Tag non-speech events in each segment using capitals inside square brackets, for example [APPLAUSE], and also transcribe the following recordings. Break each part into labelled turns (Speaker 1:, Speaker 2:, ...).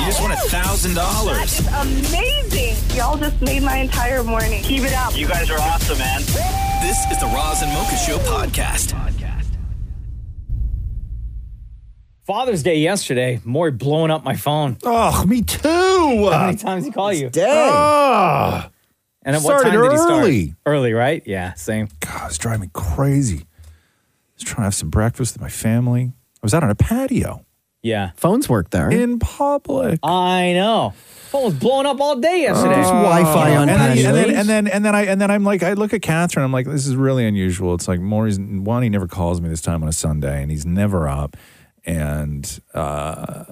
Speaker 1: You just won a thousand dollars.
Speaker 2: Amazing. Y'all just made my entire morning. Keep it up.
Speaker 3: You guys are awesome, man.
Speaker 1: This is the Roz and Mocha Show podcast.
Speaker 4: Father's Day yesterday. Maury blowing up my
Speaker 5: [LAUGHS]
Speaker 4: phone.
Speaker 6: Oh, me too.
Speaker 4: How many times he call you?
Speaker 7: Dang.
Speaker 6: Ah,
Speaker 4: And at what
Speaker 5: Oh,
Speaker 6: Started
Speaker 4: time did he start?
Speaker 6: early.
Speaker 4: Early, right? Yeah, same.
Speaker 6: God, it's driving me crazy. I was trying to have some breakfast with my family. I was out on a patio
Speaker 4: Yeah.
Speaker 7: Phones work there.
Speaker 6: in public.
Speaker 4: I know. Phone was blowing up all day
Speaker 5: Oh,
Speaker 4: yesterday.
Speaker 7: There's Wi-Fi on
Speaker 6: Oh. and, then, and, then,
Speaker 7: patios.
Speaker 6: and then and then I and then I'm like I look at Catherine. I'm like, this is really unusual. It's like Maury's one. He never calls me this time on a Sunday, and he's never up. And uh,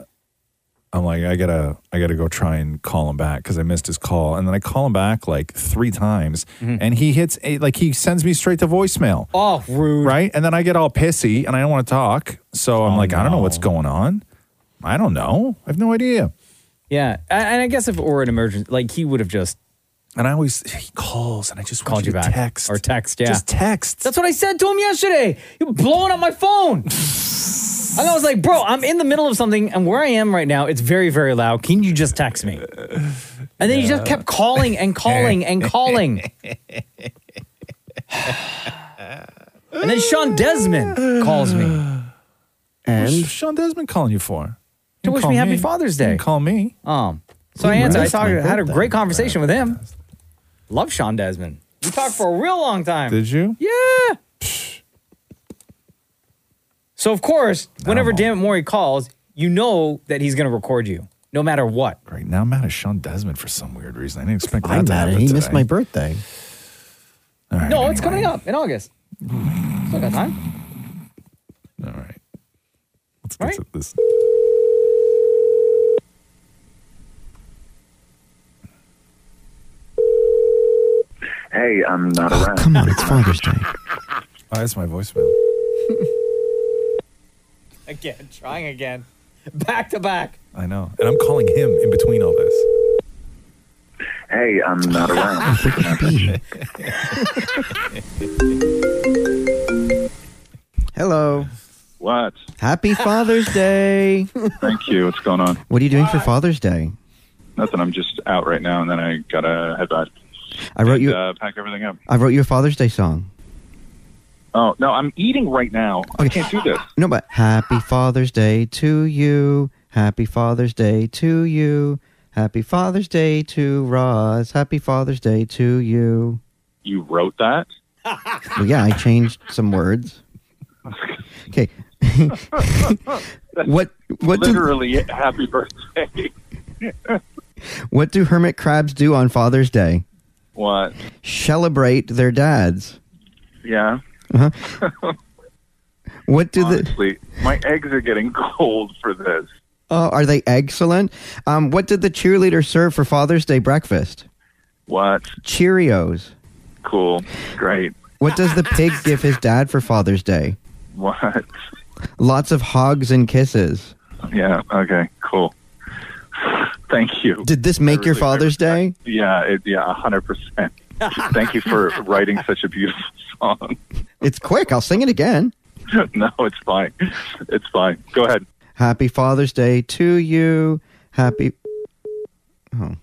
Speaker 6: I'm like, I gotta I gotta go try and call him back because I missed his call. And then I call him back like three times, and he hits a, like he sends me straight to voicemail.
Speaker 4: Mm-hmm. Oh, rude. Oh,
Speaker 6: Right. And then I get all pissy and I don't want to talk. So I'm like, I don't know what's going on. I don't know. I have no idea.
Speaker 4: Yeah. A- And I guess if it were an emergency, like he would have just.
Speaker 6: And I always he calls, and I just
Speaker 4: Called
Speaker 6: want
Speaker 4: you
Speaker 6: to
Speaker 4: back.
Speaker 6: text
Speaker 4: Or text, yeah.
Speaker 6: just text.
Speaker 4: That's what I said to him yesterday. You're blowing up my phone. And I was like, bro, I'm in the middle of something, and where I am right now, it's very, very loud. Can you just text me? And then he just kept calling and calling
Speaker 6: [LAUGHS]
Speaker 4: and calling. and then Sean Desmond calls me
Speaker 6: What's
Speaker 7: And
Speaker 6: Sean Desmond calling you for?
Speaker 4: to wish
Speaker 6: call
Speaker 4: me Happy
Speaker 6: me.
Speaker 4: Father's
Speaker 6: You
Speaker 4: Day.
Speaker 6: can call me.
Speaker 4: Um, so I answered. I
Speaker 7: missed
Speaker 4: talked,
Speaker 7: my
Speaker 4: had a
Speaker 7: birthday.
Speaker 4: great conversation with him. Love Sean Desmond. We talked for a real long time.
Speaker 6: Did you?
Speaker 4: Yeah. So of course, whenever
Speaker 6: No.
Speaker 4: Dan Mori calls, you know that he's going to record you, no matter what.
Speaker 6: Great. Now I'm mad at Sean Desmond for some weird reason. I didn't expect that
Speaker 7: I'm
Speaker 6: to
Speaker 7: mad.
Speaker 6: happen.
Speaker 7: He missed
Speaker 6: today.
Speaker 7: my birthday.
Speaker 6: All right,
Speaker 4: No, it's
Speaker 6: anyway.
Speaker 4: coming up in August. Still got time.
Speaker 6: All right. Let's get
Speaker 4: Right?
Speaker 6: to this.
Speaker 3: Hey, I'm not
Speaker 7: Oh,
Speaker 3: around.
Speaker 7: come on. It's Father's Day.
Speaker 6: [LAUGHS] Oh, that's my voicemail.
Speaker 4: Again, trying again, back to back.
Speaker 6: I know. And I'm calling him in between all this.
Speaker 3: Hey, I'm not around.
Speaker 7: [LAUGHS] Where could he be?
Speaker 3: [LAUGHS]
Speaker 7: Hello.
Speaker 4: [LAUGHS]
Speaker 3: what? [LAUGHS]
Speaker 7: Happy Father's Day.
Speaker 3: Thank you. What's going on?
Speaker 7: What are you doing for Father's Day?
Speaker 3: Nothing. I'm just out right now, and then I gotta head back.
Speaker 7: I wrote you.
Speaker 3: uh, pack everything up.
Speaker 7: I wrote you a Father's Day song.
Speaker 3: Oh no, I'm eating right now. I
Speaker 7: Okay.
Speaker 3: can't do this.
Speaker 7: No, but Happy Father's Day to you. Happy Father's Day to you. Happy Father's Day to Roz. Happy Father's Day to you.
Speaker 3: You wrote that?
Speaker 7: Well, yeah, I changed some words. Okay. [LAUGHS] what what do
Speaker 3: Literally, happy birthday.
Speaker 7: what do hermit crabs do on Father's Day?
Speaker 3: What?
Speaker 7: Celebrate their dads. Uh-huh.
Speaker 3: Yeah. [LAUGHS]
Speaker 7: What do the
Speaker 3: Honestly, my eggs are getting cold for this.
Speaker 7: oh, are they excellent? Um, what did the cheerleader serve for Father's Day breakfast?
Speaker 3: What?
Speaker 7: Cheerios.
Speaker 3: Cool. Great.
Speaker 7: What does the pig give his dad for Father's Day?
Speaker 3: What?
Speaker 7: Lots of hogs and kisses.
Speaker 3: Yeah. Okay. Cool. [SIGHS] Thank you.
Speaker 7: Did this make your
Speaker 3: really
Speaker 7: Father's Day?
Speaker 3: Yeah, it, yeah, hundred percent. Thank you
Speaker 7: [LAUGHS]
Speaker 3: for writing such a beautiful [LAUGHS] song.
Speaker 7: It's quick. I'll sing it again.
Speaker 3: no, it's fine. [LAUGHS] It's fine. Go ahead.
Speaker 7: Happy Father's Day to you. Happy.
Speaker 4: [LAUGHS]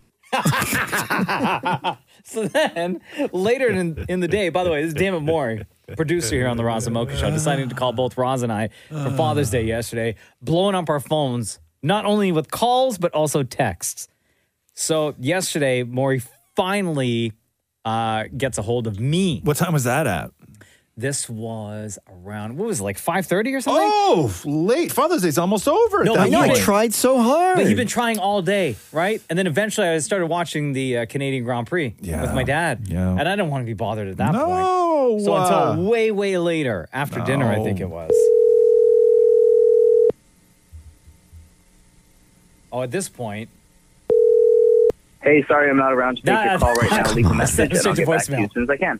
Speaker 4: So then later in, in the day, by the way, this is Damon Mori, producer here on the Roz and Mocha Show, deciding to call both Roz and I for Father's Day yesterday, blowing up our phones, not only with calls, but also texts. So yesterday, Maury finally uh, gets a hold of me.
Speaker 6: What time was that at?
Speaker 4: This was around, what was it, like 5.30 or something?
Speaker 6: Oh, late. Father's Day's almost over.
Speaker 4: No,
Speaker 6: That
Speaker 4: I know.
Speaker 6: was-
Speaker 4: But-
Speaker 7: tried so hard.
Speaker 4: But you've been trying all day, right? And then eventually I started watching the uh, Canadian Grand Prix with
Speaker 6: Yeah.
Speaker 4: my dad.
Speaker 6: Yeah.
Speaker 4: And I didn't want to be bothered at that point.
Speaker 6: No.
Speaker 4: So
Speaker 6: uh,
Speaker 4: until way, way later, after dinner, I think it was. Oh, at this point,
Speaker 2: Hey, sorry I'm not around to take
Speaker 4: Nah,
Speaker 2: your
Speaker 4: [LAUGHS]
Speaker 2: call right now. Leave a message and I'll
Speaker 4: straight to
Speaker 2: get back to you
Speaker 4: voicemail.
Speaker 2: as soon as I can.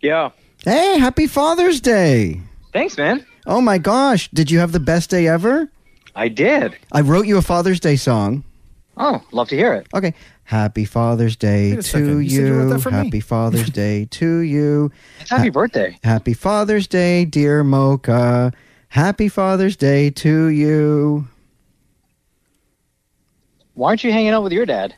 Speaker 8: Yeah.
Speaker 7: Hey, happy Father's Day.
Speaker 8: Thanks, man.
Speaker 7: Oh my gosh, did you have the best day ever?
Speaker 8: I did.
Speaker 7: I wrote you a Father's Day song.
Speaker 8: Oh, love to hear it.
Speaker 7: Okay. Happy Father's Day
Speaker 8: Wait a
Speaker 7: to
Speaker 8: second. You said you wrote
Speaker 7: you.
Speaker 8: that for me.
Speaker 7: happy
Speaker 8: [LAUGHS]
Speaker 7: Father's Day to you.
Speaker 8: It's
Speaker 6: Uh,
Speaker 8: happy birthday.
Speaker 7: Happy Father's Day, dear Mocha. Happy Father's Day to you.
Speaker 8: Why aren't you hanging out with your dad?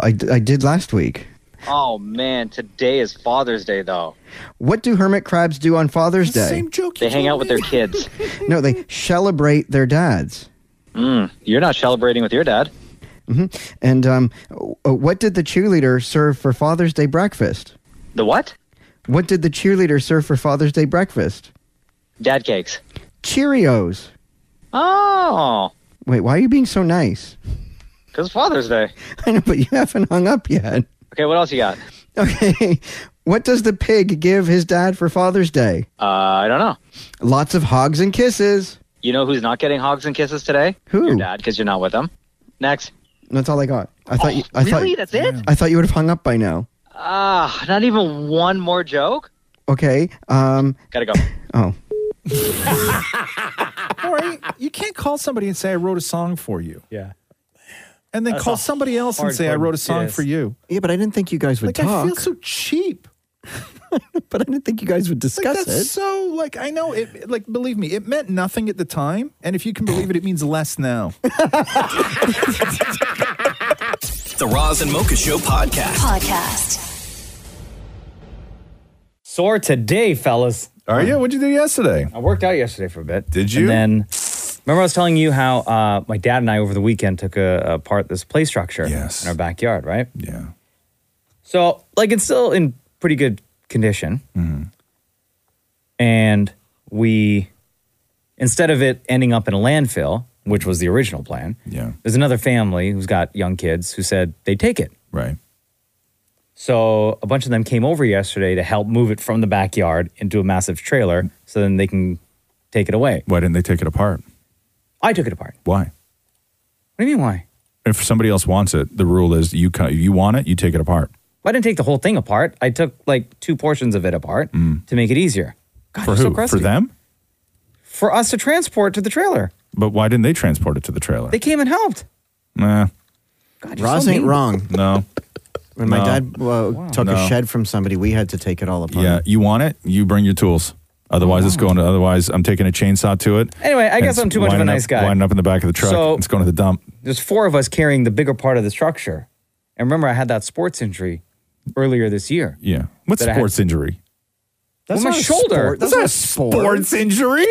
Speaker 7: I, d- I did last week.
Speaker 8: Oh man, today is Father's Day though.
Speaker 7: What do hermit crabs do on Father's Day?
Speaker 8: joke. They hang out with their
Speaker 6: [LAUGHS]
Speaker 8: kids.
Speaker 7: No, they celebrate their dads.
Speaker 8: Mm, you're not celebrating with your dad.
Speaker 7: hmm And um, w- uh, what did the cheerleader serve for Father's Day breakfast?
Speaker 8: The what?
Speaker 7: What did the cheerleader serve for Father's Day breakfast?
Speaker 8: Dad cakes.
Speaker 7: Cheerios.
Speaker 8: Oh,
Speaker 7: Wait, why are you being so nice? [LAUGHS]
Speaker 8: because Father's Day.
Speaker 7: I know, but you haven't hung up yet.
Speaker 8: Okay, what else you got?
Speaker 7: Okay. What does the pig give his dad for Father's Day?
Speaker 8: Uh, I don't know.
Speaker 7: Lots of hogs and kisses.
Speaker 8: You know who's not getting hogs and kisses today?
Speaker 7: Who?
Speaker 8: Your dad, because you're not with him. Next.
Speaker 7: That's all I got. I thought you. I
Speaker 8: Oh, really?
Speaker 7: Thought,
Speaker 8: That's it?
Speaker 7: I thought you would have hung up by now.
Speaker 8: Ah, not even one more joke.
Speaker 7: Okay. Um.
Speaker 8: Gotta go.
Speaker 7: Oh.
Speaker 6: Or you can't call somebody and say I wrote a song for you.
Speaker 4: Yeah.
Speaker 6: And then
Speaker 7: That's
Speaker 6: call
Speaker 7: a
Speaker 6: somebody else and say I
Speaker 7: hardcore
Speaker 6: wrote a song
Speaker 7: diss.
Speaker 6: for you.
Speaker 7: Yeah, but I didn't think you guys would
Speaker 6: like
Speaker 7: talk.
Speaker 6: I feel so cheap.
Speaker 7: [LAUGHS] but I didn't think you guys would discuss
Speaker 6: like, that's
Speaker 7: it.
Speaker 6: So like I know it. Like believe me, it meant nothing at the time, and if you can believe it, it means less now.
Speaker 1: The Roz and Mocha Show
Speaker 9: [LAUGHS]
Speaker 1: podcast.
Speaker 9: Podcast.
Speaker 4: [LAUGHS] Sore today, fellas.
Speaker 6: Are you? What'd you do yesterday?
Speaker 4: I worked out yesterday for a bit.
Speaker 6: Did you?
Speaker 4: And then remember, I was telling you how uh, my dad and I over the weekend took a, apart this play structure yes. in our backyard, right?
Speaker 6: Yeah.
Speaker 4: So like it's still in pretty good condition, and we instead of it ending up in a landfill, which was the original plan,
Speaker 10: [LAUGHS]
Speaker 6: Yeah.
Speaker 4: there's another family who's got young kids who said they'd take it.
Speaker 6: Right.
Speaker 4: So a bunch of them came over yesterday to help move it from the backyard into a massive trailer so then they can take it away.
Speaker 6: Why didn't they take it apart?
Speaker 4: I took it apart.
Speaker 6: Why?
Speaker 4: What do you mean why?
Speaker 6: If somebody else wants it, the rule is you co- you want it, you take it apart.
Speaker 4: I didn't take the whole thing apart. I took like two portions of it apart to make it easier. God,
Speaker 6: Mm. for
Speaker 4: you're so
Speaker 6: who?
Speaker 4: crusty.
Speaker 6: for them?
Speaker 4: For us to transport to the trailer.
Speaker 6: But why didn't they transport it to the trailer?
Speaker 4: They came and helped.
Speaker 6: Nah.
Speaker 4: God,
Speaker 7: Ross ain't wrong.
Speaker 6: No.
Speaker 7: When my
Speaker 6: No.
Speaker 7: dad uh, took
Speaker 6: No.
Speaker 7: a shed from somebody, we had to take it all apart.
Speaker 6: Yeah, you want it, you bring your tools. Otherwise, it's going to. Otherwise, I'm taking a chainsaw to it.
Speaker 4: Anyway, I
Speaker 6: and
Speaker 4: guess
Speaker 6: it's
Speaker 4: I'm too much of a
Speaker 6: winding
Speaker 4: nice
Speaker 6: up-
Speaker 4: guy.
Speaker 6: Winding up in the back of the truck.
Speaker 4: So-
Speaker 6: it's going to the dump.
Speaker 4: There's four of us carrying the bigger part of the structure. And remember, I had that sports injury earlier this year.
Speaker 6: Yeah. What
Speaker 4: That I had-
Speaker 6: sports injury?
Speaker 4: That's my shoulder.
Speaker 6: That's, not a sports injury.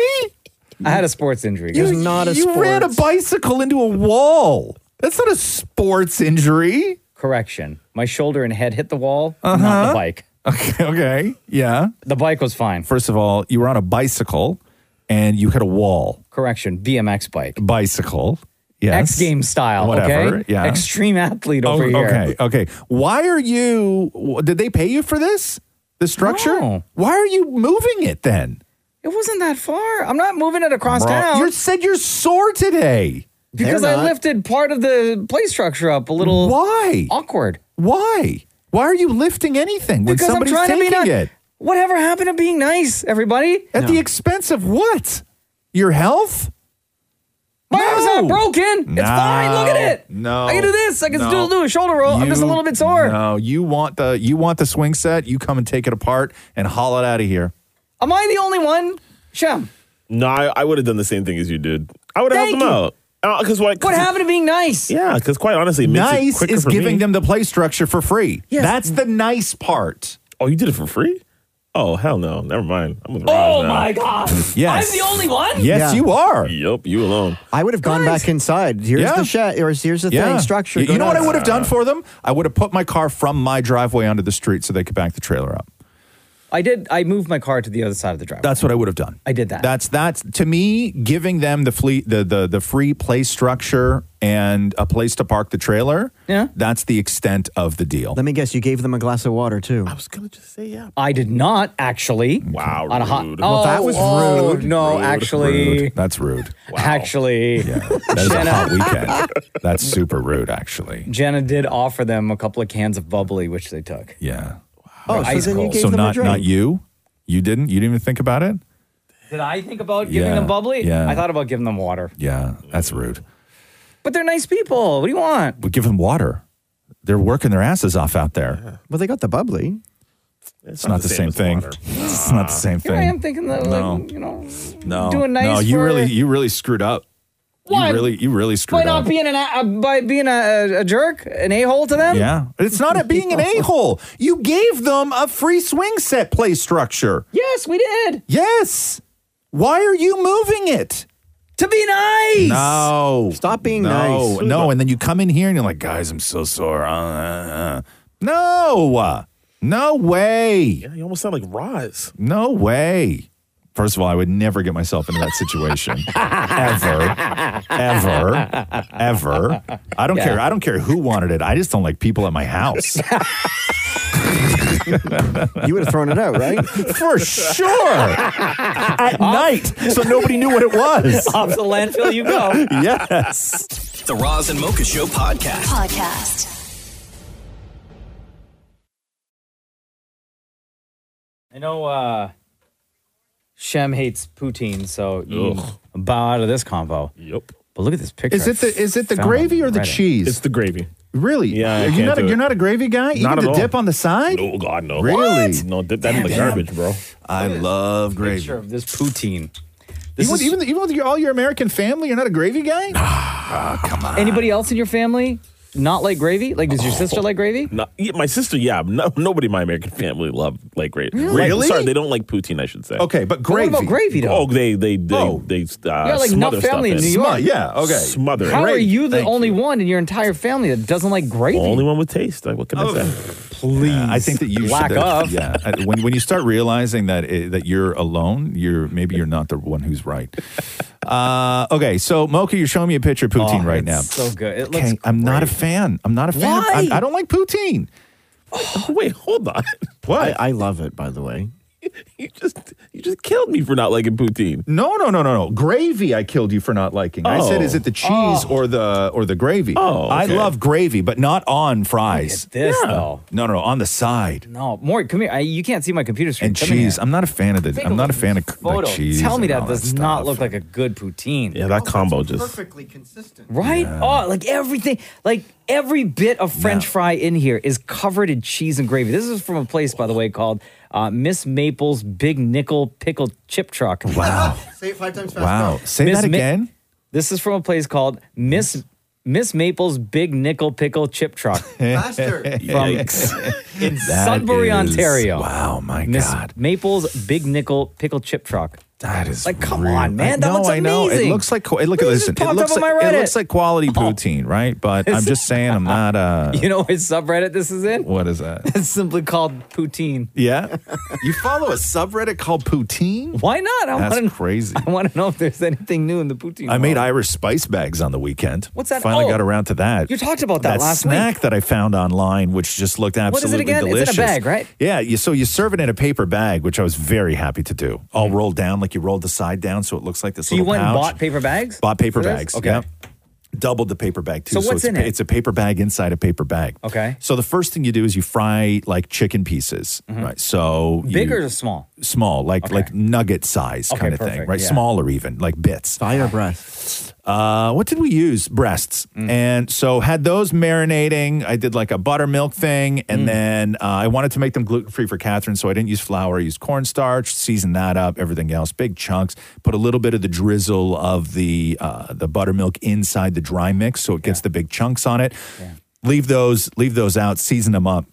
Speaker 4: I had a sports injury.
Speaker 6: You- You ran a bicycle into a wall. That's not a sports injury.
Speaker 4: Correction. My shoulder and head hit the wall, not the bike.
Speaker 6: Uh-huh. Okay. Okay. Yeah.
Speaker 4: The bike was fine.
Speaker 6: First of all, you were on a bicycle and you hit a wall.
Speaker 4: Correction. BMX bike.
Speaker 6: Bicycle. Yes.
Speaker 4: X Games style.
Speaker 6: Whatever.
Speaker 4: Okay?
Speaker 6: Yeah.
Speaker 4: Extreme athlete
Speaker 6: Oh,
Speaker 4: over here.
Speaker 6: Okay, okay. Why are you? w- Did they pay you for this? The structure? Why are you moving it then?
Speaker 4: It wasn't that far. I'm not moving it across
Speaker 6: Bro,
Speaker 4: town.
Speaker 6: You said you're sore today.
Speaker 4: because I lifted part of the play structure up a little.
Speaker 6: Why?
Speaker 4: Awkward.
Speaker 6: Why? Why are you lifting anything when
Speaker 4: Because I'm
Speaker 6: somebody's
Speaker 4: trying to be
Speaker 6: taking
Speaker 4: ni-
Speaker 6: it
Speaker 4: Whatever happened to being nice, everybody?
Speaker 6: at the expense of what? Your health?
Speaker 4: My arm's
Speaker 6: No.
Speaker 4: not broken.
Speaker 6: No.
Speaker 4: It's fine. Look at it.
Speaker 6: No.
Speaker 4: I can do this. I can
Speaker 6: No.
Speaker 4: still do a shoulder roll. I'm just a
Speaker 6: You-
Speaker 4: little bit sore.
Speaker 6: No, you want the you want the swing set. You come and take it apart and haul it out of here.
Speaker 4: Am I the only one? Shem,
Speaker 3: No, I, I would have done the same thing as you did. I would have helped
Speaker 4: Thank
Speaker 3: them
Speaker 4: you.
Speaker 3: out. Uh, Because what?
Speaker 4: what happened to being nice?
Speaker 3: Yeah, because quite honestly, it makes it
Speaker 6: Nice
Speaker 3: quicker
Speaker 6: is
Speaker 3: for
Speaker 6: giving
Speaker 3: me.
Speaker 6: them the play structure for free.
Speaker 4: Yes.
Speaker 6: That's the nice part.
Speaker 3: Oh, you did it for free? Oh hell no! Never mind. I'm with Roz
Speaker 4: Oh
Speaker 3: now.
Speaker 4: my God.
Speaker 6: Yes.
Speaker 4: I'm the only one?
Speaker 6: Yes,
Speaker 7: Yeah.
Speaker 6: you are.
Speaker 3: Yep, you alone.
Speaker 7: I would have gone back inside. Here's
Speaker 6: Yeah.
Speaker 7: the shed, or here's the thing, structure.
Speaker 6: You,
Speaker 7: go
Speaker 6: you know what I
Speaker 7: nuts.
Speaker 6: would have done for them? I would have put my car from my driveway onto the street so they could back the trailer up.
Speaker 4: I did. I moved my car to the other side of the driveway.
Speaker 6: That's what I would have done.
Speaker 4: I did that.
Speaker 6: That's that's to me giving them the fleet the the the free play structure and a place to park the trailer.
Speaker 4: Yeah.
Speaker 6: That's the extent of the deal.
Speaker 7: Let me guess, you gave them a glass of water too.
Speaker 3: I was gonna just say yeah.
Speaker 4: I did not actually.
Speaker 3: Wow,
Speaker 4: on a hot.
Speaker 3: rude.
Speaker 4: Oh,
Speaker 3: Well, that was
Speaker 4: oh,
Speaker 3: rude.
Speaker 4: No,
Speaker 3: Rude,
Speaker 4: actually,
Speaker 6: rude. that's rude.
Speaker 4: Actually,
Speaker 6: That is a
Speaker 4: Jenna-
Speaker 6: hot weekend. [LAUGHS] That's super rude, actually.
Speaker 4: Jenna did offer them a couple of cans of bubbly, which they took.
Speaker 6: Yeah.
Speaker 4: Oh, so then you gave
Speaker 6: so
Speaker 4: them a
Speaker 6: not
Speaker 4: drink.
Speaker 6: not you. You didn't. You didn't even think about it.
Speaker 4: Did I think about giving
Speaker 6: Yeah,
Speaker 4: them bubbly?
Speaker 6: yeah.
Speaker 4: I thought about giving them water.
Speaker 6: Yeah, that's rude.
Speaker 4: But they're nice people. What do you want?
Speaker 6: We give them water. They're working their asses off out there.
Speaker 7: Well, they got the bubbly.
Speaker 6: It's, not, the same, thing. [LAUGHS] It's not the same
Speaker 4: Here
Speaker 6: thing.
Speaker 4: I am thinking that,
Speaker 6: no,
Speaker 4: like, you know,
Speaker 6: no,
Speaker 4: doing nice
Speaker 6: no. You
Speaker 4: for-
Speaker 6: really, you really screwed up.
Speaker 4: Why?
Speaker 6: You really, you really
Speaker 4: by
Speaker 6: screwed
Speaker 4: not
Speaker 6: up.
Speaker 4: being an a, by being a, a jerk, an a hole to them.
Speaker 6: yeah, it's not at being
Speaker 4: [LAUGHS]
Speaker 6: an a hole. You gave them a free swing set play structure.
Speaker 4: Yes, we did.
Speaker 6: Yes. Why are you moving it?
Speaker 4: To be nice.
Speaker 6: No.
Speaker 7: Stop being
Speaker 6: no,
Speaker 7: nice.
Speaker 6: No, and then you come in here and you're like, guys, I'm so sore. Uh, uh, uh." No. No way. Yeah,
Speaker 3: you almost sound like Roz.
Speaker 6: No way. First of all, I would never get myself into that situation. ever. Ever. Ever. I don't
Speaker 3: Yeah.
Speaker 6: care. I don't care who wanted it. I just don't like people at my house. [LAUGHS]
Speaker 7: you would have thrown it out, right? [LAUGHS]
Speaker 6: For sure. At night. So nobody knew what it was.
Speaker 4: [LAUGHS] Off the landfill you go.
Speaker 6: yes.
Speaker 1: The Roz and Mocha Show podcast.
Speaker 11: Podcast.
Speaker 4: I know uh Shem hates poutine, so you
Speaker 3: Ugh.
Speaker 4: bow out of this convo.
Speaker 3: Yep.
Speaker 4: But look at this picture.
Speaker 6: Is it
Speaker 4: I
Speaker 6: the- is it the
Speaker 4: found on
Speaker 6: gravy or the
Speaker 4: Reddit.
Speaker 6: cheese? It's
Speaker 3: the gravy.
Speaker 6: Really?
Speaker 3: Yeah, I
Speaker 6: You're
Speaker 3: can't
Speaker 6: not a-
Speaker 3: do it.
Speaker 6: you're not a gravy guy? Even the dip on the side?
Speaker 3: No, God, no.
Speaker 6: Really? What?
Speaker 3: No, dip that in the
Speaker 6: Damn.
Speaker 3: garbage, bro.
Speaker 6: I love gravy.
Speaker 4: Picture of this poutine.
Speaker 6: even, with- even, even with your, all your American family, you're not a gravy guy?
Speaker 4: come on. Anybody else in your family not like gravy? Like,
Speaker 6: Oh.
Speaker 4: does your sister like gravy?
Speaker 3: No, yeah, my sister, yeah. [LAUGHS] No, nobody in my American family love like gravy.
Speaker 4: Really?
Speaker 3: Like, sorry, they don't like poutine, I should say.
Speaker 6: Okay, but But what about gravy? gravy, though?
Speaker 3: Oh, they they they they uh,
Speaker 4: Yeah, like
Speaker 3: smother
Speaker 4: Nut Family in
Speaker 3: stuff
Speaker 4: New York.
Speaker 3: Smother- Smother. it.
Speaker 4: How are you the only one in your entire family that doesn't like gravy?
Speaker 3: Only one with taste. Like, what can
Speaker 6: Oh.
Speaker 3: I say?
Speaker 6: Please. I think that you
Speaker 4: Lack
Speaker 6: should.
Speaker 4: of.
Speaker 6: Yeah. I- When, when you start realizing that uh, that you're alone, you're maybe you're not the one who's right. Uh, okay, so Mocha, you're showing me a picture of poutine
Speaker 4: Oh,
Speaker 6: right
Speaker 4: it's
Speaker 6: now.
Speaker 4: So good. It looks
Speaker 6: Okay, I'm not a fan. I'm not a fan.
Speaker 4: Why?
Speaker 6: I'm- I, don't like poutine.
Speaker 3: Oh, wait, hold on.
Speaker 6: [LAUGHS] What?
Speaker 7: I, I love it, by the way.
Speaker 3: [LAUGHS] You just you just killed me for not liking poutine.
Speaker 6: No, no, no, no, no. Gravy, I killed you for not liking. I said,
Speaker 3: Oh.
Speaker 6: is it the cheese or the or the gravy?
Speaker 3: Oh,
Speaker 6: I
Speaker 3: okay.
Speaker 6: love gravy, but not on fries.
Speaker 4: this, though.
Speaker 6: No, no, no, on the side.
Speaker 4: no, Maury, come here. I, you can't see my computer screen.
Speaker 6: And
Speaker 4: Come
Speaker 6: cheese.
Speaker 4: here.
Speaker 6: I'm not a fan of the.
Speaker 4: Take a
Speaker 6: I'm not a fan of c- like
Speaker 4: Photo.
Speaker 6: cheese.
Speaker 4: Tell me
Speaker 6: and
Speaker 4: that
Speaker 6: all
Speaker 4: does
Speaker 6: stuff.
Speaker 4: not look like a good poutine.
Speaker 3: Yeah, that combo just
Speaker 7: Perfectly consistent.
Speaker 4: Right? Oh, like everything, like every bit of French fry in here is covered in cheese and gravy. This is from a place, by the way, called uh, Miss Maple's Big Nickel Pickle Chip Truck. Wow.
Speaker 7: Say it five times fast.
Speaker 6: Wow. Say that again.
Speaker 4: this is from a place called Miss Miss Maple's Big Nickel Pickle Chip Truck.
Speaker 6: [LAUGHS] Faster.
Speaker 4: From [LAUGHS] in
Speaker 6: That
Speaker 4: Sudbury,
Speaker 6: is-
Speaker 4: Ontario.
Speaker 6: Wow, my
Speaker 4: Miss
Speaker 6: God.
Speaker 4: Maple's Big Nickel Pickle Chip Truck.
Speaker 6: That is
Speaker 4: like, come
Speaker 6: Really?
Speaker 4: on, man.
Speaker 6: I-
Speaker 4: That
Speaker 6: no,
Speaker 4: looks
Speaker 6: I know.
Speaker 4: amazing.
Speaker 6: It looks like co- it look at
Speaker 4: This
Speaker 6: listen.
Speaker 4: just
Speaker 6: It
Speaker 4: popped
Speaker 6: looks
Speaker 4: up
Speaker 6: like
Speaker 4: on my
Speaker 6: it
Speaker 4: Reddit. Oh.
Speaker 6: looks like quality poutine, right?
Speaker 4: [LAUGHS]
Speaker 6: But I'm just saying, I'm not. Uh,
Speaker 4: You know what subreddit this
Speaker 6: [LAUGHS]
Speaker 4: is in?
Speaker 6: what is that?
Speaker 4: [LAUGHS] It's simply called poutine.
Speaker 6: Yeah, you follow a subreddit called poutine.
Speaker 4: Why not? I
Speaker 6: That's
Speaker 4: wanna-
Speaker 6: crazy.
Speaker 4: I want to know if there's anything new in the poutine.
Speaker 6: I made
Speaker 4: world.
Speaker 6: Irish spice bags on the weekend.
Speaker 4: What's that?
Speaker 6: Finally
Speaker 4: Oh,
Speaker 6: got around to that.
Speaker 4: you talked about that last week.
Speaker 6: snack that I found online, which just looked
Speaker 4: What is it
Speaker 6: absolutely
Speaker 4: again? It's in a
Speaker 6: delicious.
Speaker 4: bag, right?
Speaker 6: Yeah. You, so you serve it in a paper bag, which I was very happy to do. All rolled down, like you rolled the side down, so it looks like this.
Speaker 4: Mm-hmm. So you
Speaker 6: little
Speaker 4: went and
Speaker 6: pouch.
Speaker 4: bought paper bags.
Speaker 6: Bought paper
Speaker 4: for this?
Speaker 6: bags.
Speaker 4: Okay.
Speaker 6: Yep. Doubled the paper bag too.
Speaker 4: So what's
Speaker 6: it's,
Speaker 4: in
Speaker 6: a, pa-
Speaker 4: it?
Speaker 6: It's a paper bag inside a paper bag.
Speaker 4: Okay.
Speaker 6: So the first thing you do is you fry like chicken pieces, right? So you-
Speaker 4: Big Mm-hmm. or small?
Speaker 6: small, like like nugget size
Speaker 4: Okay,
Speaker 6: kind of thing,
Speaker 4: perfect,
Speaker 6: right?
Speaker 4: yeah.
Speaker 6: Smaller even, like bits.
Speaker 7: Fire breath.
Speaker 6: Uh, what did we use? Breasts.
Speaker 4: Mm.
Speaker 6: And so had those marinating. I did like a buttermilk thing,
Speaker 4: Mm.
Speaker 6: and then uh, I wanted to make them gluten free for Catherine, so I didn't use flour. I used cornstarch, seasoned that up, everything else, big chunks. Put a little bit of the drizzle of the uh, the buttermilk inside the dry mix, so it gets the big chunks on it. Leave those leave those out. Season them up.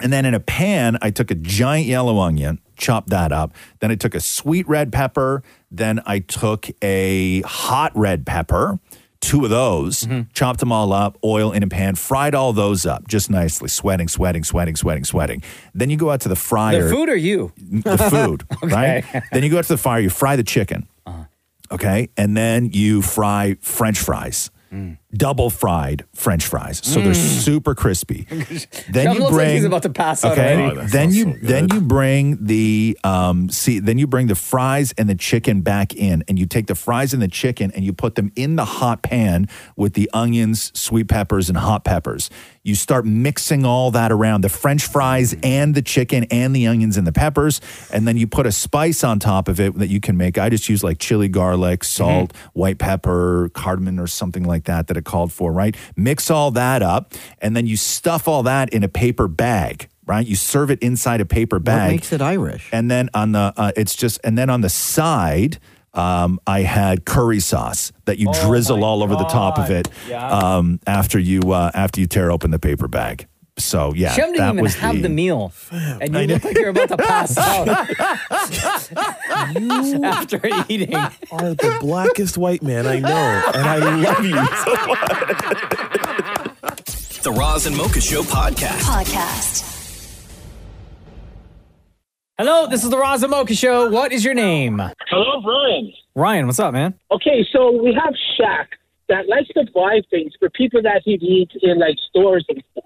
Speaker 6: And then in a pan, I took a giant yellow onion, chopped that up. Then I took a sweet red pepper. Then I took a hot red pepper, two of those, chopped them all up, oil in a pan, fried all those up just nicely, sweating, sweating, sweating, sweating, sweating. Then you go out to the fryer
Speaker 4: The food or you?
Speaker 6: the
Speaker 4: [LAUGHS]
Speaker 6: food, right? Then you go out to the
Speaker 4: Uh-huh.
Speaker 6: fire, you fry the chicken, okay, and then you fry French fries. double fried French fries, so they're
Speaker 4: Mm.
Speaker 6: super crispy.
Speaker 12: [LAUGHS]
Speaker 6: Then
Speaker 4: Sean
Speaker 6: you
Speaker 4: looks
Speaker 6: bring
Speaker 4: like he's about to pass out
Speaker 6: okay.
Speaker 4: already.
Speaker 6: then you then you bring the um see then you bring the fries and the chicken back in, and you take the fries and the chicken and you put them in the hot pan with the onions, sweet peppers, and hot peppers. You start mixing all that around the French fries and the chicken and the onions and the peppers, and then you put a spice on top of it that you can make. I just use like chili, garlic, salt, white pepper, cardamom, or something like that that it called for. Right, mix all that up, and then you stuff all that in a paper bag right? You serve it inside a paper bag.
Speaker 13: makes it Irish?
Speaker 6: And then on the, uh, it's just, and then on the side, um, I had curry sauce that you
Speaker 4: Oh
Speaker 6: drizzle all over the top of it um, after you uh, after you tear open the paper bag. So yeah,
Speaker 4: Shem didn't
Speaker 6: that
Speaker 4: even
Speaker 6: was
Speaker 4: have the,
Speaker 6: the
Speaker 4: meal, and you look like you're about to
Speaker 6: [LAUGHS]
Speaker 4: pass out [LAUGHS]
Speaker 3: You
Speaker 4: after eating.
Speaker 3: are the blackest white man I know, and I love you so
Speaker 1: The Roz and Mocha Show podcast.
Speaker 11: Podcast.
Speaker 4: Hello, this is the Roz and Mocha Show. What is your name?
Speaker 14: Hello, Brian.
Speaker 4: Ryan, what's up, man?
Speaker 14: Okay, so we have Shaq that likes to buy things for people that he meets in like stores and stuff.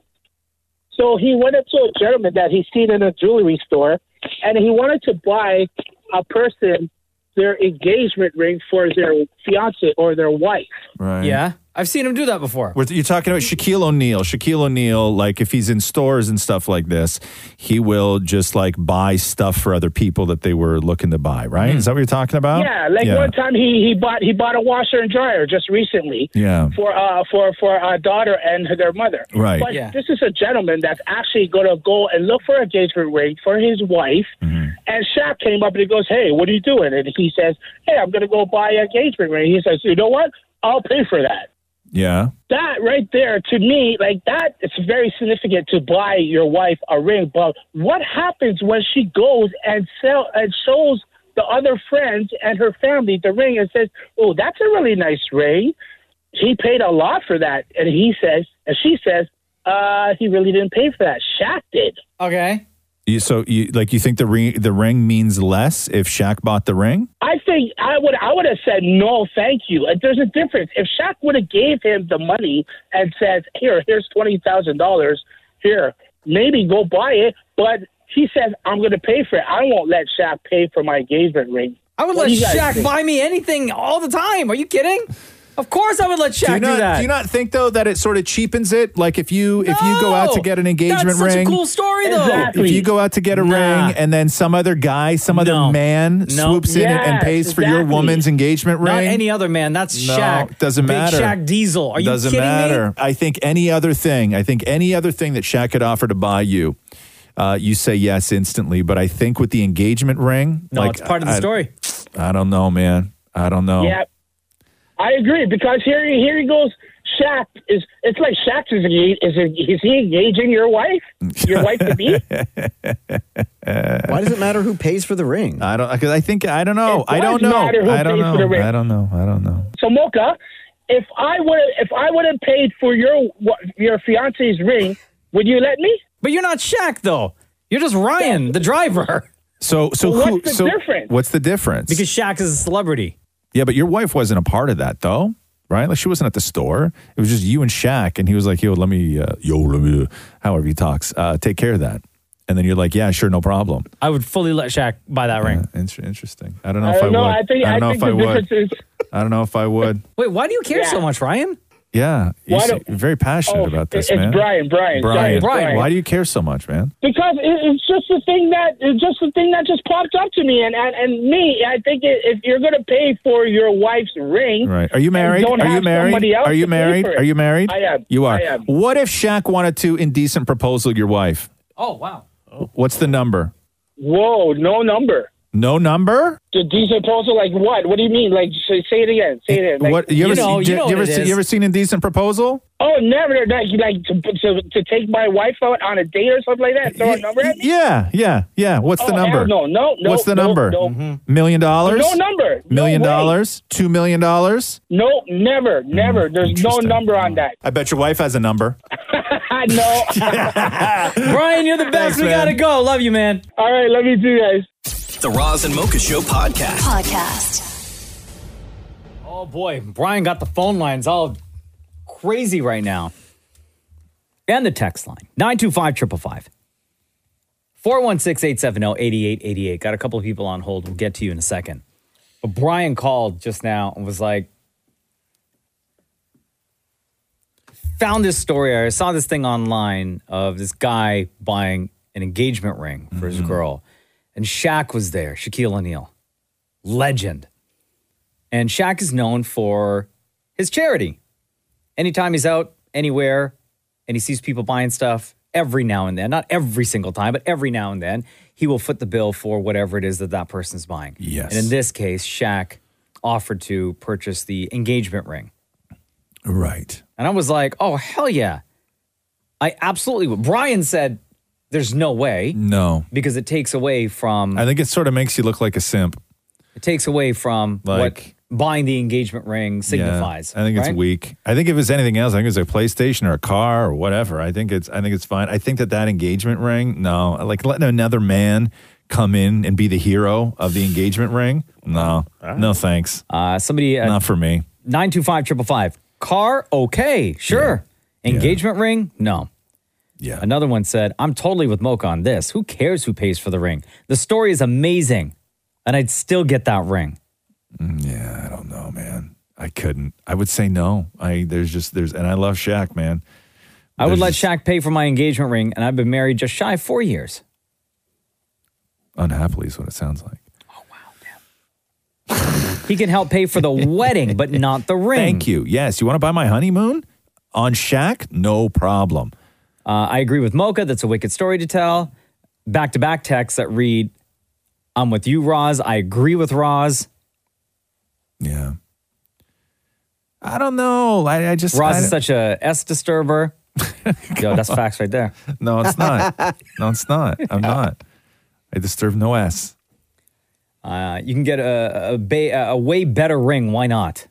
Speaker 14: So he went up to a gentleman that he's seen in a jewelry store, and he wanted to buy a person their engagement ring for their fiance or their wife.
Speaker 6: right.
Speaker 4: Yeah, I've seen him do that before.
Speaker 6: We're- You're talking about Shaquille O'Neal. Shaquille O'Neal, like if he's in stores and stuff like this, he will just like buy stuff for other people that they were looking to buy.
Speaker 4: Hmm.
Speaker 6: Right? Is that what you're talking about?
Speaker 14: yeah, like one time he, he bought he bought a washer and dryer just recently.
Speaker 6: Yeah.
Speaker 14: For uh for for a daughter and their mother.
Speaker 6: Right.
Speaker 14: But
Speaker 6: Yeah.
Speaker 14: this is a gentleman that's actually going to go and look for a engagement ring for his wife.
Speaker 6: Mm-hmm.
Speaker 14: And Shaq came up and he goes, "Hey, what are you doing?" And he says, "Hey, I'm going to go buy an engagement ring." He says, "You know what? I'll pay for that."
Speaker 6: Yeah.
Speaker 14: That right there, to me, like that, it's very significant to buy your wife a ring. But what happens when she goes and sell and shows the other friends and her family the ring and says, "Oh, that's a really nice ring. He paid a lot for that." And he says, and she says, "Uh, he really didn't pay for that. Shaq did."
Speaker 4: Okay.
Speaker 6: You, so you like you think the ring the ring means less if Shaq bought the ring?
Speaker 14: I think I would I would have said no, thank you. Like, There's a difference. If Shaq would have gave him the money and says, "Here, here's twenty thousand dollars. Here, maybe go buy it," but he says, "I'm going to pay for it. I won't let Shaq pay for my engagement ring."
Speaker 4: I would
Speaker 14: What
Speaker 4: let
Speaker 14: do you guys
Speaker 4: Shaq
Speaker 14: think?
Speaker 4: buy me anything all the time. Are you kidding? Of course, I would let
Speaker 6: do
Speaker 4: Shaq do,
Speaker 6: you not
Speaker 4: that.
Speaker 6: do you not think though that it sort of cheapens it? Like if you if you go out to
Speaker 4: No!
Speaker 6: get an engagement
Speaker 4: That's such a
Speaker 6: ring,
Speaker 4: cool story, though.
Speaker 6: If
Speaker 4: Exactly.
Speaker 6: you go out to get a
Speaker 4: Nah.
Speaker 6: ring and then some other guy, some other man swoops in and, and
Speaker 4: Yes,
Speaker 6: pays for your
Speaker 4: exactly.
Speaker 6: woman's engagement ring,
Speaker 4: Not any other man. That's
Speaker 6: No,
Speaker 4: Shaq.
Speaker 6: doesn't
Speaker 4: Big
Speaker 6: matter.
Speaker 4: Shaq Diesel. Are you
Speaker 6: doesn't
Speaker 4: kidding
Speaker 6: matter.
Speaker 4: me?
Speaker 6: I think any other thing. I think any other thing that Shaq could offer to buy you. Uh, you say yes instantly, but I think with the engagement ring,
Speaker 4: No,
Speaker 6: like,
Speaker 4: it's part of the
Speaker 6: I-
Speaker 4: story.
Speaker 6: I don't know, man. I don't know.
Speaker 14: Yeah, I agree because here he- here he goes. Shaq is it's like Shaq is engaged. Is, is he engaging your wife? Your wife to be?
Speaker 6: Why
Speaker 7: does it matter who pays for the ring?
Speaker 6: I don't. Because I think I don't know.
Speaker 14: It
Speaker 6: I don't
Speaker 14: does
Speaker 6: know.
Speaker 14: matter who
Speaker 6: I don't
Speaker 14: pays
Speaker 6: know.
Speaker 14: for the ring.
Speaker 6: I don't know. I don't know.
Speaker 14: So Mocha, if I would if I would have paid for your your fiance's ring, would you let me?
Speaker 4: But you're not Shaq though. You're just Ryan, the driver.
Speaker 6: So so
Speaker 4: Well,
Speaker 6: who?
Speaker 4: what's the
Speaker 6: so
Speaker 4: difference?
Speaker 6: what's the difference?
Speaker 4: Because Shaq is a celebrity.
Speaker 6: yeah, but your wife wasn't a part of that though, right? Like she wasn't at the store. It was just you and Shaq, and he was like, "Yo, let me, uh, yo, let me, however he talks, uh, take care of that." And then you're like, "Yeah, sure, no problem."
Speaker 4: I would fully let Shaq buy that ring.
Speaker 6: Inter- interesting. I don't know if I, would.
Speaker 14: I think
Speaker 6: I
Speaker 14: I,
Speaker 6: don't know
Speaker 14: think
Speaker 6: if I
Speaker 14: the
Speaker 6: would.
Speaker 14: difference is
Speaker 6: I don't know if I would.
Speaker 4: Wait, why do you care so
Speaker 14: [LAUGHS]
Speaker 4: much, Ryan?
Speaker 6: Yeah, you
Speaker 14: Why
Speaker 6: se-
Speaker 14: do-
Speaker 6: you're very passionate
Speaker 14: Oh,
Speaker 6: about this,
Speaker 14: it's
Speaker 6: man.
Speaker 14: Brian, Brian,
Speaker 6: Brian,
Speaker 14: sorry, Brian.
Speaker 6: Why do you care so much, man?
Speaker 14: because it, it's just the thing that it's just the thing that just popped up to me, and and, and me, I think it, if you're gonna pay for your wife's ring,
Speaker 6: Right. Are you
Speaker 14: and
Speaker 6: married?
Speaker 14: don't
Speaker 6: Are you
Speaker 14: have somebody
Speaker 6: married?
Speaker 14: else
Speaker 6: Are you
Speaker 14: to pay
Speaker 6: married?
Speaker 14: for it.
Speaker 6: Are you married?
Speaker 14: I am.
Speaker 6: You are.
Speaker 14: I am.
Speaker 6: What if Shaq wanted to indecent proposal your wife?
Speaker 4: Oh wow.
Speaker 6: What's the number?
Speaker 14: Whoa, no number.
Speaker 6: No number?
Speaker 14: The decent proposal, like what? What do you mean? Like, say say it again. Say it again. Like,
Speaker 6: what you ever seen, you, ever seen, you ever seen indecent proposal?
Speaker 14: Oh, never. Like, like to, to, to take my wife out on a date or something like that. Throw a number at me.
Speaker 6: Yeah, yeah, yeah. What's the
Speaker 14: Oh,
Speaker 6: number?
Speaker 14: hell no, no, no,
Speaker 6: What's the
Speaker 14: no,
Speaker 6: number? Mm-hmm.
Speaker 14: no.
Speaker 6: Million dollars?
Speaker 14: No number. No
Speaker 6: Million
Speaker 14: way.
Speaker 6: dollars? Two million dollars? Mm,
Speaker 14: No, never, never. There's no number on that.
Speaker 6: I bet your wife has a number.
Speaker 14: no.
Speaker 4: [LAUGHS] Brian, you're the
Speaker 6: Thanks,
Speaker 4: best. we
Speaker 6: man.
Speaker 4: gotta go. Love you, man.
Speaker 14: All right, love you too, guys.
Speaker 1: The Roz and Mocha Show podcast.
Speaker 11: Podcast.
Speaker 4: Oh boy, Brian got the phone lines all crazy right now. And the text line 925 555. 416 870 8888. Got a couple of people on hold. We'll get to you in a second. But Brian called just now and was like, found this story. I saw this thing online of this guy buying an engagement ring for his girl. And Shaq was there, Shaquille O'Neal, legend. And Shaq is known for his charity. Anytime he's out anywhere and he sees people buying stuff, every now and then, not every single time, but every now and then, he will foot the bill for whatever it is that that person's buying.
Speaker 6: Yes.
Speaker 4: And in this case, Shaq offered to purchase the engagement ring.
Speaker 6: Right.
Speaker 4: And I was like, oh, hell yeah. I absolutely would. Brian said, there's no way.
Speaker 6: No.
Speaker 4: Because it takes away from,
Speaker 6: I think it sort of makes you look like a simp.
Speaker 4: it takes away from
Speaker 6: Like-
Speaker 4: what buying the engagement ring
Speaker 6: Yeah.
Speaker 4: signifies.
Speaker 6: I think it's
Speaker 4: right?
Speaker 6: weak. I think if it's anything else, I think it's a PlayStation or a car or whatever. I think it's I think it's fine. I think that that engagement ring, no, like letting another man come in and be the hero of the engagement ring, no, no, thanks.
Speaker 4: Uh, somebody, uh,
Speaker 6: not for me.
Speaker 4: 925 555. Car, okay, sure. Engagement ring, no.
Speaker 6: Yeah.
Speaker 4: Another one said, I'm totally with Mocha on this. Who cares who pays for the ring? The story is amazing, and I'd still get that ring.
Speaker 6: Yeah, I don't know, man. I couldn't. I would say no. I there's just there's and I love Shaq, man.
Speaker 4: I would
Speaker 6: There's
Speaker 4: let
Speaker 6: just-
Speaker 4: Shaq pay for my engagement ring, and I've been married just shy of four years.
Speaker 6: unhappily is what it sounds like.
Speaker 4: He can help pay
Speaker 6: [LAUGHS]
Speaker 4: for the wedding, but not the ring.
Speaker 6: Thank you. Yes, you want to buy my honeymoon on Shaq? No problem.
Speaker 4: Uh, I agree with Mocha. That's a wicked story to tell. Back to back texts that read, I'm with you, Roz. I agree with Roz.
Speaker 6: Yeah. I don't know. I, I just
Speaker 4: Roz
Speaker 6: I,
Speaker 4: is such a S disturber. [LAUGHS] Yo, that's facts right there.
Speaker 6: No, it's not. no, it's not. I'm not. I disturb no S.
Speaker 4: [LAUGHS] Uh, you can get a, a, ba- a way better ring. Why not?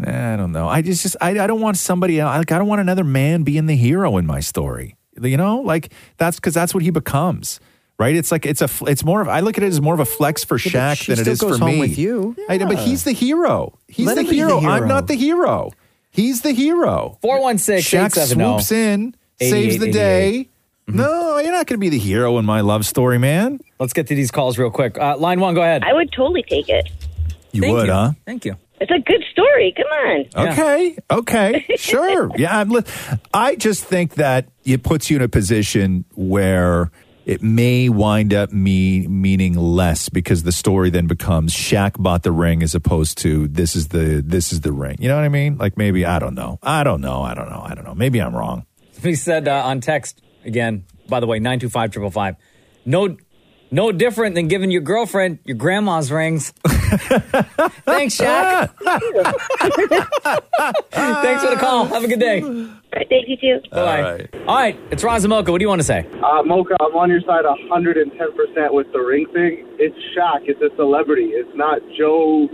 Speaker 6: Eh, I don't know. I just, just I, I don't want somebody else. Like I don't want another man being the hero in my story. You know, like that's because that's what he becomes, right? It's like it's a fl- it's more of I look at it as more of a flex for
Speaker 7: but
Speaker 6: Shaq
Speaker 7: she
Speaker 6: than it
Speaker 7: still
Speaker 6: is
Speaker 7: goes
Speaker 6: for
Speaker 7: home
Speaker 6: me.
Speaker 7: with you.
Speaker 6: I know, but
Speaker 7: Yeah.
Speaker 6: he's the hero. He's
Speaker 7: Let
Speaker 6: the
Speaker 7: him be the
Speaker 6: hero. I'm
Speaker 7: hero.
Speaker 6: not the hero. He's the hero.
Speaker 4: 416
Speaker 6: Shaq swoops in, saves the day. No, you're not going to be the hero in my love story, man.
Speaker 4: Mm-hmm. Let's get to these calls real quick. Uh, line one, go ahead.
Speaker 15: I would totally take it.
Speaker 6: You would, huh?
Speaker 4: Thank you.
Speaker 15: It's a good story. Come on.
Speaker 6: Okay. Okay. Sure. yeah. I'm li- I just think that it puts you in a position where it may wind up me meaning less because the story then becomes Shaq bought the ring as opposed to this is the this is the ring. You know what I mean? Like maybe I don't know. I don't know. I don't know. I don't know. Maybe I'm wrong.
Speaker 4: He said uh, on text again. By the way, nine two five triple five. No, no different than giving your girlfriend your
Speaker 6: [LAUGHS]
Speaker 4: grandma's rings. Thanks, Shaq. Thanks for the call. Have a good day.
Speaker 15: Thank you too.
Speaker 4: Bye. All right. All right. It's Roz and Mocha. What do you want to say?
Speaker 16: Uh, Mocha, I'm on your side 110% with the ring thing. It's Shaq. It's a celebrity. It's not Joe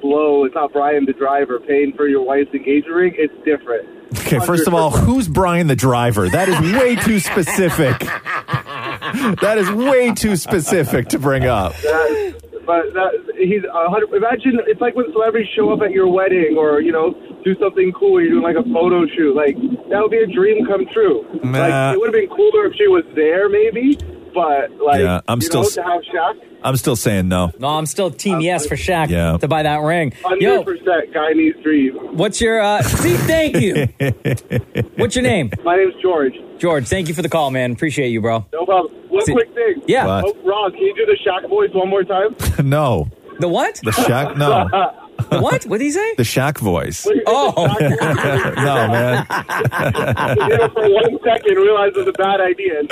Speaker 16: Blow. It's not Brian the driver paying for your wife's engagement ring. It's different.
Speaker 6: Okay, first of all, who's Brian the driver? That is way too specific. that is way too specific to bring up.
Speaker 16: That, [LAUGHS] but that, he's a hundred. Imagine it's like when celebrities show up at your wedding or, you know, do something cool where you're doing like a photo shoot. Like, that would be a dream come true.
Speaker 6: Nah.
Speaker 16: Like, it would have been cooler if she was there, maybe. But, like,
Speaker 6: Yeah, I'm
Speaker 16: you
Speaker 6: still
Speaker 16: know,
Speaker 6: s-
Speaker 16: to have Shaq.
Speaker 6: I'm still saying no.
Speaker 4: No, I'm still
Speaker 16: uh,
Speaker 4: team yes for Shaq
Speaker 6: Yeah.
Speaker 4: to buy that ring. Yo,
Speaker 16: 100% guy needs dreams.
Speaker 4: what's your uh, see? Thank
Speaker 6: [LAUGHS]
Speaker 4: you. What's your name?
Speaker 16: My name's George.
Speaker 4: George, thank you for the call, man. Appreciate you, bro.
Speaker 16: No problem. One
Speaker 4: See-
Speaker 16: quick thing.
Speaker 4: Yeah.
Speaker 16: Oh, Rob, can you do the Shock Boys one more time?
Speaker 6: no.
Speaker 4: The what?
Speaker 6: The Shaq? No.
Speaker 4: The [LAUGHS] what? What did he say?
Speaker 6: The Shaq voice.
Speaker 4: Oh.
Speaker 6: [LAUGHS] no, man.
Speaker 4: [LAUGHS]
Speaker 16: For one second, realize it was a bad idea.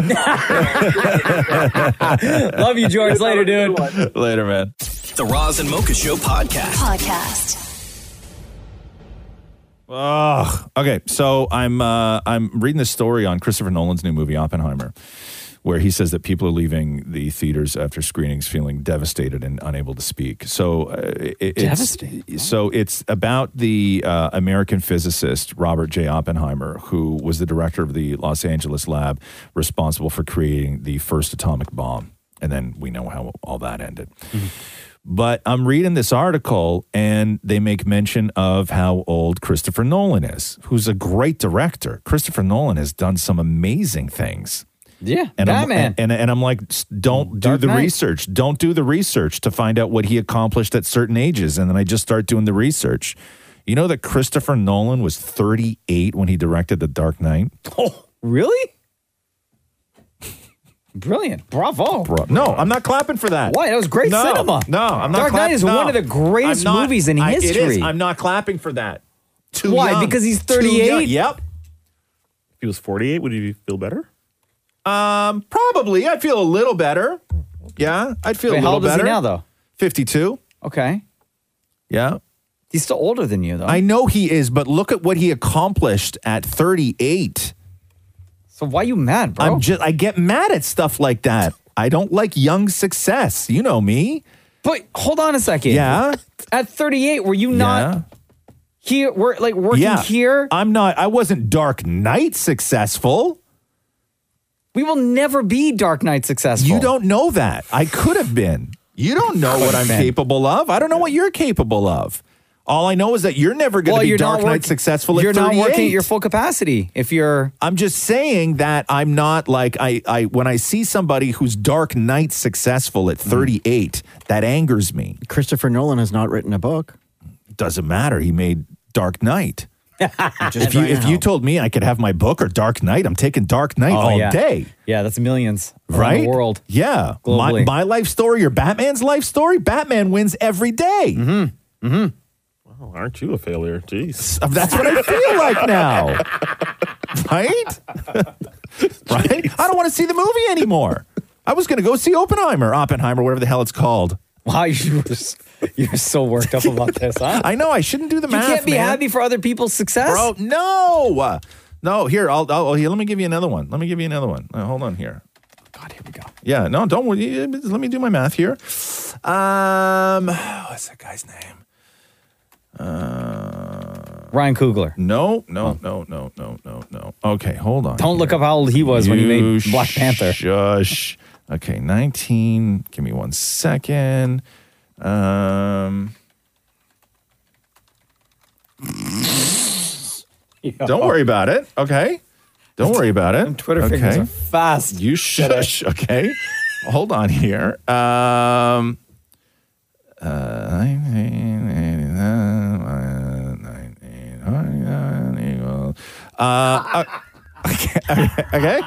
Speaker 16: [LAUGHS]
Speaker 4: [LAUGHS]
Speaker 3: [LAUGHS]
Speaker 4: Love you, George. Later, dude.
Speaker 6: Later, man.
Speaker 1: The Roz and Mocha Show podcast.
Speaker 11: Podcast.
Speaker 6: Ugh. Okay, so I'm uh, I'm reading this story on Christopher Nolan's new movie Oppenheimer, where he says that people are leaving the theaters after screenings feeling devastated and unable to speak. So uh, it, it's
Speaker 12: Devastated?
Speaker 6: so it's about the uh, American physicist Robert J. Oppenheimer, who was the director of the Los Angeles lab responsible for creating the first atomic bomb, and then we know how all that ended. But I'm reading this article and they make mention of how old Christopher Nolan is, who's a great director. Christopher Nolan has done some amazing things.
Speaker 4: Yeah,
Speaker 6: And I'm,
Speaker 4: Batman.
Speaker 6: and, and, and I'm like, "S- don't do
Speaker 4: Dark
Speaker 6: the
Speaker 4: Knight.
Speaker 6: research. Don't do the research to find out what he accomplished at certain ages. And then I just start doing the research. You know that Christopher Nolan was 38 when he directed The Dark Knight?
Speaker 4: Oh, really? Brilliant. Bravo.
Speaker 6: Bro- no, I'm not clapping for that.
Speaker 4: Why? That was great
Speaker 6: No,
Speaker 4: cinema.
Speaker 6: No, I'm not
Speaker 4: Dark Knight
Speaker 6: clapping.
Speaker 4: is one of the greatest movies in
Speaker 6: It is.
Speaker 4: history.
Speaker 6: I'm not clapping for that. Too
Speaker 4: Why?
Speaker 6: young.
Speaker 4: Because he's
Speaker 6: Too young.
Speaker 4: 38?
Speaker 6: Yep.
Speaker 3: If he was 48, would he feel better?
Speaker 6: Um, probably. I'd feel a little better. Yeah, I'd feel
Speaker 4: Wait,
Speaker 6: a
Speaker 4: how
Speaker 6: little
Speaker 4: old is he
Speaker 6: better
Speaker 4: now, though?
Speaker 6: 52.
Speaker 4: Okay.
Speaker 6: Yeah.
Speaker 4: He's still older than you, though.
Speaker 6: I know he is, but look at what he accomplished at 38.
Speaker 4: So why you mad, bro?
Speaker 6: I'm just I get mad at stuff like that. I don't like young success. You know me.
Speaker 4: But hold on a second.
Speaker 6: Yeah.
Speaker 4: At 38, were you not
Speaker 6: Yeah.
Speaker 4: here? We're like working
Speaker 6: yeah.
Speaker 4: here.
Speaker 6: I'm not I wasn't Dark Knight successful.
Speaker 4: We will never be Dark Knight successful.
Speaker 6: You don't know that. I could have been. You don't know what I'm
Speaker 4: Could've been.
Speaker 6: capable of. I don't know what you're capable of. All I know is that you're never going to
Speaker 4: Well,
Speaker 6: be
Speaker 4: you're not
Speaker 6: Dark Knight
Speaker 4: work-
Speaker 6: successful at
Speaker 4: you're not working
Speaker 6: 38.
Speaker 4: at your full capacity if you're
Speaker 6: I'm just saying that I'm not like I, I when I see somebody who's Dark Knight successful
Speaker 4: Hmm.
Speaker 6: at 38, that angers me.
Speaker 7: Christopher Nolan has not written a book.
Speaker 6: Doesn't matter. He made Dark
Speaker 4: [LAUGHS]
Speaker 6: Knight.
Speaker 7: Just
Speaker 6: if you
Speaker 7: right
Speaker 6: if
Speaker 7: now.
Speaker 6: you told me I could have my book or Dark Knight, I'm taking Dark Knight
Speaker 4: Oh,
Speaker 6: all
Speaker 4: yeah.
Speaker 6: day.
Speaker 4: Yeah, that's millions around
Speaker 6: Right?
Speaker 4: the world.
Speaker 6: Yeah. My,
Speaker 4: Globally.
Speaker 6: my life story or Batman's life story, Batman wins every day. Mm-hmm. Mm-hmm.
Speaker 3: Well, Oh, aren't you a failure? Jeez.
Speaker 4: uh,
Speaker 6: That's what I feel like now. Right? [LAUGHS] right? I don't want to see the movie
Speaker 4: [LAUGHS]
Speaker 6: anymore. I was going to go see Oppenheimer, Oppenheimer, whatever the hell it's called.
Speaker 4: [LAUGHS] Wow, you're, you're so worked up about this, huh?
Speaker 6: [LAUGHS] I know. I shouldn't do the
Speaker 4: You
Speaker 6: math.
Speaker 4: can't be
Speaker 6: man.
Speaker 4: happy for other people's success,
Speaker 6: Bro, no. Uh, No, here, I'll, I'll, here, let me give you another one. Let me give you another one. Uh, hold on here. God, here we go. Yeah, no, don't worry. Yeah, Let me do my math here. Um, what's that guy's name? Uh,
Speaker 4: Ryan Coogler.
Speaker 6: [LAUGHS] No, no, no, no, no, no, no. Okay, hold on.
Speaker 4: Don't look up how old he was when he made Black Panther.
Speaker 6: Shush. Okay, 19. Give me one second.
Speaker 4: [LAUGHS]
Speaker 6: Um, Don't worry about it. Okay. Don't worry about it. Twitter okay.
Speaker 4: fingers are fast.
Speaker 6: You
Speaker 4: [LAUGHS]
Speaker 6: shush. Okay. Hold on here. Um, uh, 1989 equals- uh, uh, okay, okay, okay.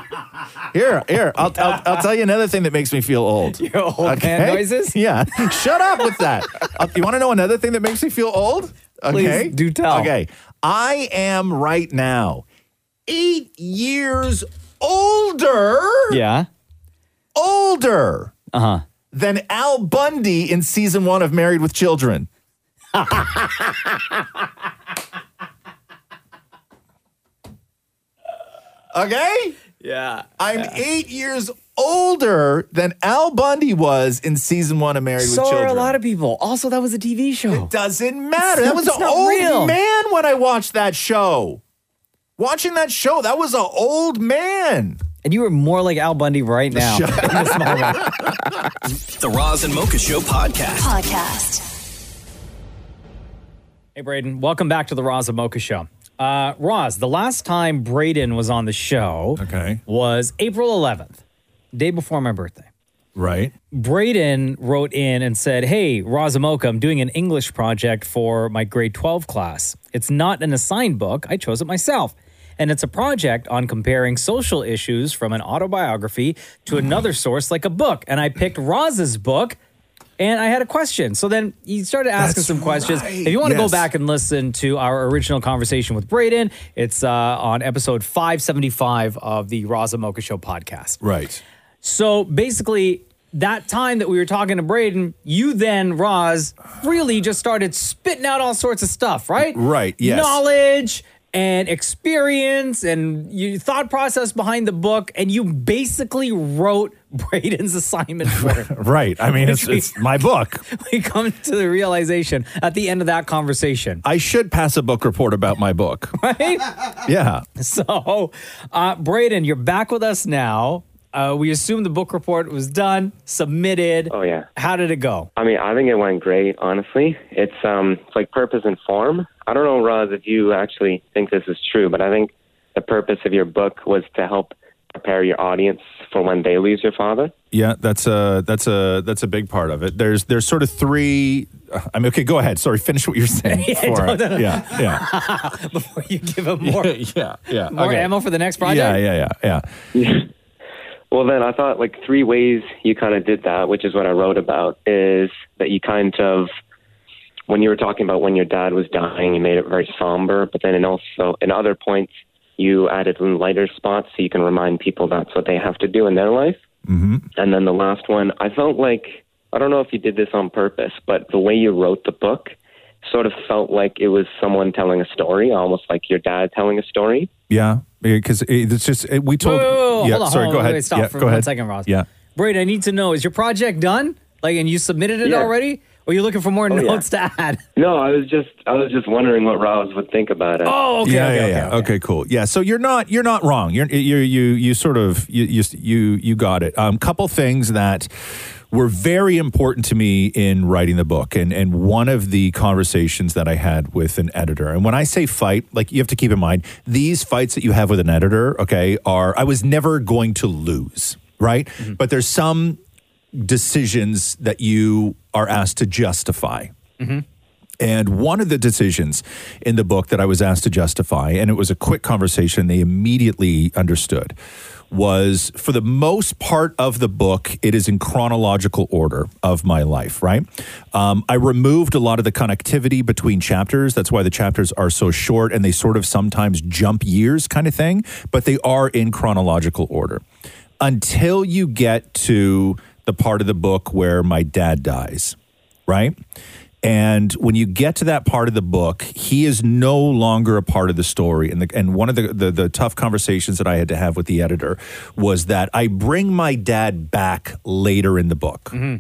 Speaker 6: Here, here. I'll, I'll, I'll tell you another thing that makes me feel
Speaker 4: [LAUGHS]
Speaker 6: old. Your
Speaker 4: old man noises?
Speaker 6: Yeah. Shut up with that. Uh, you want to know another thing that makes me feel old?
Speaker 4: Please
Speaker 6: Okay.
Speaker 4: do tell.
Speaker 6: Okay. I am right now eight years
Speaker 4: [LAUGHS]
Speaker 6: older.
Speaker 4: Yeah.
Speaker 6: Older
Speaker 4: Uh huh.
Speaker 6: than Al Bundy in season one of Married with Children. okay?
Speaker 4: Yeah.
Speaker 6: I'm eight years older than Al Bundy was in season one of Married
Speaker 4: So
Speaker 6: with
Speaker 4: are
Speaker 6: Children.
Speaker 4: a lot of people. Also, that was a TV show. It
Speaker 6: doesn't matter. That was an old man when I watched that show. Watching that show, that was an old man.
Speaker 4: And you were more like Al Bundy right
Speaker 6: [LAUGHS]
Speaker 4: now.
Speaker 1: The Roz and Mocha Show podcast.
Speaker 11: Podcast.
Speaker 4: Hey, Braden, welcome back to the Roz and Mocha Show. Uh, Roz, the last time Braden was on the show okay. was April 11th, day before my birthday.
Speaker 6: Right.
Speaker 4: Braden wrote in and said, Hey, Roz and Mocha, I'm doing an English project for my grade 12 class. It's not an assigned book, I chose it myself. And it's a project on comparing social issues from an autobiography
Speaker 12: Hmm.
Speaker 4: to another source like a book. And I picked Roz's book and I had a question. So then he started asking
Speaker 12: That's
Speaker 4: some questions.
Speaker 12: right.
Speaker 4: If you want to
Speaker 12: Yes.
Speaker 4: go back and listen to our original conversation with Braden, it's uh, on episode 575 of the Raza Mocha Show podcast.
Speaker 6: Right.
Speaker 4: So basically, that time that we were talking to Braden, you then, Roz, really just started spitting out all sorts of stuff, right?
Speaker 6: Right, yes.
Speaker 4: Knowledge and experience and your thought process behind the book. And you basically wrote [LAUGHS] Braden's assignment for him.
Speaker 6: Right. I mean, [LAUGHS] it's, it's my book.
Speaker 4: [LAUGHS] we come to the realization at the end of that conversation,
Speaker 6: I should pass a book report about my book.
Speaker 4: [LAUGHS] right?
Speaker 6: Yeah.
Speaker 4: So, uh, Braden, you're back with us now. Uh, we assume the book report was done, submitted.
Speaker 12: Oh yeah.
Speaker 4: How did it go?
Speaker 12: I mean, I think it went great. Honestly, it's um, it's like purpose and form. I don't know, Roz, if you actually think this is true, but I think the purpose of your book was to help prepare your audience for when they lose your father.
Speaker 6: Yeah, that's a that's a that's a big part of it. There's there's sort of three. I mean, okay, go ahead. Sorry, finish what you're
Speaker 4: [LAUGHS]
Speaker 6: saying.
Speaker 4: Yeah,
Speaker 6: before I-
Speaker 4: no, no, no.
Speaker 6: yeah, yeah.
Speaker 4: [LAUGHS] Before you give him
Speaker 6: [LAUGHS]
Speaker 4: more,
Speaker 6: yeah, yeah.
Speaker 4: [LAUGHS] more
Speaker 12: Okay.
Speaker 4: ammo for the next project.
Speaker 6: yeah, yeah, yeah.
Speaker 12: Well, then I thought like three ways you kind of did that, which is what I wrote about, is that you kind of, when you were talking about when your dad was dying, you made it very somber, but then in also in other points, you added in lighter spots so you can remind people that's what they have to do in their life. Mm-hmm. And then the last one, I felt like, I don't know if you did this on purpose, but the way you wrote the book sort of felt like it was someone telling a story, almost like your dad telling a story.
Speaker 6: Yeah, because it's just it, we told.
Speaker 4: Whoa, whoa, whoa,
Speaker 6: yeah,
Speaker 4: hold on,
Speaker 6: sorry,
Speaker 4: hold on,
Speaker 6: go
Speaker 4: wait,
Speaker 6: ahead.
Speaker 4: wait, stop
Speaker 6: yeah,
Speaker 4: for
Speaker 6: go
Speaker 4: one
Speaker 6: ahead.
Speaker 4: second, Ross.
Speaker 6: Yeah,
Speaker 4: Braid, I need to know: Is your project done? Like, and you submitted it
Speaker 12: Yeah.
Speaker 4: already, or are you looking for more
Speaker 12: Oh, yeah.
Speaker 4: notes to add?
Speaker 12: No, I was just I was just wondering what Rouse would think about it.
Speaker 4: Oh,
Speaker 6: yeah, yeah, yeah. Okay, cool. Yeah, so you're not you're not wrong. You're you you you sort of you you you, you got it. Um, couple things that were very important to me in writing the book and and one of the conversations that I had with an editor. And when I say fight, like you have to keep in mind these fights that you have with an editor, okay, are I was never going to lose, right? But there's some decisions that you are asked to justify. And one of the decisions in the book that I was asked to justify, and it was a quick conversation, they immediately understood, was for the most part of the book, it is in chronological order of my life, right? Um, I removed a lot of the connectivity between chapters. That's why the chapters are so short and they sort of sometimes jump years kind of thing, but they are in chronological order until you get to the part of the book where my dad dies, right? And when you get to that part of the book, he is no longer a part of the story. And, the, and one of the, the, the tough conversations that I had to have with the editor was that I bring my dad back later in the book
Speaker 13: Mm-hmm.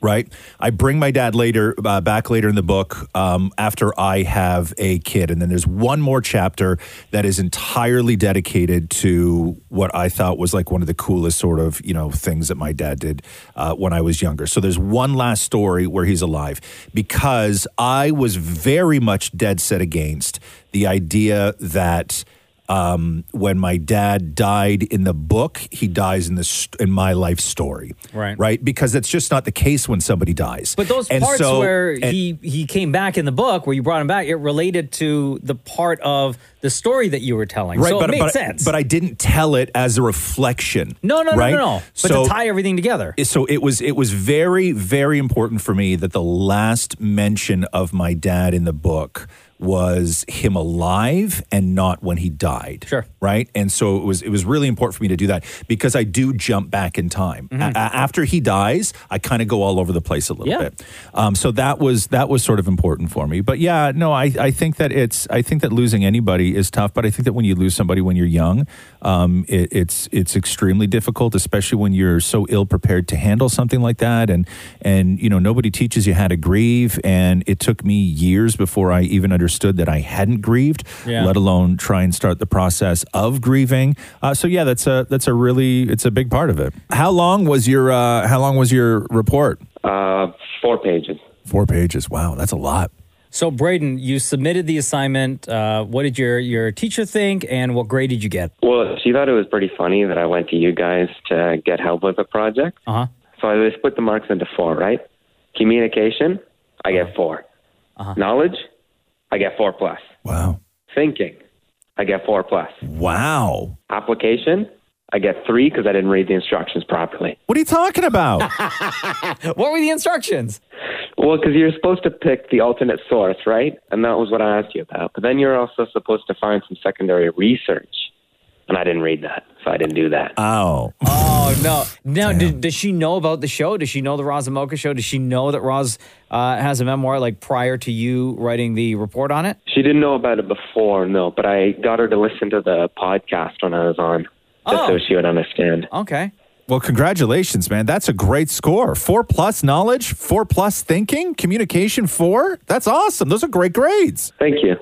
Speaker 6: right? I bring my dad later uh, back later in the book um, after I have a kid, and then there's one more chapter that is entirely dedicated to what I thought was like one of the coolest sort of you know things that my dad did uh, when I was younger. So there's one last story where he's alive because I was very much dead set against the idea that. Um, when my dad died in the book, he dies in the st- in my life story
Speaker 4: Right.
Speaker 6: right? Because that's just not the case when somebody dies.
Speaker 4: But those
Speaker 6: And
Speaker 4: parts
Speaker 6: so-
Speaker 4: where
Speaker 6: and-
Speaker 4: he he came back in the book, where you brought him back, it related to the part of the story that you were telling.
Speaker 6: right,
Speaker 4: so
Speaker 6: but
Speaker 4: it made
Speaker 6: but,
Speaker 4: sense.
Speaker 6: but I didn't tell it as a reflection.
Speaker 4: no, no, no,
Speaker 6: right?
Speaker 4: no, no. But to tie everything together.
Speaker 6: So it was it was very very important for me that the last mention of my dad in the book was him alive and not when he died. Sure. Right? And so it was it was really important for me to do that because I do jump back in time. A- a- Uh, after he dies, I kind of go all over the place a little bit. Um, so that was that was sort of important for me. But yeah, no, I, I think that it's I think that losing anybody is tough. But I think that when you lose somebody when you're young, um, it, it's it's extremely difficult, especially when you're so ill prepared to handle something like that. And and you know nobody teaches you how to grieve. And it took me years before I even understood that I hadn't grieved,
Speaker 4: Yeah.
Speaker 6: let alone try and start the process of grieving. Uh, so yeah, that's a that's a really it's a big part of it. How long was your uh, how long was your report?
Speaker 12: Uh, four pages.
Speaker 6: Four pages. Wow, that's a lot.
Speaker 4: so Braden, you submitted the assignment. Uh, what did your your teacher think, and what grade did you get?
Speaker 12: Well, she thought it was pretty funny that I went to you guys to get help with the project.
Speaker 4: Uh huh.
Speaker 12: So I split the marks into four, right? Communication, I get 4
Speaker 6: Uh-huh.
Speaker 12: Knowledge, I get four plus. Wow. Thinking, I get four plus.
Speaker 6: Wow.
Speaker 12: Application, I get three because I didn't read the instructions properly.
Speaker 6: What are you talking about?
Speaker 4: [LAUGHS] What were the instructions?
Speaker 12: Well, because you're supposed to pick the alternate source, right? And that was what I asked you about. But then you're also supposed to find some secondary research. And I didn't read that, so I didn't do that.
Speaker 6: Oh.
Speaker 4: Oh no! Now, did, does she know about the show? Does she know the Roz and Mocha show? Does she know that Roz uh, has a memoir like prior to you writing the report on it?
Speaker 12: She didn't know about it before, no, but I got her to listen to the podcast when I was on just
Speaker 17: Oh.
Speaker 12: so she would understand.
Speaker 4: Okay.
Speaker 6: Well, congratulations, man. That's a great score. Four plus knowledge, four plus thinking, communication four. That's awesome. Those are great grades.
Speaker 12: Thank you.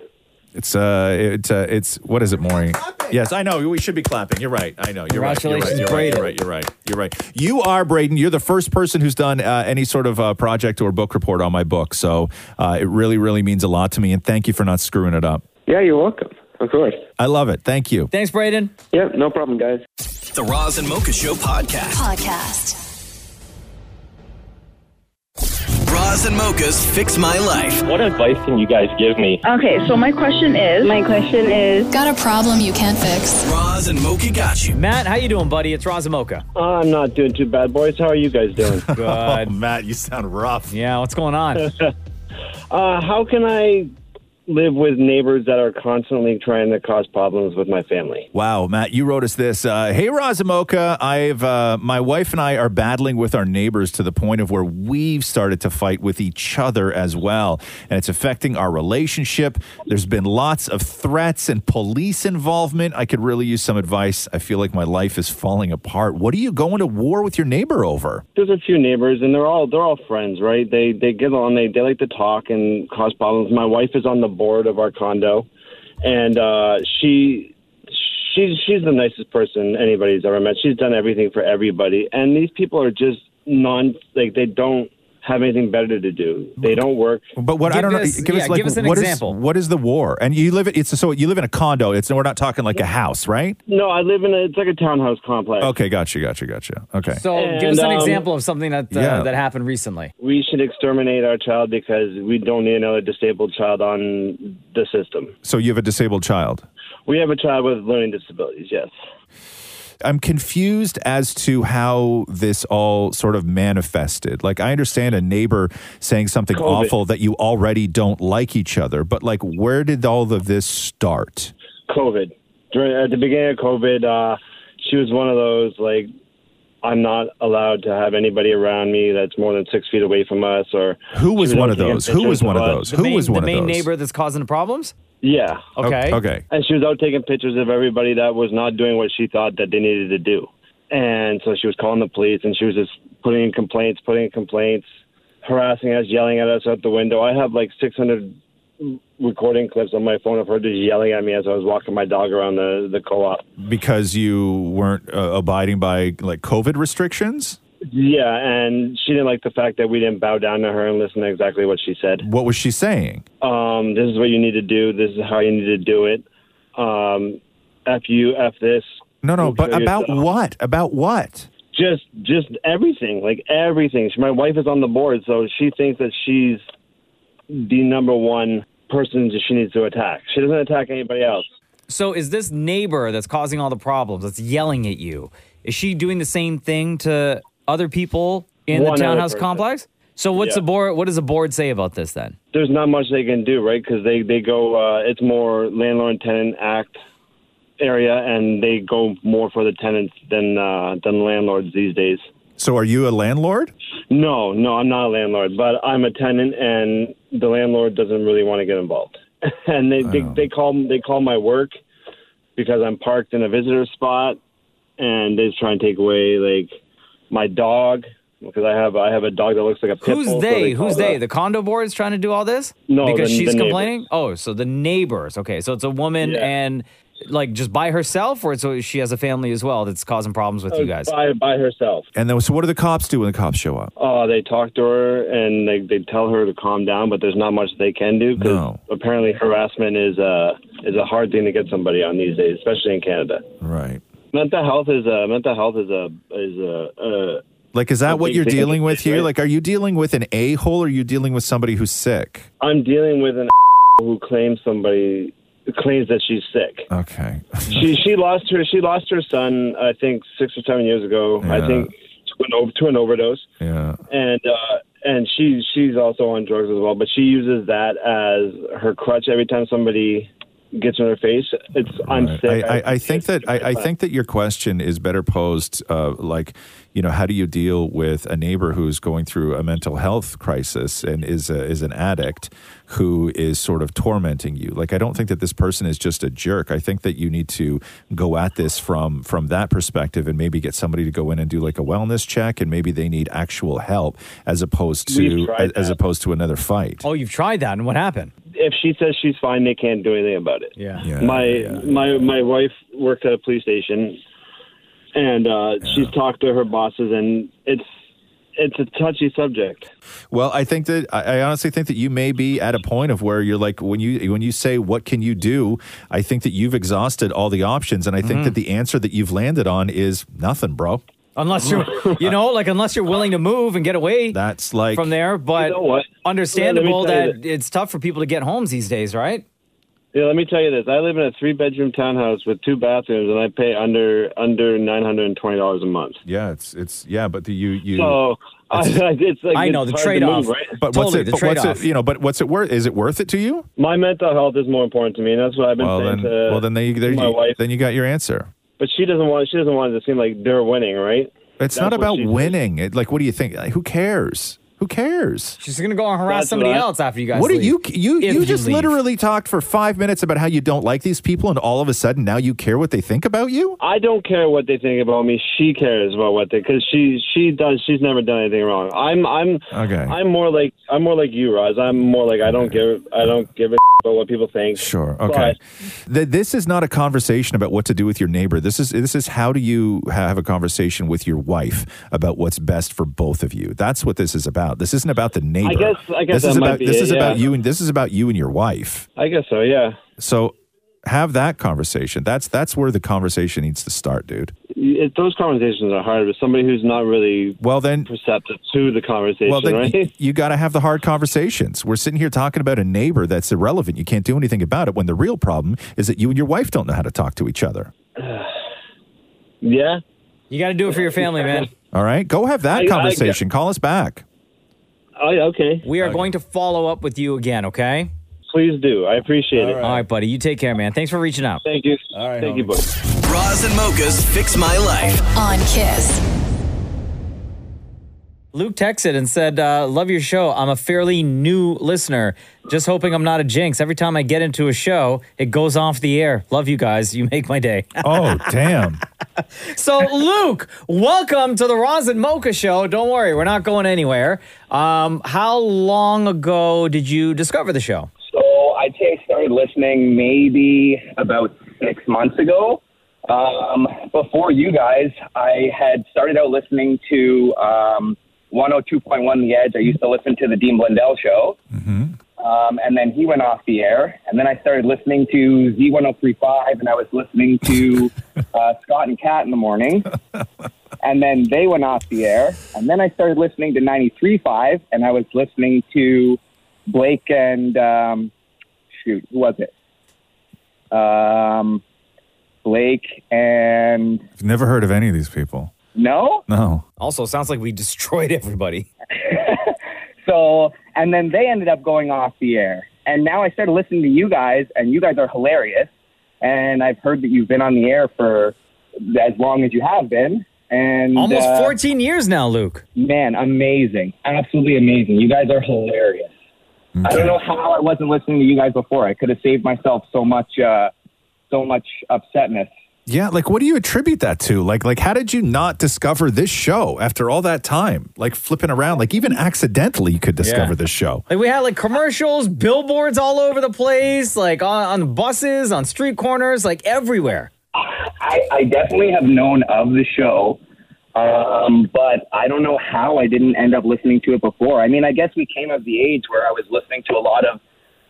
Speaker 6: It's uh, it's uh, it's what is it, Maury? Yes, I know. We should be clapping. You're right. I know. You're right. You're right.
Speaker 17: Congratulations,
Speaker 6: You're right. You're right. You're right. You're right. You are Braden. You're the first person who's done uh, any sort of uh, project or book report on my book. So uh, it really, really means a lot to me. And thank you for not screwing it up.
Speaker 12: Yeah, you're welcome. Of course.
Speaker 6: I love it. Thank you.
Speaker 4: Thanks, Braden.
Speaker 12: Yeah, no problem, guys.
Speaker 1: The Roz and Mocha Show podcast.
Speaker 11: Podcast.
Speaker 1: Roz and Mocha's Fix My Life.
Speaker 18: What advice can you guys give me?
Speaker 19: Okay, so my question is. My question is.
Speaker 9: Got a problem you can't fix.
Speaker 1: Roz and Mocha got you.
Speaker 4: Matt, how you doing, buddy? It's Roz and Mocha.
Speaker 18: Ah, I'm not doing too bad, boys. How are you guys doing?
Speaker 4: [LAUGHS] Good.
Speaker 6: Oh, Matt, you sound rough.
Speaker 4: Yeah, what's going on?
Speaker 18: [LAUGHS] Uh, how can I live with neighbors that are constantly trying to cause problems with my family?
Speaker 6: Wow, Matt, you wrote us this. Uh, hey, Razamoka, I've uh, my wife and I are battling with our neighbors to the point of where we've started to fight with each other as well, and it's affecting our relationship. There's been lots of threats and police involvement. I could really use some advice. I feel like my life is falling apart. What are you going to war with your neighbor over?
Speaker 18: There's a few neighbors, and they're all they're all friends, right? They they get on, they they like to talk and cause problems. My wife is on the board of our condo, and uh, she she's she's the nicest person anybody's ever met. She's done everything for everybody, and these people are just non like they don't have anything better to do. They don't work.
Speaker 6: But what I don't know,
Speaker 18: give us an
Speaker 6: what is-
Speaker 18: example.
Speaker 6: what is the war? And you live it's so you live in a condo. It's we're not talking like a house, right?
Speaker 18: No, I live in a, it's like a townhouse complex.
Speaker 6: Okay, gotcha, gotcha, gotcha. Okay.
Speaker 4: So give
Speaker 18: And,
Speaker 4: us an
Speaker 18: um,
Speaker 4: example of something that uh,
Speaker 18: yeah.
Speaker 4: that happened recently.
Speaker 18: We should exterminate our child because we don't need another disabled child on the system.
Speaker 6: So you have a disabled child.
Speaker 18: We have a child with learning disabilities, yes.
Speaker 6: I'm confused as to how this all sort of manifested. Like, I understand a neighbor saying something
Speaker 18: COVID.
Speaker 6: awful that you already don't like each other, but like, where did all of this start?
Speaker 18: COVID. During, at the beginning of COVID, uh, she was one of those like, I'm not allowed to have anybody around me that's more than six feet away from us. Or
Speaker 6: Who was
Speaker 18: she
Speaker 6: one of
Speaker 18: taking
Speaker 6: those? Who was
Speaker 18: pictures
Speaker 6: one of those?
Speaker 18: us.
Speaker 6: Who was one
Speaker 4: the
Speaker 6: of
Speaker 4: main
Speaker 6: those?
Speaker 4: neighbor that's causing the problems?
Speaker 18: Yeah.
Speaker 4: Okay. Okay.
Speaker 18: And she was out taking pictures of everybody that was not doing what she thought that they needed to do. And so she was calling the police and she was just putting in complaints, putting in complaints, harassing us, yelling at us out the window. I have like 600 recording clips on my phone of her just yelling at me as I was walking my dog around the, the co op.
Speaker 6: Because you weren't uh, abiding by like COVID restrictions?
Speaker 18: Yeah, and she didn't like the fact that we didn't bow down to her and listen to exactly what she said.
Speaker 6: What was she saying?
Speaker 18: um, this is what you need to do. This is how you need to do it. Um, F you, F this.
Speaker 6: No, no,
Speaker 18: Go
Speaker 6: but
Speaker 18: kill
Speaker 6: about
Speaker 18: yourself.
Speaker 6: what? About what?
Speaker 18: Just, just everything, like everything. She, my wife is on the board, so she thinks that she's the number one person that she needs to attack. She doesn't attack anybody else.
Speaker 4: So is this neighbor that's causing all the problems, that's yelling at you, is she doing the same thing to other people in
Speaker 18: One
Speaker 4: the
Speaker 18: other
Speaker 4: townhouse
Speaker 18: person.
Speaker 4: complex? So what's
Speaker 18: Yeah.
Speaker 4: the board? What does the board say about this then?
Speaker 18: There's not much they can do, right? Because they they go, uh, it's more landlord and tenant act area, and they go more for the tenants than uh, than landlords these days.
Speaker 6: So are you a landlord?
Speaker 18: No, no, I'm not a landlord, but I'm a tenant, and the landlord doesn't really want to get involved. [LAUGHS] And they they, they call they call my work because I'm parked in a visitor spot, and they try and take away like my dog because I have I have a dog that looks like a pit
Speaker 4: Who's
Speaker 18: bull, so
Speaker 4: they?
Speaker 18: call
Speaker 4: Who's they?
Speaker 18: that-
Speaker 4: The condo board is trying to do all this?
Speaker 18: No,
Speaker 4: because
Speaker 18: the-
Speaker 4: she's
Speaker 18: the
Speaker 4: complaining. Oh, so the neighbors. Okay, so it's a woman and like just by herself, or so she has a family as well that's causing problems
Speaker 14: Uh,
Speaker 4: with you guys.
Speaker 18: by by herself.
Speaker 6: And then, so what do the cops do when the cops show up?
Speaker 18: Oh, they talk to her and they they tell her to calm down, but there's not much they can do because
Speaker 6: No.
Speaker 18: apparently harassment is a is a hard thing to get somebody on these days, especially in Canada.
Speaker 6: Right.
Speaker 18: Mental health is a mental health is a is a. Uh,
Speaker 6: Like, is
Speaker 18: a
Speaker 6: that what
Speaker 18: big
Speaker 6: you're
Speaker 18: thing.
Speaker 6: dealing with here? Like, are you dealing with an a hole or are you dealing with somebody who's sick?
Speaker 18: I'm dealing with an [LAUGHS] who claims somebody claims that she's sick.
Speaker 6: Okay.
Speaker 18: she she lost her she lost her son I think six or seven years ago. I think to an, o- to an overdose.
Speaker 6: Yeah.
Speaker 18: and uh, and she she's also on drugs as well. But she uses that as her crutch every time somebody gets in her face. It's I'm
Speaker 6: Right.
Speaker 18: sick.
Speaker 6: I, I, I think that I, I think that your question is better posed, uh, like you know, how do you deal with a neighbor who's going through a mental health crisis and is a, is an addict who is sort of tormenting you? Like, I don't think that this person is just a jerk. I think that you need to go at this from from that perspective and maybe get somebody to go in and do like a wellness check and maybe they need actual help as opposed
Speaker 4: We've
Speaker 6: to
Speaker 4: tried
Speaker 6: as, as opposed to another fight.
Speaker 4: Oh, you've tried that, and what happened?
Speaker 14: if she says she's fine, they can't do anything about it.
Speaker 4: Yeah.
Speaker 14: my my my wife worked at a police station, and uh, she's talked to her bosses, and it's it's a touchy subject.
Speaker 6: Well, I think that I I honestly think that you may be at a point of where you're like when you when you say what can you do, I think that you've exhausted all the options, and I
Speaker 14: Mm-hmm.
Speaker 6: think that the answer that you've landed on is nothing, bro.
Speaker 14: [LAUGHS]
Speaker 4: Unless you're, you know, like unless you're willing to move and get away.
Speaker 6: That's like
Speaker 4: from there, but
Speaker 14: what?
Speaker 4: understandable
Speaker 14: Let me tell you
Speaker 4: that it's tough for people to get homes these days, right?
Speaker 14: Yeah, let me tell you this. I live in a three bedroom townhouse with two bathrooms, and I pay under under nine hundred and twenty dollars a month.
Speaker 6: Yeah, it's it's yeah, but the you you. [LAUGHS]
Speaker 14: So [LAUGHS] I, it's like it's hard to move, right?
Speaker 6: But what's it? But what's it? You know, but what's it worth? Is it worth it to you?
Speaker 14: My mental health is more important to me, and that's what I've been
Speaker 6: Well
Speaker 14: saying
Speaker 6: then,
Speaker 14: to
Speaker 6: well then, they, there
Speaker 14: my
Speaker 6: you,
Speaker 14: wife.
Speaker 6: then you got your answer.
Speaker 14: But she doesn't want she doesn't want it to seem like they're winning, right?
Speaker 6: It's
Speaker 14: That's
Speaker 6: not
Speaker 14: what
Speaker 6: about
Speaker 14: she-
Speaker 6: winning. It, like, what do you think? Like, who cares? Who cares?
Speaker 4: She's gonna go and harass
Speaker 6: That's
Speaker 4: somebody
Speaker 6: what I-
Speaker 4: else after you guys.
Speaker 6: What
Speaker 4: leave.
Speaker 6: are you? You
Speaker 4: If
Speaker 6: you just
Speaker 4: leave.
Speaker 6: literally talked for five minutes about how you don't like these people, and all of a sudden now you care what they think about you.
Speaker 14: I don't care what they think about me. She cares about what they because she she does. She's never done anything wrong. I'm I'm
Speaker 6: Okay.
Speaker 14: I'm more like I'm more like you, Roz. I'm more like I don't give I don't give a about what people think.
Speaker 6: Sure. Okay. Th- this is not a conversation about what to do with your neighbor. This is this is how do you have a conversation with your wife about what's best for both of you. That's what this is about. This isn't about the neighbor.
Speaker 14: guess- I guess
Speaker 6: this is
Speaker 14: that might
Speaker 6: about
Speaker 14: be
Speaker 6: this
Speaker 14: it,
Speaker 6: is about
Speaker 14: yeah.
Speaker 6: you and this is about you and your wife.
Speaker 14: I guess so. Yeah.
Speaker 6: So have that conversation. That's that's where the conversation needs to start, dude.
Speaker 14: It, those conversations are hard with somebody who's not really
Speaker 6: well then
Speaker 14: perceptive to the conversation,
Speaker 6: Well, then
Speaker 14: right?
Speaker 6: you, got to have the hard conversations. We're sitting here talking about a neighbor that's irrelevant. You can't do anything about it when the real problem is that you and your wife don't know how to talk to each other.
Speaker 14: yeah.
Speaker 4: You got to do it for your family, man.
Speaker 6: All right, go have that
Speaker 4: I- I-
Speaker 6: conversation. Call us back.
Speaker 14: Oh, yeah, okay.
Speaker 4: We are going to follow up with you again, okay?
Speaker 14: Please do. I appreciate
Speaker 4: it. All right, buddy. You take care, man. Thanks for reaching out.
Speaker 14: Thank you.
Speaker 4: All right.
Speaker 14: Thank you, boy.
Speaker 1: Roz and Mocha's Fix My Life.
Speaker 9: on Kiss.
Speaker 4: Luke texted and said, uh, Love your show. I'm a fairly new listener. Just hoping I'm not a jinx. Every time I get into a show, it goes off the air. Love you guys. You make my day.
Speaker 6: Oh, [LAUGHS] damn.
Speaker 4: [LAUGHS] so, Luke, welcome to the Roz and Mocha show. Don't worry, we're not going anywhere. Um, how long ago did you discover the show?
Speaker 17: So I'd say I started listening maybe about six months ago. Um, before you guys, I had started out listening to um, 102.1 The Edge. I used to listen to the Dean Blundell show.
Speaker 6: Mm-hmm.
Speaker 17: Um, and then he went off the air. And then I started listening to Z1035, and I was listening to uh, Scott and Cat in the morning. And then they went off the air. And then I started listening to 93.5, and I was listening to Blake and, um, shoot, who was it? Um, Blake and,
Speaker 6: I've never heard of any of these people.
Speaker 17: no?
Speaker 6: No.
Speaker 4: Also, sounds like we [LAUGHS] destroyed everybody.
Speaker 17: So, and then they ended up going off the air. And now I started listening to you guys, and you guys are hilarious. And I've heard that you've been on the air for as long as you have been. And
Speaker 4: Almost
Speaker 17: uh,
Speaker 4: 14 years now, Luke.
Speaker 17: Man, amazing. Absolutely amazing. You guys are hilarious. I don't know how I wasn't listening to you guys before. I could have saved myself so much, uh, so much upsetness.
Speaker 6: Yeah, like what do you attribute that to? Like like how did you not discover this show after all that time? Like flipping around, like even accidentally you could discover this show.
Speaker 4: Like we had like commercials, billboards all over the place, like on, on buses, on street corners, like everywhere.
Speaker 17: I, I definitely have known of the show, um, but I don't know how I didn't end up listening to it before. I mean, I guess we came of the age where I was listening to a lot of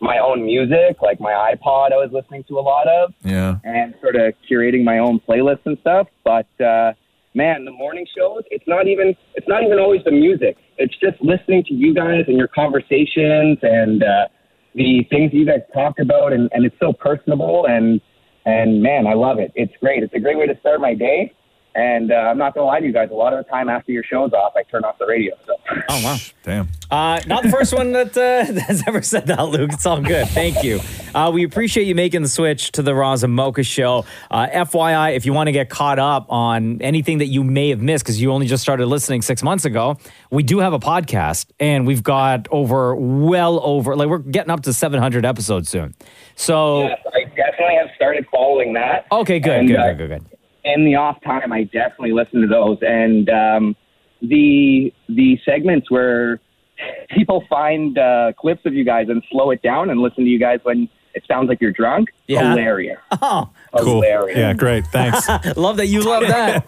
Speaker 17: my own music, like my iPod, I was listening to a lot of,
Speaker 6: Yeah.
Speaker 17: and sort of curating my own playlists and stuff. But uh, man, the morning shows, it's not even it's not even always the music. It's just listening to you guys and your conversations and uh, the things that you guys talk about, and, and it's so personable and and man, I love it. It's great. It's a great way to start my day. And uh, I'm not gonna lie to you guys. A lot of the time after your show's off, I turn off the radio. So
Speaker 4: Oh wow,
Speaker 6: damn!
Speaker 4: Uh, not the first one that uh, [LAUGHS] that's ever said that, Luke. It's all good. Thank you. Uh, we appreciate you making the switch to the Raza Mocha Show. Uh, FYI, if you want to get caught up on anything that you may have missed because you only just started listening six months ago, we do have a podcast, and we've got over well over like we're getting up to 700 episodes soon. So
Speaker 17: I definitely have started following that.
Speaker 4: okay, good,
Speaker 17: And,
Speaker 4: good,
Speaker 17: uh,
Speaker 4: good, good, good.
Speaker 17: in the off time, I definitely listen to those. And um, the the segments where [LAUGHS] people find uh, clips of you guys and slow it down and listen to you guys when it sounds like you're drunk.
Speaker 4: Yeah.
Speaker 17: Hilarious. Uh,
Speaker 4: Oh,
Speaker 17: Hilarious.
Speaker 6: Yeah, great. Thanks.
Speaker 4: [LAUGHS] love that you
Speaker 6: [LAUGHS]
Speaker 4: love that.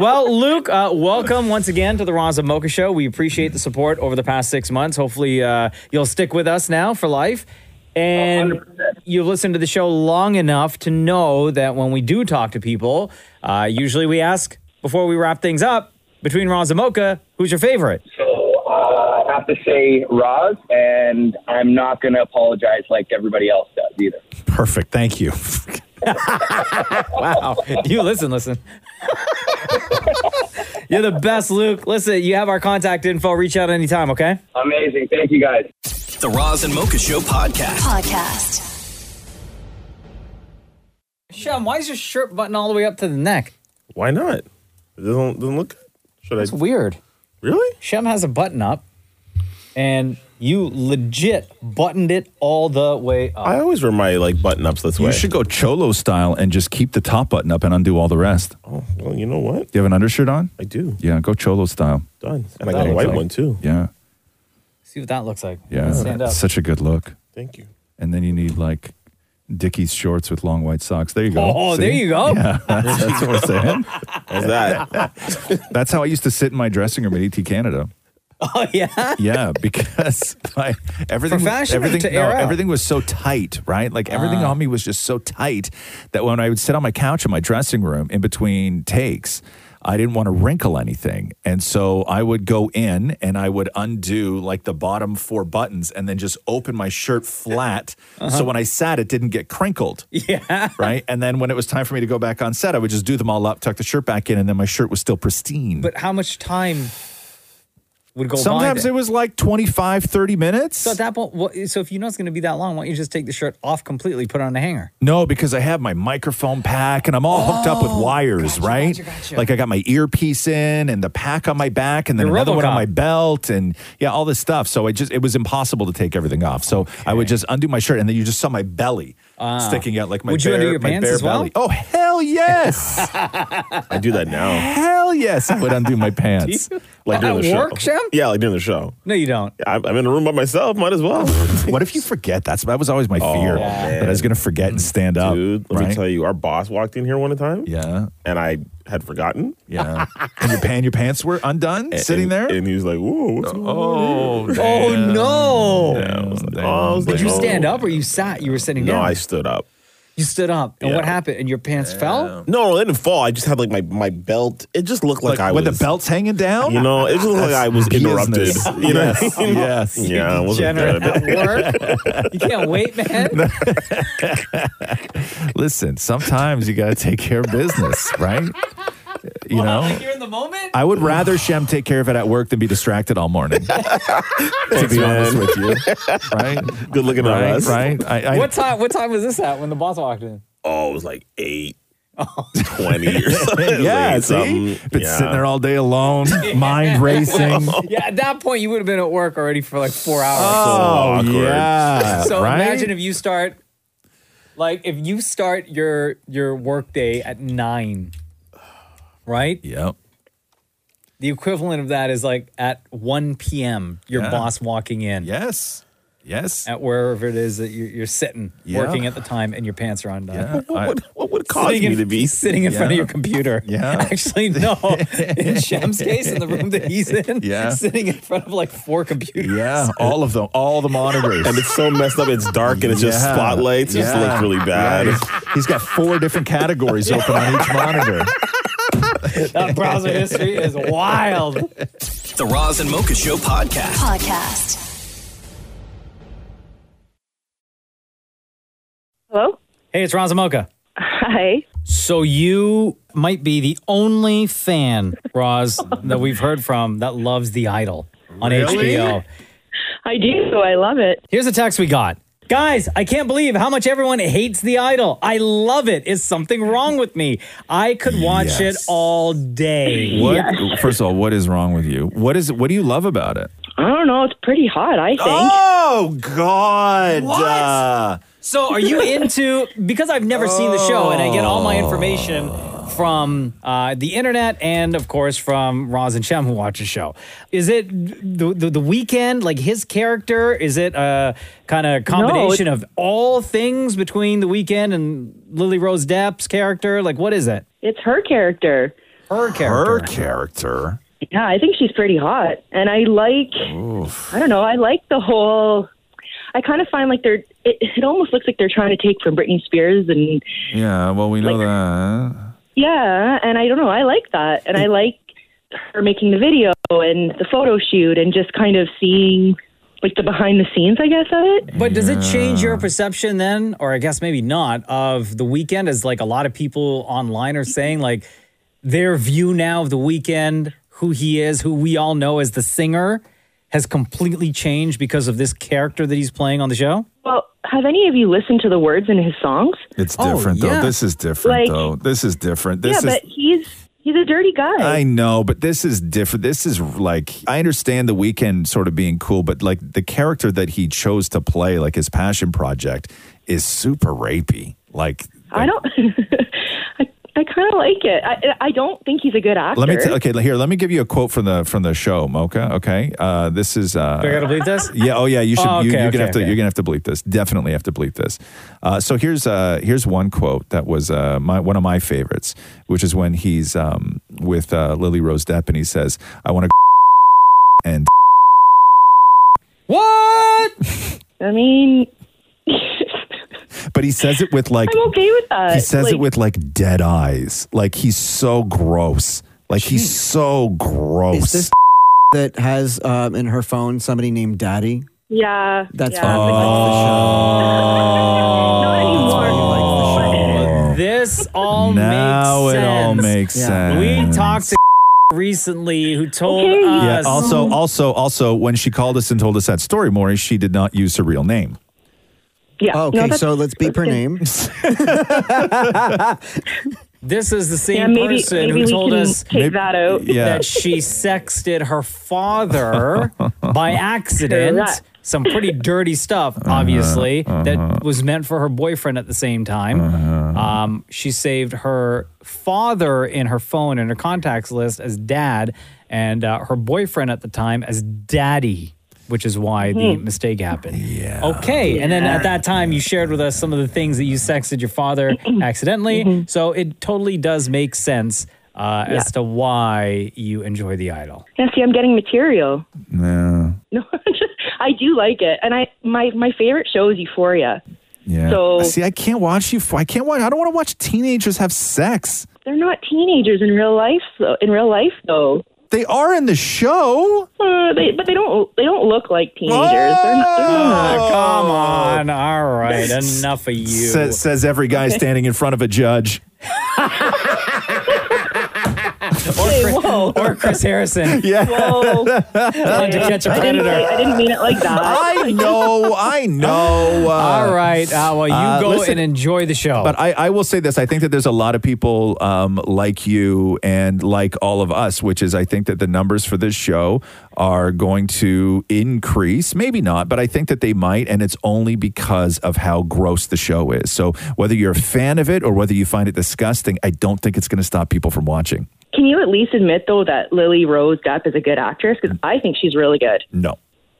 Speaker 4: well, Luke, uh, welcome once again to the Raza Mocha Show. We appreciate the support over the past six months. Hopefully, uh, you'll stick with us now for life. And you've listened to the show long enough to know that when we do talk to people, uh, usually we ask before we wrap things up between Raza Mocha, who's your favorite?
Speaker 17: I have to say, Roz, and I'm not going to apologize like everybody else does either.
Speaker 6: Perfect. Thank you. [LAUGHS]
Speaker 4: [LAUGHS] wow. You listen, listen. [LAUGHS] You're the best, Luke. Listen, you have our contact info. Reach out anytime, okay?
Speaker 17: Amazing. Thank you guys.
Speaker 1: The Roz and Mocha Show podcast.
Speaker 11: Podcast.
Speaker 4: Shum, why is your shirt button all the way up to the neck?
Speaker 3: Why not? It doesn't, doesn't look good. Should
Speaker 4: That's weird.
Speaker 3: Really?
Speaker 4: Shem has a button up, and you legit buttoned it all the way up.
Speaker 3: I always wear my like button ups this way.
Speaker 6: You should go cholo style and just keep the top button up and undo all the rest.
Speaker 3: Oh, well, you know what?
Speaker 6: Do you have an undershirt on?
Speaker 3: I do.
Speaker 6: Yeah, go cholo style.
Speaker 3: Done. And I got a white one too.
Speaker 6: Yeah,
Speaker 4: See what that looks like.
Speaker 6: yeah.
Speaker 4: Stand up.
Speaker 6: Such a good look.
Speaker 3: Thank you.
Speaker 6: And then you need like Dickies shorts with long white socks. There you go.
Speaker 4: Oh, there you go.
Speaker 6: Yeah, [LAUGHS] that's, that's what I'm
Speaker 4: [LAUGHS]
Speaker 6: saying.
Speaker 3: How's that?
Speaker 6: [LAUGHS] That's how I used to sit in my dressing room at ET Canada.
Speaker 4: [LAUGHS] Oh yeah.
Speaker 6: Yeah, because [LAUGHS] my everything
Speaker 4: For
Speaker 6: was-
Speaker 4: fashion or
Speaker 6: everything
Speaker 4: to
Speaker 6: no,
Speaker 4: air out?
Speaker 6: everything was so tight, right? Like everything
Speaker 4: Ah.
Speaker 6: on me was just so tight that when I would sit on my couch in my dressing room in between takes, I didn't want to wrinkle anything. And so I would go in and I would undo like the bottom four buttons and then just open my shirt flat so when I sat it didn't get crinkled.
Speaker 4: Uh-huh. Yeah. [LAUGHS]
Speaker 6: Right? And then when it was time for me to go back on set, I would just do them all up, tuck the shirt back in and then my shirt was still pristine.
Speaker 4: But how much time would go by
Speaker 6: Sometimes
Speaker 4: then?
Speaker 6: it was like 25, 30 minutes.
Speaker 4: So at that point, what, so if you know it's going to be that long, why don't you just take the shirt off completely, put it on a hanger?
Speaker 6: No, because I have my microphone pack and I'm all hooked up with wires, right? Like I got my earpiece in and the pack on my back and then
Speaker 4: You're
Speaker 6: another one
Speaker 4: RoboCop.
Speaker 6: on my belt and yeah, all this stuff. So I just it was impossible to take everything off. So I would just undo my shirt and then you just saw my belly
Speaker 3: Ah.
Speaker 6: sticking out like my
Speaker 3: Would you
Speaker 6: bare,
Speaker 3: undo your
Speaker 6: my
Speaker 3: pants
Speaker 6: bare
Speaker 3: as well?
Speaker 6: belly. Oh hell
Speaker 3: [LAUGHS]
Speaker 6: yes.
Speaker 3: I do that now.
Speaker 6: hell yes, I would
Speaker 3: [LAUGHS]
Speaker 6: undo my pants.
Speaker 3: Like during
Speaker 6: At
Speaker 3: the
Speaker 6: work,
Speaker 3: show.
Speaker 6: Shem?
Speaker 3: Yeah, like during the show.
Speaker 4: No, you don't.
Speaker 3: I'm, I'm in a room by myself. Might as [LAUGHS] well.
Speaker 6: what if you forget? That's that was always my fear that I was going to forget and stand up.
Speaker 3: Oh, Dude, let me
Speaker 6: right?
Speaker 3: tell you, our boss walked in here one time.
Speaker 6: Yeah.
Speaker 3: And I had forgotten.
Speaker 6: Yeah. and your pan, your pants were undone, sitting there,
Speaker 3: and he was like, "Whoa, what's going on?" here?"
Speaker 4: Oh no!
Speaker 3: I was
Speaker 4: Did
Speaker 3: like,
Speaker 4: you
Speaker 3: oh.
Speaker 4: stand up or you sat? You were sitting
Speaker 3: No,
Speaker 4: down.
Speaker 3: I stood up.
Speaker 4: you stood up, and
Speaker 3: Yeah.
Speaker 4: what happened? And your pants
Speaker 3: [LAUGHS]
Speaker 4: fell. [LAUGHS]
Speaker 3: No, it didn't fall. I just had like my, my belt. It just looked like, I
Speaker 6: with
Speaker 3: was
Speaker 6: the belts hanging down.
Speaker 3: You know, it just looked like I was interrupted.
Speaker 6: business. [LAUGHS]
Speaker 3: You know,
Speaker 6: Yes, yes.
Speaker 3: yeah, it wasn't
Speaker 6: Degenerate
Speaker 3: good.
Speaker 4: [LAUGHS] You can't wait, man.
Speaker 6: [LAUGHS] Listen, sometimes you got to take care of business, right? You know,
Speaker 4: you're in the moment.
Speaker 6: I would rather Shem take care of it at work than be distracted all morning. to
Speaker 4: [LAUGHS]
Speaker 3: [LAUGHS] Thanks,
Speaker 6: be
Speaker 3: man.
Speaker 6: honest with you, right?
Speaker 3: [LAUGHS] Good looking at
Speaker 6: right,
Speaker 3: us.
Speaker 6: right? I, I,
Speaker 4: what time? What time was this at when the boss walked in?
Speaker 3: Oh, it was like eight
Speaker 4: Oh.
Speaker 3: twenty
Speaker 6: [LAUGHS]
Speaker 3: or something.
Speaker 6: yeah,
Speaker 3: Like
Speaker 6: see,
Speaker 3: something.
Speaker 6: been
Speaker 3: Yeah.
Speaker 6: sitting there all day
Speaker 4: [LAUGHS]
Speaker 6: alone, mind
Speaker 3: [LAUGHS]
Speaker 6: racing.
Speaker 4: yeah, at that point you would have been at work already for like four hours.
Speaker 6: Oh, So awkward. yeah,
Speaker 4: So
Speaker 6: right?
Speaker 4: imagine if you start, like, if you start your your work day at nine, right?
Speaker 6: Yep.
Speaker 4: The equivalent of that is like at one p.m. Your
Speaker 6: Yeah.
Speaker 4: boss walking in.
Speaker 6: Yes. Yes.
Speaker 4: At wherever it is that you're, you're sitting,
Speaker 6: Yeah.
Speaker 4: working at the time, and your pants are undone.
Speaker 6: Yeah, What- I- what-
Speaker 3: would cause
Speaker 4: sitting
Speaker 3: me
Speaker 4: in,
Speaker 3: to be-
Speaker 4: sitting in front of
Speaker 3: Yeah.
Speaker 4: your computer?
Speaker 3: Yeah.
Speaker 4: [LAUGHS] actually, no. In Shem's case, in the room that
Speaker 3: [LAUGHS]
Speaker 4: he's in,
Speaker 6: [LAUGHS] Yeah.
Speaker 4: sitting in front of like four computers.
Speaker 6: Yeah, all of them, all the monitors.
Speaker 3: And it's so messed up. It's dark and it's just
Speaker 6: Yeah.
Speaker 3: spotlights. It just
Speaker 6: Yeah.
Speaker 3: looks really bad.
Speaker 6: Yeah, he's- he's got four
Speaker 3: [LAUGHS]
Speaker 6: different categories open on each monitor.
Speaker 4: [LAUGHS] That browser history is wild.
Speaker 1: The Roz and Mocha Show podcast.
Speaker 11: Podcast.
Speaker 4: Hello. Hey, it's Ron Zamoka.
Speaker 2: Hi.
Speaker 4: So you might be the only fan,
Speaker 2: [LAUGHS]
Speaker 4: Roz, that we've heard from that loves The Idol on
Speaker 2: Really?
Speaker 4: HBO.
Speaker 2: I do. I love it.
Speaker 4: Here's a text we got. Guys, I can't believe how much everyone hates The Idol. I love it. Is something wrong with me? I could watch it all day.
Speaker 6: What? First of all, what is wrong with you? What is? What do you love about it?
Speaker 2: I don't know. It's pretty hot, I think.
Speaker 6: Oh God! Uh,
Speaker 4: What?
Speaker 3: Uh,
Speaker 4: So are you into because I've never seen the show and I get all my information from uh, the internet and, of course, from Roz and Shem, who watch the show. Is it the, the, the weekend, like his character? Is it a kind of combination
Speaker 2: it-
Speaker 4: of all things between the weekend and Lily Rose Depp's character? Like, what is it?
Speaker 2: [LAUGHS] It's her character.
Speaker 4: Her
Speaker 6: Her character.
Speaker 2: Yeah, I think she's pretty hot. And I like, I don't know, I like the whole. I kind of find like they're, it, it almost looks like they're trying to take from Britney Spears. And
Speaker 6: Yeah, well, we know that.
Speaker 2: yeah, and I don't know, I like that. And I
Speaker 6: Mm.
Speaker 2: like her making the video and the photo shoot and just kind of seeing like the behind the scenes, I guess, of it.
Speaker 4: But does it change your perception then, or I guess maybe not, of the weekend? As like a lot of people online are saying, like their view now of the weekend, who he is, who we all know as the singer, has completely changed because of this character that he's playing on the show.
Speaker 2: Well, have any of you listened to the words in his songs?
Speaker 6: It's different
Speaker 2: oh, yeah.
Speaker 6: though. This is different
Speaker 2: Like-
Speaker 6: though. This is different. This
Speaker 2: yeah,
Speaker 6: is
Speaker 2: but he's he's a dirty guy.
Speaker 6: I know, but this is different. This is like I understand the weekend sort of being cool, but like the character that he chose to play, like his passion project, is super rapey. Like,
Speaker 2: I, don't. I, I kind of like it. I I don't think he's a good actor.
Speaker 6: let me t- okay. Here, let me give you a quote from the from the show, Mocha. Okay, uh, this is. Uh,
Speaker 4: Do I gotta bleep this?
Speaker 6: Yeah. Oh, yeah. You should.
Speaker 4: Oh,
Speaker 6: you,
Speaker 4: okay,
Speaker 6: you're
Speaker 4: okay,
Speaker 6: gonna have to.
Speaker 4: okay.
Speaker 6: You're gonna have to bleep this. Definitely have to bleep this. Uh, so here's uh, here's one quote that was uh, my one of my favorites, which is when he's um, with uh, Lily Rose Depp and he says, "I [LAUGHS] want to." And
Speaker 2: What? [LAUGHS] I mean,
Speaker 6: but he says it with like
Speaker 2: I'm okay with that.
Speaker 6: he says it
Speaker 2: Like,
Speaker 6: with like dead eyes. Like he's so gross. Like he's so gross.
Speaker 7: Is this that has um, in her phone somebody named Daddy?
Speaker 2: Yeah.
Speaker 7: That's
Speaker 2: yeah.
Speaker 7: fine.
Speaker 6: Oh.
Speaker 7: Oh.
Speaker 4: This all
Speaker 6: Now
Speaker 4: makes
Speaker 6: it all makes
Speaker 4: sense. We
Speaker 6: sense.
Speaker 4: talked to [LAUGHS] recently who told
Speaker 2: Okay.
Speaker 6: yeah.
Speaker 4: us.
Speaker 6: Also, also, also, when she called us and told us that story, Maury, she did not use her real name.
Speaker 2: Yeah.
Speaker 7: Oh,
Speaker 2: No,
Speaker 7: okay,
Speaker 2: that's-
Speaker 7: so let's beep her name. [LAUGHS]
Speaker 4: This is the same
Speaker 2: Yeah, maybe-
Speaker 4: person
Speaker 2: maybe
Speaker 4: who
Speaker 2: we
Speaker 4: told
Speaker 2: can
Speaker 4: us
Speaker 2: take Maybe- that out. yeah.
Speaker 4: that she sexted her
Speaker 2: [LAUGHS]
Speaker 4: father by accident.
Speaker 2: Correct.
Speaker 4: Some pretty dirty stuff,
Speaker 6: Uh-huh.
Speaker 4: obviously, that was meant for her boyfriend at the same time.
Speaker 6: Uh-huh.
Speaker 4: Um, she saved her father in her phone and her contacts list as dad, and uh, her boyfriend at the time as daddy. Which is why the
Speaker 2: Mhm.
Speaker 4: mistake happened. Yeah. Okay. And then at that time, you shared with us some of the things that you sexted your father accidentally. So it totally does make sense uh,
Speaker 2: Yeah.
Speaker 4: as to why you enjoy the idol.
Speaker 2: yeah. See, I'm getting material.
Speaker 6: Yeah.
Speaker 2: I do like it, and I my my favorite show is Euphoria.
Speaker 6: Yeah.
Speaker 2: So-
Speaker 6: See, I can't watch you. I can't watch. I don't want to watch teenagers have sex.
Speaker 2: They're not teenagers in real life, though. In real life, though,
Speaker 6: they are in the show.
Speaker 2: Uh, they, but they don't. They don't look like teenagers. They're not, they're not.
Speaker 4: Oh, come on. All
Speaker 6: [LAUGHS]
Speaker 4: right. Enough of you.
Speaker 6: Sa- says every guy standing in front of a judge. Oh,
Speaker 4: [LAUGHS] or Chris Harrison.
Speaker 6: [LAUGHS]
Speaker 2: [LAUGHS]
Speaker 6: Yeah.
Speaker 2: Whoa.
Speaker 4: On to catch a
Speaker 2: I didn't,
Speaker 4: predator.
Speaker 2: I didn't mean it like that. [LAUGHS]
Speaker 6: I know. I know. uh,
Speaker 4: All right. Uh, well, you
Speaker 6: uh,
Speaker 4: go
Speaker 6: listen-
Speaker 4: and enjoy the show.
Speaker 6: But I, I will say this: I think that there's a lot of people um, like you and like all of us, which is I think that the numbers for this show are going to increase. Maybe not, but I think that they might, and it's only because of how gross the show is. So whether you're a fan of it or whether you find it disgusting, I don't think it's going to stop people from watching.
Speaker 2: Can you at least admit though that Lily Rose Depp is a good actress? Because I think she's really good.
Speaker 6: No.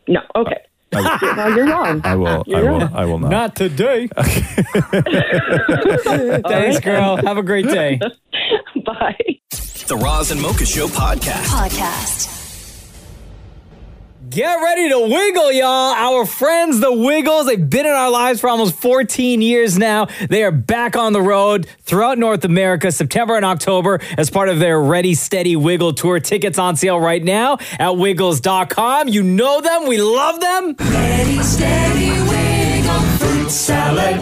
Speaker 2: No. Okay. [LAUGHS] no, you're wrong.
Speaker 6: I will. I
Speaker 2: You're
Speaker 6: will.
Speaker 2: right.
Speaker 6: I will not.
Speaker 4: Not today. [LAUGHS] Thanks, girl. Have a great day.
Speaker 1: The Roz and Mocha Show podcast.
Speaker 11: Podcast.
Speaker 4: Get ready to wiggle, y'all. Our friends, the Wiggles, they've been in our lives for almost 14 years now. They are back on the road throughout North America, September and October, as part of their Ready, Steady, Wiggle tour. Tickets on sale right now at wiggles.com. You know them, we love them.
Speaker 11: Steady, steady wiggle. Fruit salad.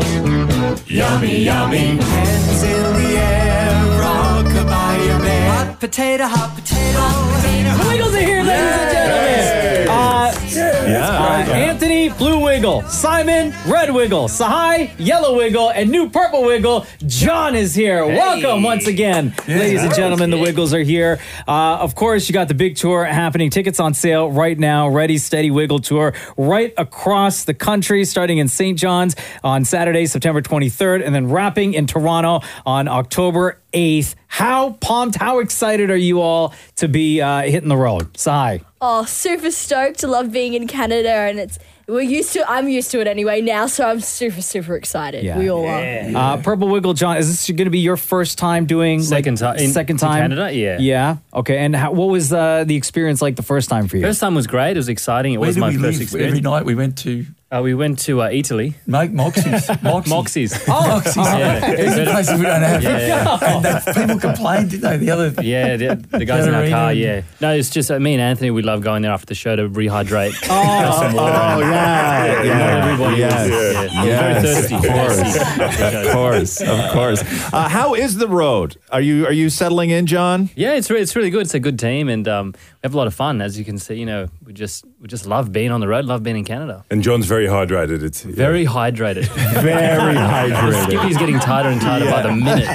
Speaker 11: Yummy, yummy. Hands in the air. Rockabye a bear. Hot potato, hot potato. Hot potato.
Speaker 4: Wiggles are here, ladies and gentlemen. Uh,
Speaker 6: Yeah.
Speaker 4: uh, Anthony Deep Blue Wiggle, Simon Red Wiggle, Sahai Yellow Wiggle, and New Purple Wiggle. John is here. Welcome once again,
Speaker 11: Yeah.
Speaker 4: ladies and gentlemen. The Wiggles are here. Uh, of course, you got the big tour happening. Tickets on sale right now. Ready, Steady Wiggle Tour right across the country, starting in St. John's on Saturday, September 23rd, and then wrapping in Toronto on October 8th. How pumped, how excited are you all to be uh, hitting the road? Sahai.
Speaker 20: Oh, super stoked. Love being in Canada and it's we're used to I'm used to it anyway now, so I'm super, super excited. We all are.
Speaker 4: Uh, Purple Wiggle John, is this going to be your first time doing second time?
Speaker 21: in-
Speaker 4: second
Speaker 21: in
Speaker 4: time
Speaker 21: Canada? Yeah.
Speaker 4: yeah. Okay, and how, what was uh, the experience like the first time for you?
Speaker 21: First time was great. It was exciting. It
Speaker 4: Where
Speaker 21: was
Speaker 4: did
Speaker 21: my
Speaker 4: we
Speaker 21: first
Speaker 4: live?
Speaker 21: experience.
Speaker 4: Every
Speaker 21: night we went to. Uh, we went to uh, Italy. [LAUGHS]
Speaker 10: Make Moxie's. Moxie's.
Speaker 21: Moxie's.
Speaker 10: [LAUGHS] Oh, Moxie's.
Speaker 21: Yeah.
Speaker 10: These are places we don't have.
Speaker 21: Yeah, yeah.
Speaker 10: And they, people complained, didn't they? The other.
Speaker 21: Yeah, the, the guys in our
Speaker 10: Ballerina
Speaker 21: car.
Speaker 10: and-
Speaker 21: Yeah, no, it's just uh, me and Anthony. We love going there after the show to rehydrate. oh,
Speaker 11: oh, yeah, yeah,
Speaker 21: Not everybody.
Speaker 11: yes,
Speaker 21: is. Yeah.
Speaker 6: yes,
Speaker 21: Very thirsty.
Speaker 6: Of course, of course. Uh, how is the road? Are you are you settling in, John?
Speaker 21: Yeah, it's re- it's really good. It's a good team, and um, we have a lot of fun. As you can see, you know, we just we just love being on the road. Love being in Canada.
Speaker 22: And John's very hydrated. It's
Speaker 21: Very
Speaker 6: [LAUGHS]
Speaker 21: hydrated.
Speaker 22: Very
Speaker 21: [LAUGHS]
Speaker 22: hydrated.
Speaker 21: Skippy's getting tighter and tighter by the minute.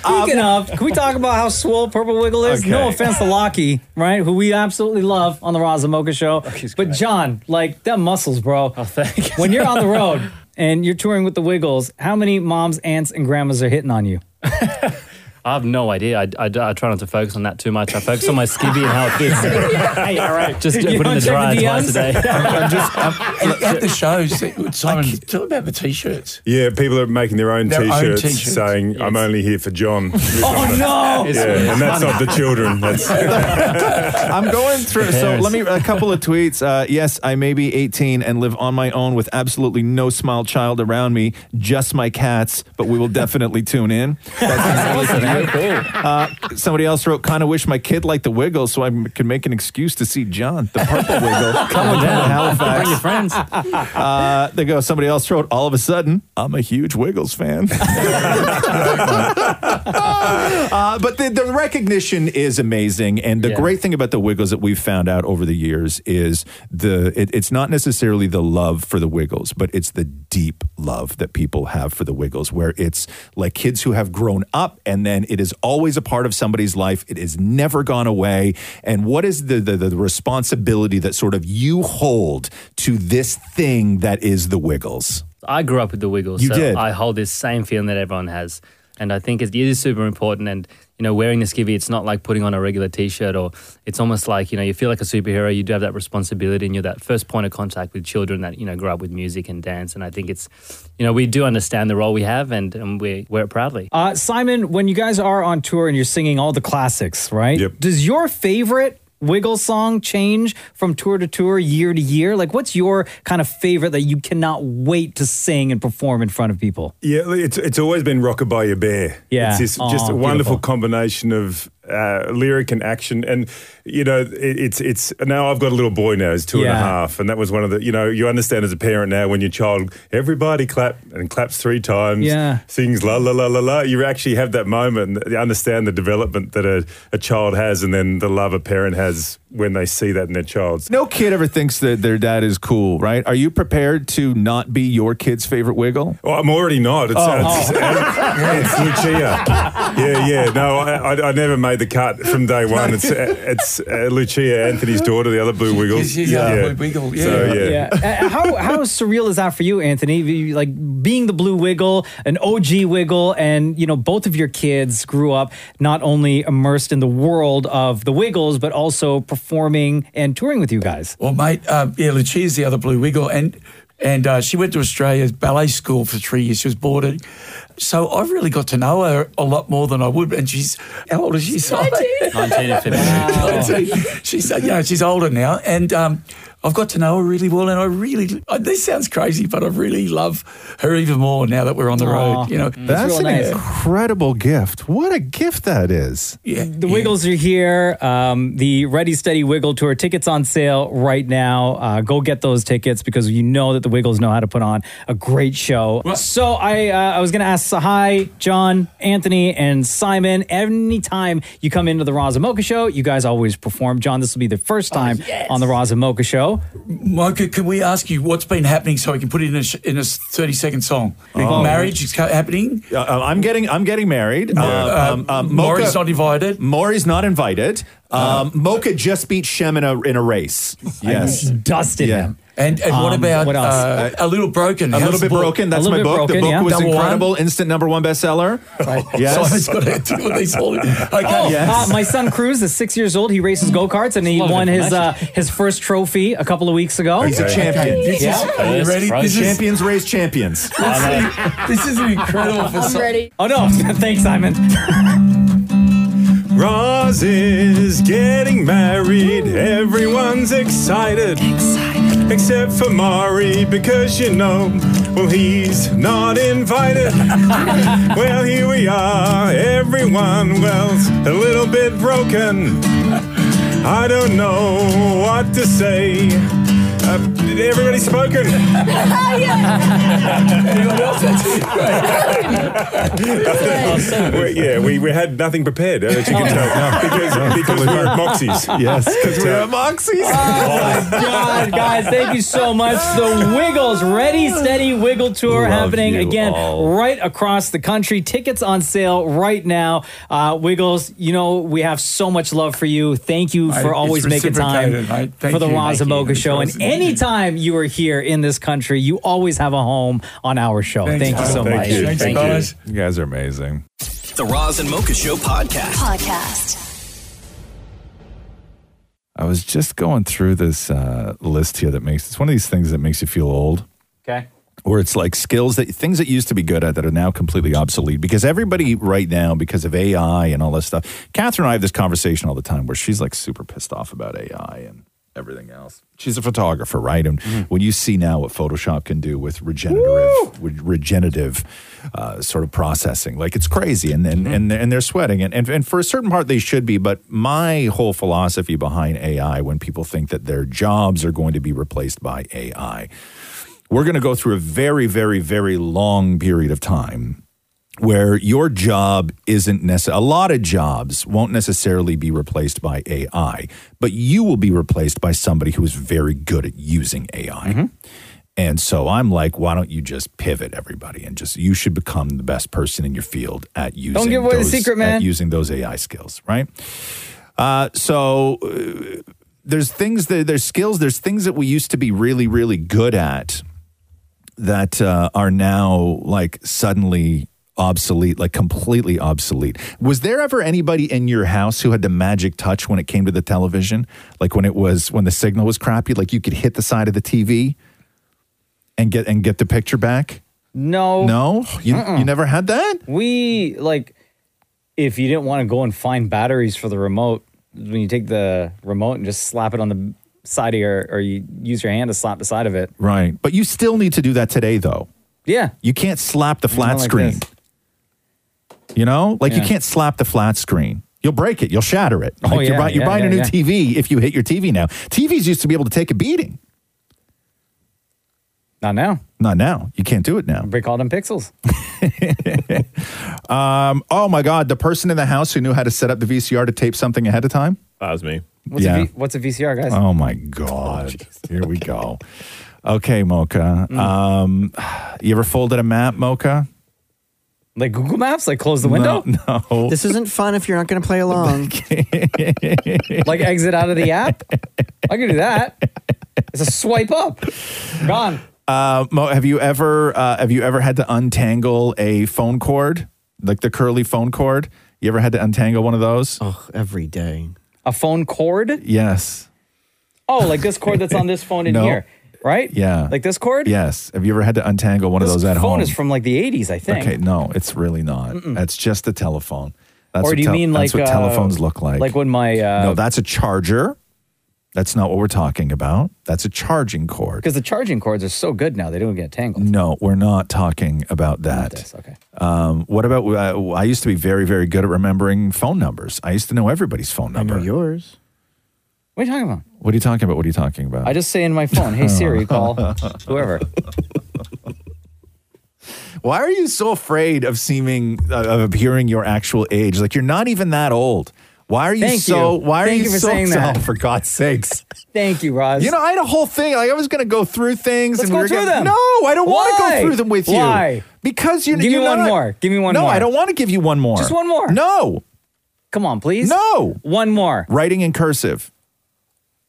Speaker 4: [LAUGHS] Speaking
Speaker 21: Um,
Speaker 4: of, can we talk about how swole Purple Wiggle is? No offense to Lockie, right? Who we absolutely love on the Raza Mocha show.
Speaker 21: Oh,
Speaker 4: But John, like them muscles, bro. Oh, thanks. When you're on
Speaker 21: [LAUGHS]
Speaker 4: the road and you're touring with the Wiggles, how many moms, aunts, and grandmas are hitting on you?
Speaker 21: I have no idea. I, I, I try not to focus on that too much. I focus on my skivvy and how it
Speaker 2: [LAUGHS]
Speaker 21: [LAUGHS] fits.
Speaker 4: hey, all right.
Speaker 21: Just
Speaker 10: You
Speaker 21: put in
Speaker 10: don't
Speaker 21: the
Speaker 10: check
Speaker 21: dryer
Speaker 10: the
Speaker 21: twice a
Speaker 4: [LAUGHS]
Speaker 10: DMs?
Speaker 21: [LAUGHS] day.
Speaker 10: I'm, I'm just I'm, at, at the shows. Simon, tell about the t-shirts.
Speaker 22: Yeah, people are making their own
Speaker 10: Their own
Speaker 22: t-shirts,
Speaker 10: t-shirts.
Speaker 22: saying, "I'm only here for John."
Speaker 10: [LAUGHS] Oh,
Speaker 6: no!
Speaker 22: Yeah, and that's not the
Speaker 10: [LAUGHS]
Speaker 22: children. That's
Speaker 6: I'm going through. So
Speaker 22: Yes.
Speaker 6: let me a couple of tweets. Uh, yes, I may be 18 and live on my own with absolutely no smile child around me, just my cats. But we will definitely tune in.
Speaker 21: [LAUGHS]
Speaker 6: Uh, somebody else wrote, "Kind of wish my kid liked the Wiggles, so I m- could make an excuse to see John, the Purple Wiggle,
Speaker 21: [LAUGHS] Come on
Speaker 6: in
Speaker 21: down.
Speaker 6: Halifax."
Speaker 21: Bring your friends.
Speaker 6: Uh, there goes somebody else wrote, "All of a sudden, I'm a huge Wiggles [LAUGHS] fan." [LAUGHS] uh, but the, the recognition is amazing, and the great thing about the Wiggles that we've found out over the years is the it, it's not necessarily the love for the Wiggles, but it's the deep love that people have for the Wiggles, where it's like kids who have grown up, and then it is always a part of somebody's life. It has never gone away. And what is the the, the responsibility that sort of you hold to this thing that is the Wiggles?
Speaker 21: I grew up with the Wiggles,
Speaker 6: You
Speaker 21: so
Speaker 6: did.
Speaker 21: I hold this same feeling that everyone has, and I think it is super important. And you know, wearing the skivvy, it's not like putting on a regular T-shirt, or it's almost like you know, you feel like a superhero. You do have that responsibility, and you're that first point of contact with children that you know grow up with music and dance. And I think it's, you know, we do understand the role we have, and, and we wear it proudly.
Speaker 4: Uh, Simon, when you guys are on tour and you're singing all the classics, right? Yep. Does your favorite Wiggle song change from tour to tour, year to year? Like, what's your kind of favorite that you cannot wait to sing and perform in front of people?
Speaker 22: Yeah, it's it's always been Rockabye Your Bear.
Speaker 4: Yeah.
Speaker 22: it's this,
Speaker 4: Aw,
Speaker 22: just a wonderful
Speaker 4: beautiful.
Speaker 22: combination of uh, lyric and action, and you know, it, it's it's now I've got a little boy now, he's two and a half,
Speaker 23: Yeah.
Speaker 22: and that was one of the you know you understand as a parent now when your child everybody clap and claps three times,
Speaker 23: Yeah.
Speaker 22: sings la la la la la. You actually have that moment, and you understand the development that a, a child has, and then the love a parent has when they see that in their child.
Speaker 6: No kid ever thinks that their dad is cool, right? Are you prepared to not be your kid's favorite wiggle?
Speaker 22: Well, I'm already not. It's, it's, [LAUGHS] it's
Speaker 10: [LAUGHS]
Speaker 22: Lucia. Yeah, yeah. No, I, I, I never made the cut from day one. It's it's uh, Lucia, Anthony's daughter, the other Blue Wiggles.
Speaker 10: she's the other Blue Wiggle,
Speaker 22: So, Oh, yeah. [LAUGHS]
Speaker 4: Uh, how how [LAUGHS] surreal is that for you, Anthony? You- Like being the Blue Wiggle, an OG Wiggle, and you know both of your kids grew up not only immersed in the world of the Wiggles, but also performing and touring with you guys.
Speaker 10: Well, mate, um, yeah, Lucia's the other Blue Wiggle, and and uh, she went to Australia's ballet school for three years. She was boarded, so I've really got to know her a lot more than I would. And she's how old is she? Simon?
Speaker 21: 19 and 15.
Speaker 6: [LAUGHS]
Speaker 10: she's uh, you know she's older now, and um, I've got to know her really well. And I really uh, this sounds crazy, but I really love her even more now that we're on the road. You know,
Speaker 6: Mm-hmm. that's an incredible gift. What a gift that is.
Speaker 4: the Wiggles are here. Um, the Ready Steady Wiggle Tour tickets on sale right now. Uh, go get those tickets because you know that the Wiggles know how to put on a great show. So I uh, I was going to ask Sahai, John, Anthony, and Simon. Anytime
Speaker 6: Oh,
Speaker 4: you come into the Raza Mocha Show, you guys always perform. John, this will be the first time on the Raza Mocha Show. show.
Speaker 10: Monica, can we ask you what's been happening so we can put it in a, sh- in a 30 second song?
Speaker 6: Oh.
Speaker 10: Marriage is ca- happening.
Speaker 6: Uh, uh, I'm getting I'm getting married.
Speaker 10: Mo-
Speaker 6: Uh,
Speaker 10: uh, Maury's not
Speaker 6: invited. Maury's not invited. Um, Mocha just beat Shem in a in a race. Yes,
Speaker 4: dusted him.
Speaker 10: And, and what about Uh, a little broken?
Speaker 6: Um, a
Speaker 10: How's
Speaker 6: little
Speaker 10: the
Speaker 6: bit
Speaker 10: book?
Speaker 6: broken. That's
Speaker 10: A
Speaker 6: my
Speaker 10: little
Speaker 6: book.
Speaker 10: bit
Speaker 6: the book
Speaker 10: broken, yeah.
Speaker 6: was
Speaker 10: Number one?
Speaker 6: incredible. Instant number one bestseller.
Speaker 10: [LAUGHS]
Speaker 6: Yes.
Speaker 10: Simon's got to deal with these all.
Speaker 4: Oh,
Speaker 10: Okay.
Speaker 4: uh, my son Cruz is six years old. He
Speaker 6: Mm.
Speaker 4: races go karts and he won his uh, his first trophy a couple of weeks ago.
Speaker 6: Oh, He's a champion. This is- are you ready? This is- champions raise [LAUGHS] champions.
Speaker 10: this is incredible for I'm some- ready.
Speaker 4: Oh
Speaker 10: [LAUGHS]
Speaker 4: no! Thanks, Simon.
Speaker 22: Roz is getting married. Everyone's excited. Excited. Except for Mari, because you know, well, he's not invited. well, here we are. Everyone, well, a little bit broken. I don't know what to say. Uh, everybody's spoken. [LAUGHS]
Speaker 10: Anyone else?
Speaker 22: We- yeah, we, we had nothing prepared, uh, as you can tell, because, because we we're Moxies.
Speaker 6: Yes,
Speaker 22: because
Speaker 6: we
Speaker 22: we're
Speaker 6: Moxies.
Speaker 4: Oh
Speaker 10: [LAUGHS]
Speaker 4: my God, guys! Thank you so much. The Wiggles Ready Steady Wiggle Tour
Speaker 11: Love
Speaker 4: happening
Speaker 11: you
Speaker 4: again
Speaker 11: all.
Speaker 4: right across the country. Tickets on sale right now. Uh, Wiggles, you know we have so much love for you. Thank you
Speaker 10: I-
Speaker 4: for
Speaker 10: it's
Speaker 4: always making time
Speaker 10: reciprocated. I- thank
Speaker 4: for the
Speaker 10: you.
Speaker 4: Roz and
Speaker 10: Thank you.
Speaker 4: Mocha Show. And anytime you are here in this country, you always have a home on our show. Thank you so much.
Speaker 6: You guys are amazing.
Speaker 1: The Roz and Mocha Show podcast.
Speaker 9: Podcast.
Speaker 6: I was just going through this uh, list here that makes it's one of these things that makes you feel old.
Speaker 4: Okay.
Speaker 6: Where it's like skills that things that you used to be good at that are now completely obsolete because everybody right now, because of AI and all this stuff. Catherine and I have this conversation all the time where she's like super pissed off about AI and everything else. She's a photographer, right? And
Speaker 4: Mm-hmm.
Speaker 6: when you see now what Photoshop can do with regenerative, with regenerative uh, sort of processing, like it's crazy, and and and, and they're sweating, and, and and for a certain part they should be. But my whole philosophy behind AI, when people think that their jobs are going to be replaced by AI, we're going to go through a very, very, very long period of time where your job isn't necessary. A lot of jobs won't necessarily be replaced by AI, but you will be replaced by somebody who is very good at using AI.
Speaker 4: Mm-hmm.
Speaker 6: And so I'm like, why don't you just pivot, everybody, and just you should become the best person in your field at using
Speaker 4: give away the
Speaker 6: those-
Speaker 4: secret,
Speaker 6: at
Speaker 4: man.
Speaker 6: using those AI skills, right? Uh, so uh, there's things that there's skills, there's things that we used to be really, really good at that uh, are now like suddenly obsolete, like completely obsolete. Was there ever anybody in your house who had the magic touch when it came to the television? Like when it was when the signal was crappy, like you could hit the side of the TV and get and get the picture back.
Speaker 4: No.
Speaker 6: No, you
Speaker 4: Mm-mm.
Speaker 6: you never had that.
Speaker 4: We like if you didn't want to go and find batteries for the remote, when you take the remote and just slap it on the side of your or you use your hand to slap the side of it.
Speaker 6: Right, but you still need to do that today, though.
Speaker 4: Yeah.
Speaker 6: You can't slap the flat
Speaker 4: like
Speaker 6: screen. You know, like you
Speaker 4: Yeah.
Speaker 6: can't slap the flat screen. You'll break it. You'll shatter it.
Speaker 4: Oh,
Speaker 6: Like, you're,
Speaker 4: yeah,
Speaker 6: buy- you're
Speaker 4: yeah,
Speaker 6: buying
Speaker 4: yeah,
Speaker 6: a new
Speaker 4: yeah.
Speaker 6: TV if you hit your TV now. TVs used to be able to take a beating.
Speaker 4: Not now.
Speaker 6: Not now. You can't do it now.
Speaker 4: Break all them pixels.
Speaker 6: [LAUGHS]
Speaker 4: [LAUGHS]
Speaker 6: Um, oh my God, the person in the house who knew how to set up the VCR to tape something ahead of time.
Speaker 3: That was me.
Speaker 4: What's
Speaker 6: Yeah.
Speaker 4: a v- what's a VCR, guys?
Speaker 6: Oh
Speaker 4: [LAUGHS]
Speaker 6: my God. Here we go. Okay, Mocha.
Speaker 4: Mm.
Speaker 6: Um, you ever folded a map, Mocha?
Speaker 4: Like Google Maps? Like close the window?
Speaker 6: No. no.
Speaker 7: This isn't fun if you're not going to play along.
Speaker 4: [LAUGHS] like exit out of the app? [LAUGHS] I can
Speaker 6: [LAUGHS]
Speaker 4: do that. It's a swipe up. Gone.
Speaker 6: Uh, Mo, have you ever uh, have you ever had to untangle a phone cord, like the curly phone cord? You ever had to untangle one of those?
Speaker 7: Oh, every day.
Speaker 4: A phone cord?
Speaker 6: Yes.
Speaker 4: Oh, like this cord that's on this phone
Speaker 6: [LAUGHS]
Speaker 4: in
Speaker 6: No.
Speaker 4: here. Right?
Speaker 6: Yeah.
Speaker 4: Like this cord?
Speaker 6: Yes. Have you ever had to untangle one
Speaker 4: This
Speaker 6: of those at
Speaker 4: phone
Speaker 6: home?
Speaker 4: is from like the 80s, I think.
Speaker 6: Okay, no, it's really not. That's just a telephone. That's
Speaker 4: or
Speaker 6: what
Speaker 4: do you
Speaker 6: tel-
Speaker 4: mean like
Speaker 6: that's what
Speaker 4: uh,
Speaker 6: telephones look like?
Speaker 4: Like when my
Speaker 6: no,
Speaker 4: uh,
Speaker 6: that's a charger. That's not what we're talking about. That's a charging cord.
Speaker 4: because the charging cords are so good now they don't get tangled.
Speaker 6: No, we're not talking about that.
Speaker 4: okay.
Speaker 6: Um, what about? Uh, I used to be very, very good at remembering phone numbers. I used to know everybody's phone number. I know
Speaker 7: yours.
Speaker 4: What are you talking about?
Speaker 6: What are you talking about? What are you talking about?
Speaker 4: I just say in my phone,
Speaker 6: [LAUGHS]
Speaker 4: "Hey Siri, call whoever."
Speaker 6: Why are you so afraid of seeming uh, of appearing your actual age? Like you're not even that old. Why are you
Speaker 4: Thank
Speaker 6: so?
Speaker 4: you.
Speaker 6: Why are
Speaker 4: Thank you for
Speaker 6: so?
Speaker 4: saying that.
Speaker 6: Oh, [LAUGHS] for God's sakes!
Speaker 4: [LAUGHS] Thank you, Roz.
Speaker 6: You know, I had a whole thing. Like I was going to go through things. and
Speaker 4: Let's go
Speaker 6: we were
Speaker 4: through
Speaker 6: gonna-
Speaker 4: them.
Speaker 6: No, I don't want to
Speaker 4: Why?
Speaker 6: go through them with you.
Speaker 4: Why?
Speaker 6: Because you
Speaker 4: Give
Speaker 6: you're
Speaker 4: me one
Speaker 6: not-
Speaker 4: more. Give me one
Speaker 6: no,
Speaker 4: more.
Speaker 6: I don't want to give you one more.
Speaker 4: Just one more.
Speaker 6: No.
Speaker 4: Come on, please.
Speaker 6: No.
Speaker 4: One more.
Speaker 6: Writing in cursive.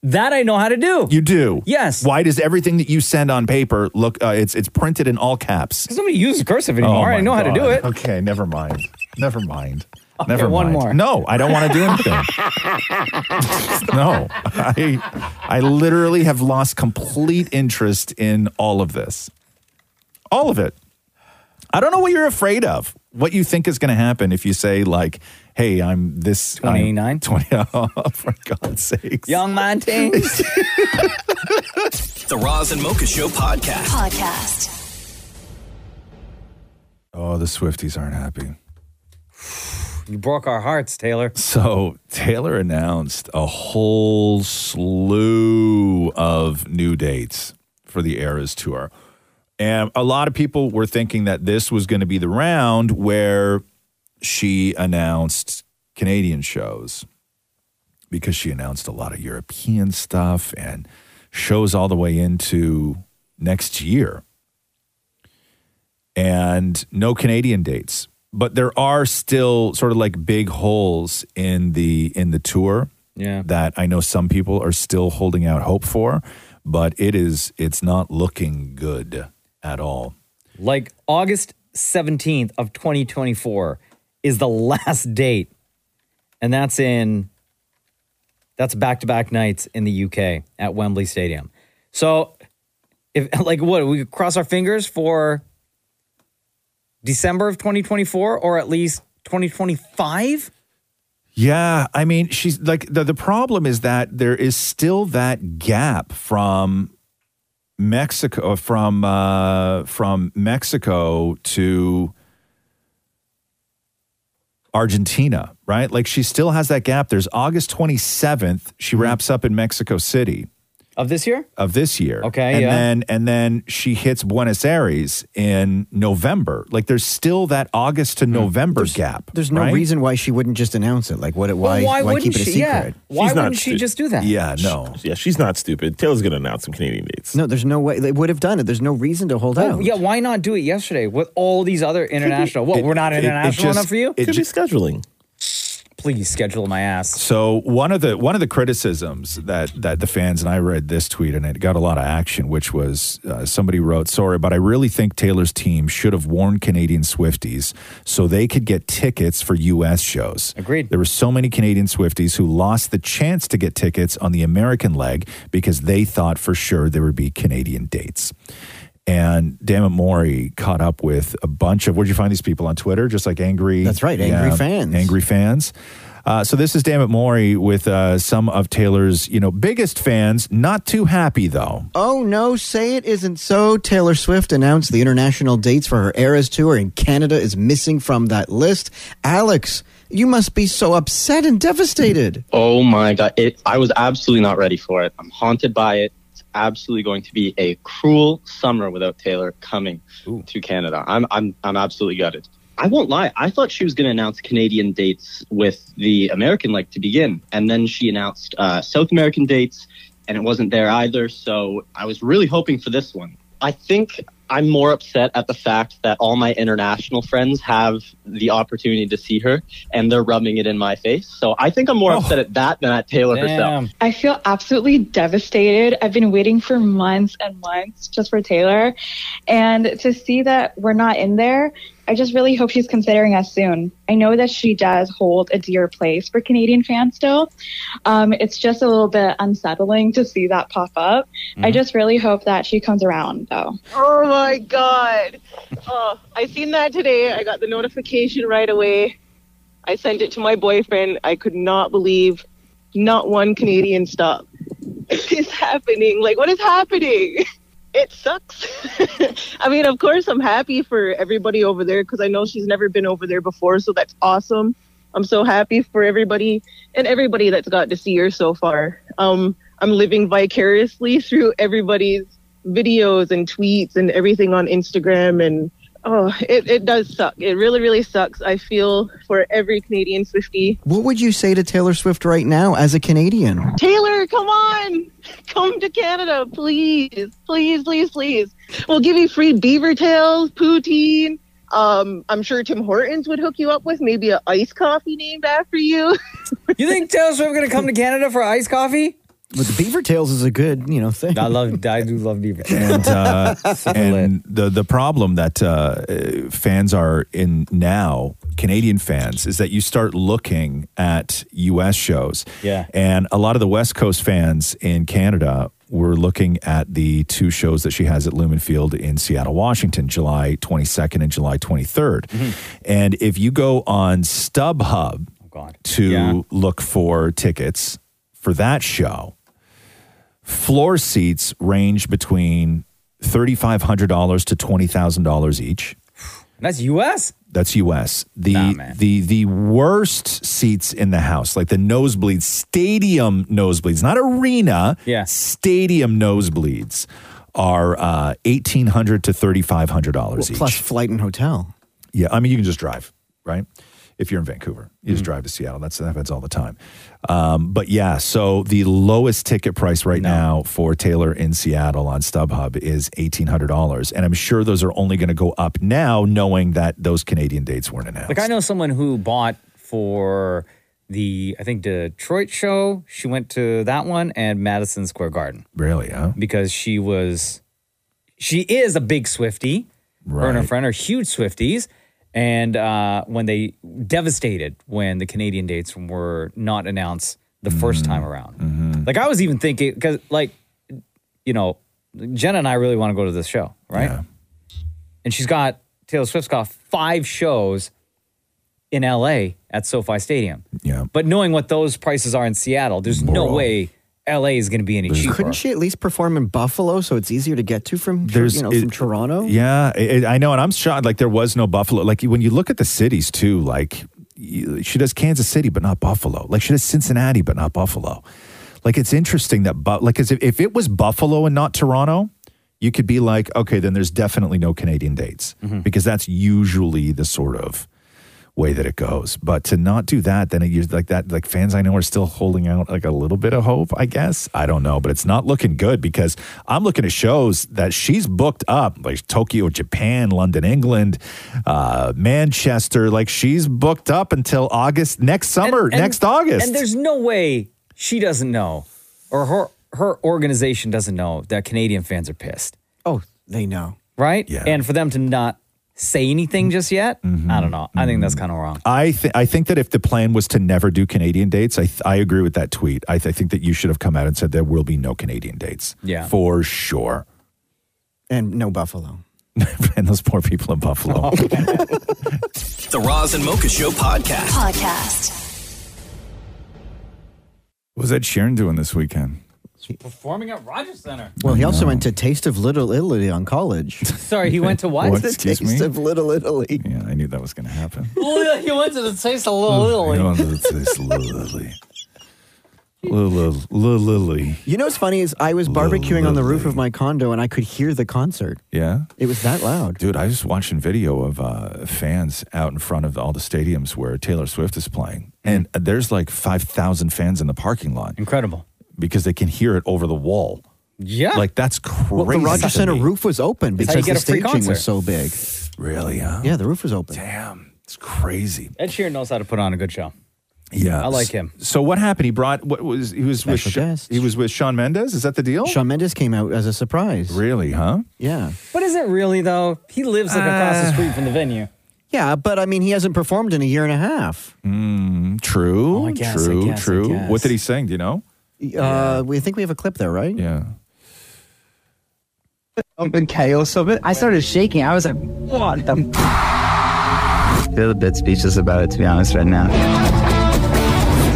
Speaker 4: That I know how to do.
Speaker 6: You do.
Speaker 4: Yes.
Speaker 6: Why does everything that you send on paper look? Uh, it's it's printed in all caps.
Speaker 4: Because nobody uses cursive
Speaker 6: Oh,
Speaker 4: anymore. I
Speaker 6: my
Speaker 4: know how to do
Speaker 6: God.
Speaker 4: it.
Speaker 6: Okay, never mind. Never mind.
Speaker 4: Okay,
Speaker 6: never
Speaker 4: one
Speaker 6: mind.
Speaker 4: more.
Speaker 6: No, I don't
Speaker 4: [LAUGHS]
Speaker 6: want to do anything. no, [LAUGHS] I I literally have lost complete interest in all of this. All of it. I don't know what you're afraid of. What you think is going to happen if you say like, "Hey, I'm this 29 20 [LAUGHS] oh, for God's sakes.
Speaker 4: Young man
Speaker 6: [LAUGHS]
Speaker 4: things.
Speaker 1: The Roz and Mocha Show podcast.
Speaker 9: Podcast.
Speaker 6: Oh, the Swifties aren't happy.
Speaker 4: You broke our hearts, Taylor.
Speaker 6: So Taylor announced a whole slew of new dates for the Eras tour. And a lot of people were thinking that this was going to be the round where she announced Canadian shows because she announced a lot of European stuff and shows all the way into next year. And no Canadian dates. But there are still sort of like big holes in the in the tour
Speaker 4: Yeah.
Speaker 6: that I know some people are still holding out hope for, but it is it's not looking good at all.
Speaker 4: Like August 17th of 2024 is the last date. And that's in that's back-to-back nights in the UK at Wembley Stadium. So if [LAUGHS] like what we could cross our fingers for December of 2024 or at least 2025?
Speaker 6: Yeah, I mean, she's like the the problem is that there is still that gap from Mexico from uh from Mexico to Argentina, right? Like she still has that gap. There's August 27th, she wraps up in Mexico City
Speaker 4: Of this year?
Speaker 6: of this year.
Speaker 4: Okay,
Speaker 6: and
Speaker 4: yeah.
Speaker 6: then and then she hits Buenos Aires in November. Like there's still that August
Speaker 4: Hmm.
Speaker 6: to November gap.
Speaker 7: There's no
Speaker 6: right?
Speaker 7: reason why she wouldn't just announce it. Like, what? Why?
Speaker 6: why
Speaker 7: why keep
Speaker 6: wouldn't
Speaker 7: it a secret?
Speaker 6: she? Yeah. Why
Speaker 3: She's not
Speaker 6: wouldn't she
Speaker 3: stu-
Speaker 6: just do that? Yeah, no.
Speaker 3: yeah, she's not stupid. Taylor's going to announce some Canadian dates.
Speaker 7: No, there's no way they would have done it. There's no reason to hold
Speaker 4: Well,
Speaker 7: out.
Speaker 4: yeah, why not do it yesterday with all these other international? what,
Speaker 7: it-
Speaker 4: we're not
Speaker 7: it- it
Speaker 4: international
Speaker 6: just-
Speaker 4: enough for you?
Speaker 6: it Could be ju-
Speaker 3: scheduling.
Speaker 4: Please schedule my ass.
Speaker 6: So one of the one of the criticisms that that the fans and I read this tweet and it got a lot of action, which was uh, somebody wrote, "Sorry, but I really think Taylor's team should have warned Canadian Swifties so they could get tickets for U.S. shows." Agreed. There were so many Canadian Swifties who lost the chance to get tickets on the American leg because they thought for sure there would be Canadian dates. And Dammit Maury caught up with a bunch of where'd you find these people on Twitter? Just like angry.
Speaker 7: That's right, angry fans.
Speaker 6: Angry fans. Uh, so this is Dammit Maury with uh, some of Taylor's, you know, biggest fans. Not too happy though.
Speaker 7: Oh no, say it isn't so. Taylor Swift announced the international dates for her Eras tour, and Canada is missing from that list. Alex, you must be so upset and devastated.
Speaker 24: Oh my god! It, I was absolutely not ready for it. I'm haunted by it. It's absolutely going to be a cruel summer without Taylor coming to Canada. I'm I'm I'm absolutely gutted. I won't lie. I thought she was going to announce Canadian dates with the American leg to begin, and then she announced uh, South American dates, and it wasn't there either. So I was really hoping for this one. I think I'm more upset at the fact that all my international friends have the opportunity to see her, and they're rubbing it in my face. So I think I'm more upset at that than at Taylor herself.
Speaker 25: I feel absolutely devastated. I've been waiting for months and months just for Taylor. And to see that we're not in there, I just really hope she's considering us soon. I know that she does hold a dear place for Canadian fans still. Um, it's just a little bit unsettling to see that pop up. I just really hope that she comes around, though.
Speaker 26: Oh my god. Oh, I seen that today. I got the notification right away. I sent it to my boyfriend. I could not believe not one Canadian stop [LAUGHS] is happening. Like what is happening? It sucks. I mean, of course I'm happy for everybody over there cuz I know she's never been over there before, so that's awesome. I'm so happy for everybody and everybody that's got to see her so far. Um I'm living [LAUGHS] vicariously through everybody's videos and tweets and everything on Instagram and oh, it, it does suck. It really, really sucks. I feel for every Canadian Swifty.
Speaker 7: What would you say to Taylor Swift right now as a Canadian?
Speaker 26: Taylor, come on, come to Canada, please, please, please, please. We'll give you free beaver tails, poutine. Um, I'm sure Tim Hortons would hook you up with maybe an iced coffee named after you. [LAUGHS]
Speaker 4: you think Taylor Swift going to come to Canada for iced coffee?
Speaker 7: But the beaver tails is a good, you know, thing.
Speaker 4: I love, I do love beaver
Speaker 6: and
Speaker 7: [LAUGHS]
Speaker 4: tails.
Speaker 6: uh, and the the problem that uh, uh, fans are in now, Canadian fans, is that you start looking at U.S. shows.
Speaker 4: Yeah.
Speaker 6: And a lot of the West Coast fans in Canada were looking at the two shows that she has at Lumen Field in Seattle, Washington, July 22nd and July 23rd.
Speaker 27: Mm-hmm.
Speaker 6: And if you go on StubHub to look for tickets for that show, floor seats range between $3,500 to $20,000 each.
Speaker 4: [LAUGHS] That's U.S.
Speaker 6: That's U.S. The the the worst seats in the house, like the nosebleeds, stadium nosebleeds, not arena.
Speaker 4: Yeah.
Speaker 6: stadium nosebleeds are uh, eighteen hundred to thirty five hundred dollars each.
Speaker 7: Plus flight and hotel.
Speaker 6: Yeah, I mean you can just drive, right? If you're in Vancouver, you just drive to Seattle. That's that happens all the time. Um, but yeah, so the lowest ticket price right now for Taylor in Seattle on StubHub is eighteen hundred dollars, and I'm sure those are only going to go up now, knowing that those Canadian dates weren't announced.
Speaker 4: Like I know someone who bought for the I think Detroit show. She went to that one and Madison Square Garden.
Speaker 6: Really? Huh?
Speaker 4: Because she was she is a big Swifty. Her and her
Speaker 6: Right.
Speaker 4: friend are huge Swifties. And uh, when they devastated when the Canadian dates were not announced the first
Speaker 6: Mm-hmm.
Speaker 4: time around. Like I was even thinking because like you know, Jenna and I really want to go to this show, right? And she's got Taylor Swift's got five shows in LA at SoFi Stadium.
Speaker 6: Yeah.
Speaker 4: But knowing what those prices are in Seattle, there's no way LA is going to be any cheaper.
Speaker 7: Couldn't she at least perform in Buffalo so it's easier to get to from,
Speaker 6: There's-
Speaker 7: you know,
Speaker 6: it-
Speaker 7: from Toronto?
Speaker 6: Yeah, it, it- I know, and I'm shocked. Like there was no Buffalo. Like when you look at the cities too, like you, she does Kansas City, but not Buffalo. Like she does Cincinnati, but not Buffalo. Like it's interesting that, but like 'cause if, if it was Buffalo and not Toronto, you could be like, okay, then there's definitely no Canadian dates because that's usually the sort of way that it goes. But to not do that, then it used like that, like fans I know are still holding out like a little bit of hope, I guess. I don't know, but it's not looking good because I'm looking at shows that she's booked up, like Tokyo, Japan, London, England, uh, Manchester. Like she's booked up until August next summer,
Speaker 4: And-
Speaker 6: next August.
Speaker 4: And there's no way she doesn't know or her her organization doesn't know that Canadian fans are pissed.
Speaker 7: Oh, they know.
Speaker 4: Right? Yeah. And for them to not say anything just yet,
Speaker 6: Mm-hmm.
Speaker 4: I don't know. I think that's kind of wrong.
Speaker 6: I th- I think that if the plan was to never do Canadian dates, I th- I agree with that tweet. I, th- I think that you should have come out and said there will be no Canadian dates.
Speaker 7: Yeah.
Speaker 6: for sure. [LAUGHS]
Speaker 7: And no Buffalo.
Speaker 6: and those poor people in Buffalo.
Speaker 1: The Roz and Mocha Show podcast.
Speaker 9: Podcast.
Speaker 6: What was Ed Sheeran doing this weekend? Oh,
Speaker 4: Performing at Rogers Center.
Speaker 7: Well, he
Speaker 6: Mm-hmm.
Speaker 7: also went to Taste of Little Italy
Speaker 6: [LAUGHS]
Speaker 7: on college.
Speaker 4: Sorry, he went to what?
Speaker 7: the Taste of Little Italy.
Speaker 6: Yeah, I knew that was going to happen.
Speaker 4: he went to the taste a little
Speaker 6: You know, it's- it's Little Italy. Little Little Italy.
Speaker 7: You know what's funny is I was barbecuing on the roof of my condo and I could hear the concert.
Speaker 6: Yeah.
Speaker 7: It was that loud.
Speaker 6: Dude, I was watching video of uh, fans out in front of all the stadiums where Taylor Swift is playing.
Speaker 7: Mm-hmm.
Speaker 6: And there's like 5,000 fans in the parking lot.
Speaker 4: Incredible.
Speaker 6: Because they can hear it over the wall.
Speaker 4: Yeah.
Speaker 6: Like, that's crazy.
Speaker 7: Well, the
Speaker 6: to
Speaker 7: Rogers Center
Speaker 6: me.
Speaker 7: roof was open
Speaker 6: That's how
Speaker 7: because
Speaker 6: you
Speaker 7: the
Speaker 6: get a free
Speaker 7: staging was
Speaker 6: concert.
Speaker 7: so big.
Speaker 6: Really? Huh?
Speaker 7: Yeah, the roof was open.
Speaker 6: Damn, it's crazy.
Speaker 4: Ed Sheeran knows how to put on a good show.
Speaker 6: Yeah.
Speaker 4: I like him.
Speaker 6: So what happened? He brought what was he was with
Speaker 7: Special
Speaker 6: Sha- he was with Sean Mendez. Is that the deal?
Speaker 7: Shawn Mendes came out as a surprise.
Speaker 6: Really, huh?
Speaker 7: Yeah.
Speaker 4: But is it really though? He lives like across
Speaker 6: Uh.
Speaker 4: the street from the venue.
Speaker 7: Yeah, but I mean, he hasn't performed in a year and a half.
Speaker 6: Mm, true.
Speaker 7: I guess, I
Speaker 6: true.
Speaker 7: guess, I
Speaker 6: true. What
Speaker 7: guess.
Speaker 6: did he sing? Do you know?
Speaker 7: Uh, we I think we have a clip there, right?
Speaker 6: Yeah.
Speaker 13: Open chaos of it. I started shaking. I was like, what the? Feel a bit speechless about it, to be honest, right now.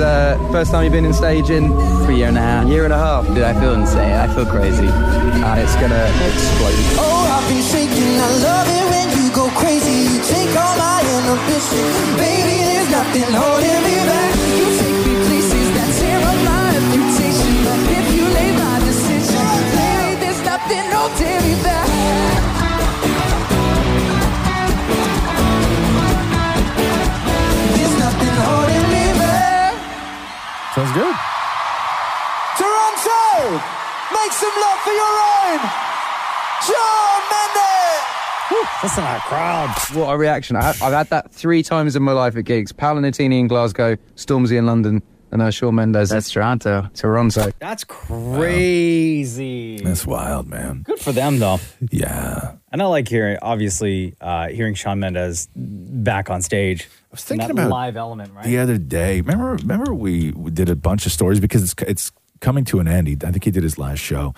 Speaker 13: The first time you've been in stage in for a year and a half. Year and a half. Dude, I feel insane. I feel crazy. Uh, it's gonna explode.
Speaker 11: Oh, I've been shaking. I love it when you go crazy. You take all my inhibition. Baby, there's nothing holding me back. You take me places that tear up my reputation. But if you lay my decision, baby, there's nothing holding me back.
Speaker 6: Sounds good.
Speaker 11: Toronto! Make some love for your own! John Mendes!
Speaker 13: Oh,
Speaker 4: That's not a crowd.
Speaker 13: What a reaction. I, I've had that three times in my life at gigs. Paolo Nutini in Glasgow, Stormzy in London, and now Shawn Mendes. That's Toronto. Toronto.
Speaker 4: That's crazy.
Speaker 6: That's wild, man.
Speaker 4: Good for them, though.
Speaker 6: Yeah.
Speaker 4: And I like hearing, obviously, uh, hearing Sean Mendes back on stage. I was
Speaker 6: thinking about-
Speaker 4: live element, right?
Speaker 6: The other day, remember, remember we did a bunch of stories because it's it's coming to an end. He- I think he did his last show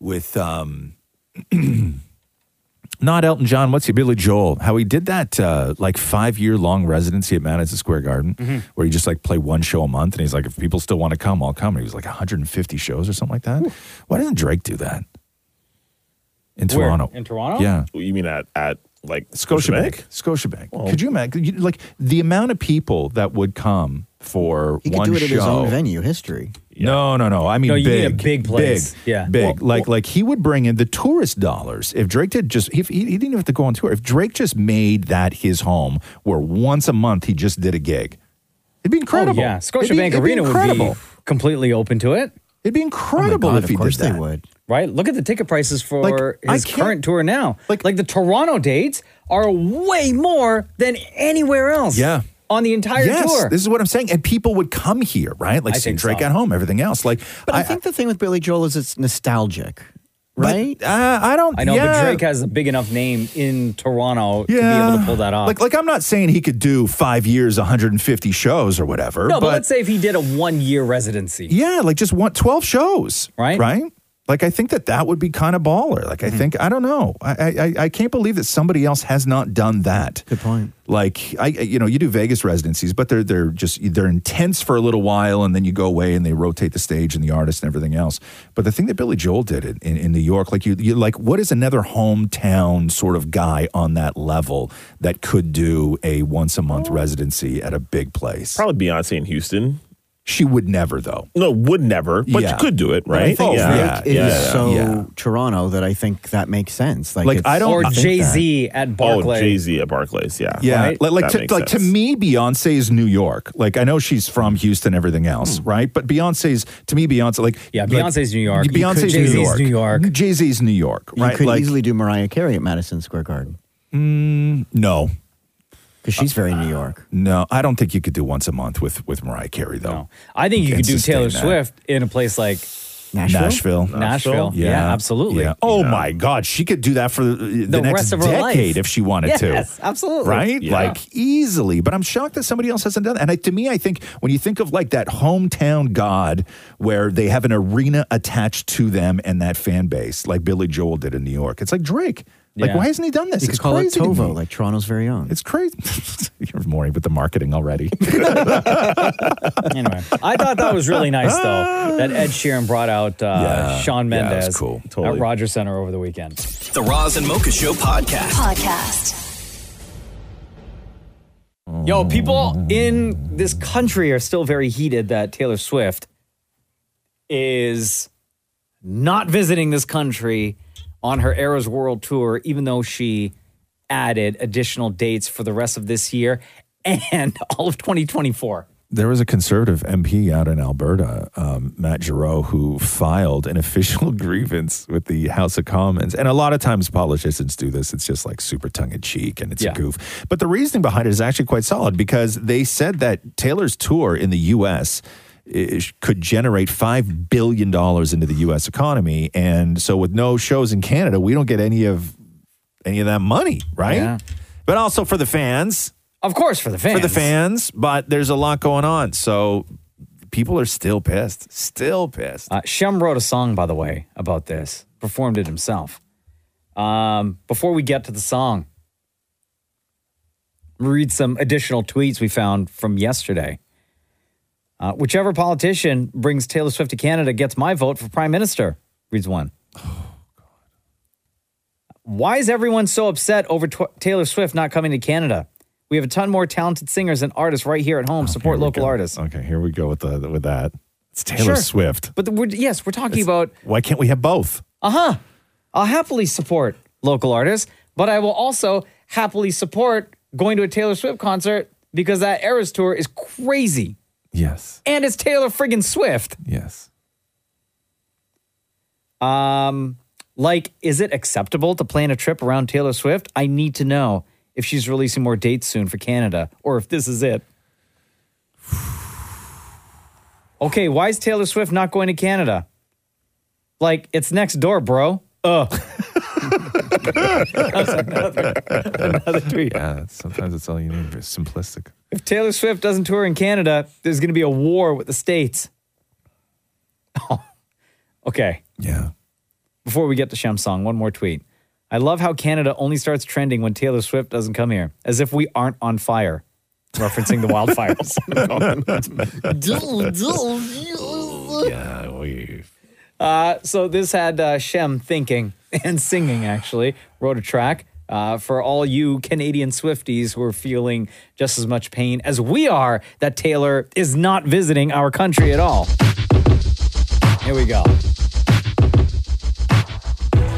Speaker 6: with um, [CLEARS THROAT] not Elton John. What's he? Billy Joel. How he did that uh, like five year long residency at Madison Square Garden,
Speaker 27: Mhm.
Speaker 6: where he just like play one show a month, and he's like, if people still want to come, I'll come. And he was like 150 shows or something like that. Why doesn't Drake do that in
Speaker 3: Where?
Speaker 6: Toronto?
Speaker 3: In Toronto?
Speaker 6: yeah.
Speaker 3: You mean at at like
Speaker 6: Scotiabank.
Speaker 3: Scotiabank?
Speaker 6: Scotiabank. Could you imagine? you- Like the amount of people that would come for
Speaker 7: He could
Speaker 6: one
Speaker 7: do it at
Speaker 6: show.
Speaker 7: his own venue. History.
Speaker 6: No, no, no. I mean,
Speaker 7: No,
Speaker 6: big,
Speaker 7: you need a big place.
Speaker 6: Big,
Speaker 7: Yeah.
Speaker 6: big.
Speaker 7: Well,
Speaker 6: like, like he would bring in the tourist dollars. If Drake did just, if he, he didn't even have to go on tour. If Drake just made that his home, where once a month he just did a gig, it'd be incredible.
Speaker 4: Oh, yeah.
Speaker 6: It'd be-
Speaker 4: Scotiabank
Speaker 6: it'd be
Speaker 4: Arena would be
Speaker 6: incredible.
Speaker 4: completely open to it.
Speaker 6: It'd be incredible
Speaker 13: Oh
Speaker 4: God,
Speaker 6: if he
Speaker 4: of course
Speaker 6: did
Speaker 4: they
Speaker 6: that.
Speaker 7: would.
Speaker 4: Right? Look at the ticket prices for
Speaker 6: Like, I
Speaker 4: his
Speaker 6: can't-
Speaker 4: current tour now. Like, like the Toronto dates are way more than anywhere else.
Speaker 6: Yeah.
Speaker 4: On the entire
Speaker 6: Yes,
Speaker 4: tour.
Speaker 6: this is what I'm saying. And people would come here, right? Like
Speaker 4: I
Speaker 6: see
Speaker 4: think
Speaker 6: Drake
Speaker 4: so.
Speaker 6: at home, everything else. Like,
Speaker 7: But I, think the thing with Billy Joel is it's nostalgic, right?
Speaker 6: uh, I don't.
Speaker 4: I know,
Speaker 6: yeah.
Speaker 4: but Drake has a big enough name in Toronto to
Speaker 6: Yeah.
Speaker 4: be able to pull that off.
Speaker 6: Like, like I'm not saying he could do five years, 150 shows or whatever.
Speaker 4: no, but,
Speaker 6: but,
Speaker 4: let's say if he did a one year residency.
Speaker 6: yeah, like just want 12 shows,
Speaker 4: right?
Speaker 6: Right. Like I think that that would be kind of baller. Like I think I don't know. I, I I- I can't believe that somebody else has not done that. Good
Speaker 7: point.
Speaker 6: Like I you know you do Vegas residencies, but they're they're just they're intense for a little while, and then you go away and they rotate the stage and the artist and everything else. But the thing that Billy Joel did in, in, in New York, like you you like what is another hometown sort of guy on that level that could do a once a month residency at a big place?
Speaker 3: Probably Beyonce in Houston.
Speaker 6: She would never though.
Speaker 3: No, would never. But you could do it,
Speaker 7: But I
Speaker 3: right?
Speaker 7: think Drake is
Speaker 3: yeah.
Speaker 7: so
Speaker 3: Yeah.
Speaker 7: Toronto that I think that makes sense. Like, it's-
Speaker 4: Or
Speaker 7: think
Speaker 4: Jay
Speaker 7: that.
Speaker 4: Z at Barclay.
Speaker 3: Oh, Jay Z at Barclays. Yeah.
Speaker 6: Yeah,
Speaker 3: Right?
Speaker 6: like like
Speaker 3: That
Speaker 6: to,
Speaker 3: makes
Speaker 6: like to
Speaker 3: sense.
Speaker 6: me, Beyonce is New York. Like I know she's from Houston, everything else, right? But Beyonce's to me, Beyonce like
Speaker 4: Hmm. Yeah,
Speaker 6: like-
Speaker 4: Beyonce's New York. You could-
Speaker 6: Beyonce's
Speaker 4: Jay-Z's
Speaker 6: New York.
Speaker 4: New York.
Speaker 6: Jay Z's New York.
Speaker 7: You
Speaker 6: Right?
Speaker 7: could
Speaker 6: like,
Speaker 7: easily do Mariah Carey at Madison Square Garden.
Speaker 6: Mm, no, Uh,
Speaker 7: because she's very New York.
Speaker 6: No, I don't think you could do once a month with with Mariah Carey though.
Speaker 4: I think you
Speaker 6: Can't
Speaker 4: could do
Speaker 6: sustain
Speaker 4: Taylor
Speaker 6: that.
Speaker 4: Swift in a place like
Speaker 6: Nashville,
Speaker 4: Nashville. Yeah, absolutely.
Speaker 6: Yeah. Oh my God, she could do that for the, the next
Speaker 4: rest of her life.
Speaker 6: decade if she wanted to.
Speaker 4: Yes, absolutely.
Speaker 6: Right?
Speaker 4: Yeah.
Speaker 6: Like easily. But I'm shocked that somebody else hasn't done that. And I, to me, I think when you think of like that hometown god where they have an arena attached to them and that fan base, like Billy Joel did in New York, it's like Drake. Like,
Speaker 7: Yeah.
Speaker 6: why hasn't he done this?
Speaker 7: You
Speaker 6: it's
Speaker 7: could call
Speaker 6: crazy
Speaker 7: it
Speaker 6: to me.
Speaker 7: Tovo, like Toronto's very own.
Speaker 6: It's crazy. [LAUGHS] You're morning with the marketing already.
Speaker 4: [LAUGHS] anyway, I thought that was really nice though that Ed Sheeran brought out uh,
Speaker 1: Yeah.
Speaker 4: Sean
Speaker 1: Yeah, that was
Speaker 4: Mendes
Speaker 1: cool.
Speaker 4: at
Speaker 1: Totally.
Speaker 4: Rogers Center over the weekend.
Speaker 1: The Roz and Mocha Show podcast.
Speaker 9: Podcast.
Speaker 4: Yo, people in this country are still very heated that Taylor Swift is not visiting this country on her Eras World Tour, even though she added additional dates for the rest of this year and [LAUGHS] all of 2024.
Speaker 6: There was a conservative MP out in Alberta, um, Matt Giroux, who filed an [LAUGHS] official grievance with the House of Commons. And a lot of times politicians do this. It's just like super tongue in cheek and it's a goof. But the reasoning behind it is actually quite solid because they said that Taylor's tour in the U.S. is- could generate $5 billion into the U.S. economy. And so with no shows in Canada, we don't get any of any of that money, right?
Speaker 4: Yeah.
Speaker 6: But also for the fans.
Speaker 4: Of course, for the fans.
Speaker 6: For the fans, but there's a lot going on. So people are still pissed. Still pissed.
Speaker 4: Uh, Shem wrote a song, by the way, about this, performed it himself. Um, before we get to the song, read some additional tweets we found from yesterday. Uh, whichever politician brings Taylor Swift to Canada gets my vote for prime minister, reads one. Why is everyone so upset over tw- Taylor Swift not coming to Canada? We have a ton more talented singers and artists right here at home. Support local artists.
Speaker 6: Okay, here we go with the with that. It's Taylor
Speaker 4: Sure.
Speaker 6: Swift.
Speaker 4: But we're, yes, we're talking about
Speaker 6: Why can't we have both?
Speaker 4: Uh huh. I'll happily support local artists, but I will also happily support going to a Taylor Swift concert because that Eras tour is crazy.
Speaker 6: Yes.
Speaker 4: And it's Taylor friggin' Swift.
Speaker 6: Yes.
Speaker 4: Um, like, is it acceptable to plan a trip around Taylor Swift? I need to know if she's releasing more dates soon for Canada or if this is it. [SIGHS] Okay, why is Taylor Swift not going to Canada? Like, it's next door, bro. Ugh. [LAUGHS] That's another, another tweet.
Speaker 6: Yeah, sometimes it's all you need. It's simplistic.
Speaker 4: If Taylor Swift doesn't tour in Canada, there's going to be a war with the states. [LAUGHS] okay.
Speaker 6: Yeah.
Speaker 4: Before we get to Shem Song, one more tweet. I love how Canada only starts trending when Taylor Swift doesn't come here, as if we aren't on fire, referencing the wildfires. [LAUGHS]
Speaker 6: yeah, we.
Speaker 4: Uh, so this had uh, Shem thinking [LAUGHS] and singing. Actually, wrote a track uh, for all you Canadian Swifties who are feeling just as much pain as we are that Taylor is not visiting our country at all. Here we go.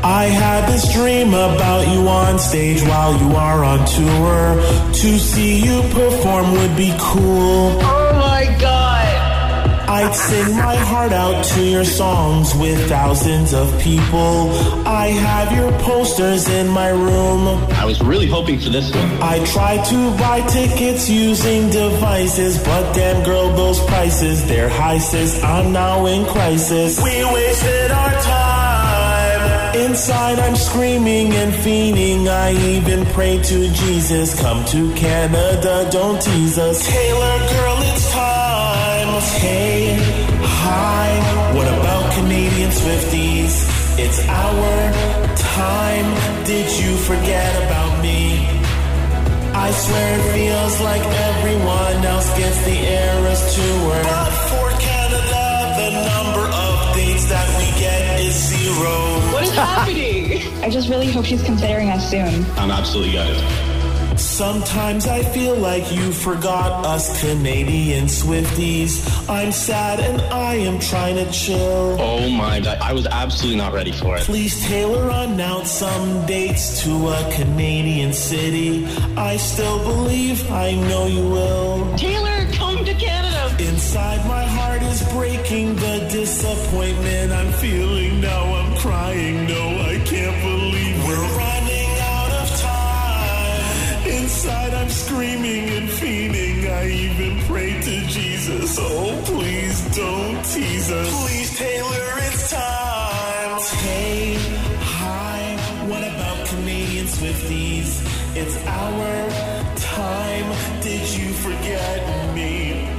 Speaker 27: I had this dream about you on stage while you are on tour. To see you perform would be cool.
Speaker 11: Oh my god!
Speaker 27: I'd sing my heart out to your songs with thousands of people. I have your posters in my room.
Speaker 24: I was really hoping for this one.
Speaker 27: I tried to buy tickets using devices, but damn girl, those prices, they're high sis. I'm now in crisis. We wasted our time. Inside, I'm screaming and fiending. I even pray to Jesus. Come to Canada, don't tease us. Taylor, girl, it's time. Hey, hi. What about Canadian Swifties? It's our time. Did you forget about me? I swear it feels like everyone else gets the Eras tour. But for Canada, the number of dates that we get is zero.
Speaker 25: [LAUGHS] What is happening? I just really hope she's considering us soon.
Speaker 27: I'm absolutely gutted. Sometimes I feel like you forgot us Canadian Swifties. I'm sad and I am trying to chill.
Speaker 24: Oh my god, I was absolutely not ready for it.
Speaker 27: Please, Taylor, announce some dates to a Canadian city. I still believe, I know you will. Taylor, come to Canada! Inside my heart is breaking the disappointment I'm feeling. Now I'm crying, no, I can't believe we're running out of time. Inside I'm screaming and fiending, I even prayed to Jesus. Oh, please don't tease us. Please, Taylor, it's time. Hey, hi, what about Canadian Swifties? It's our time. Did you forget me?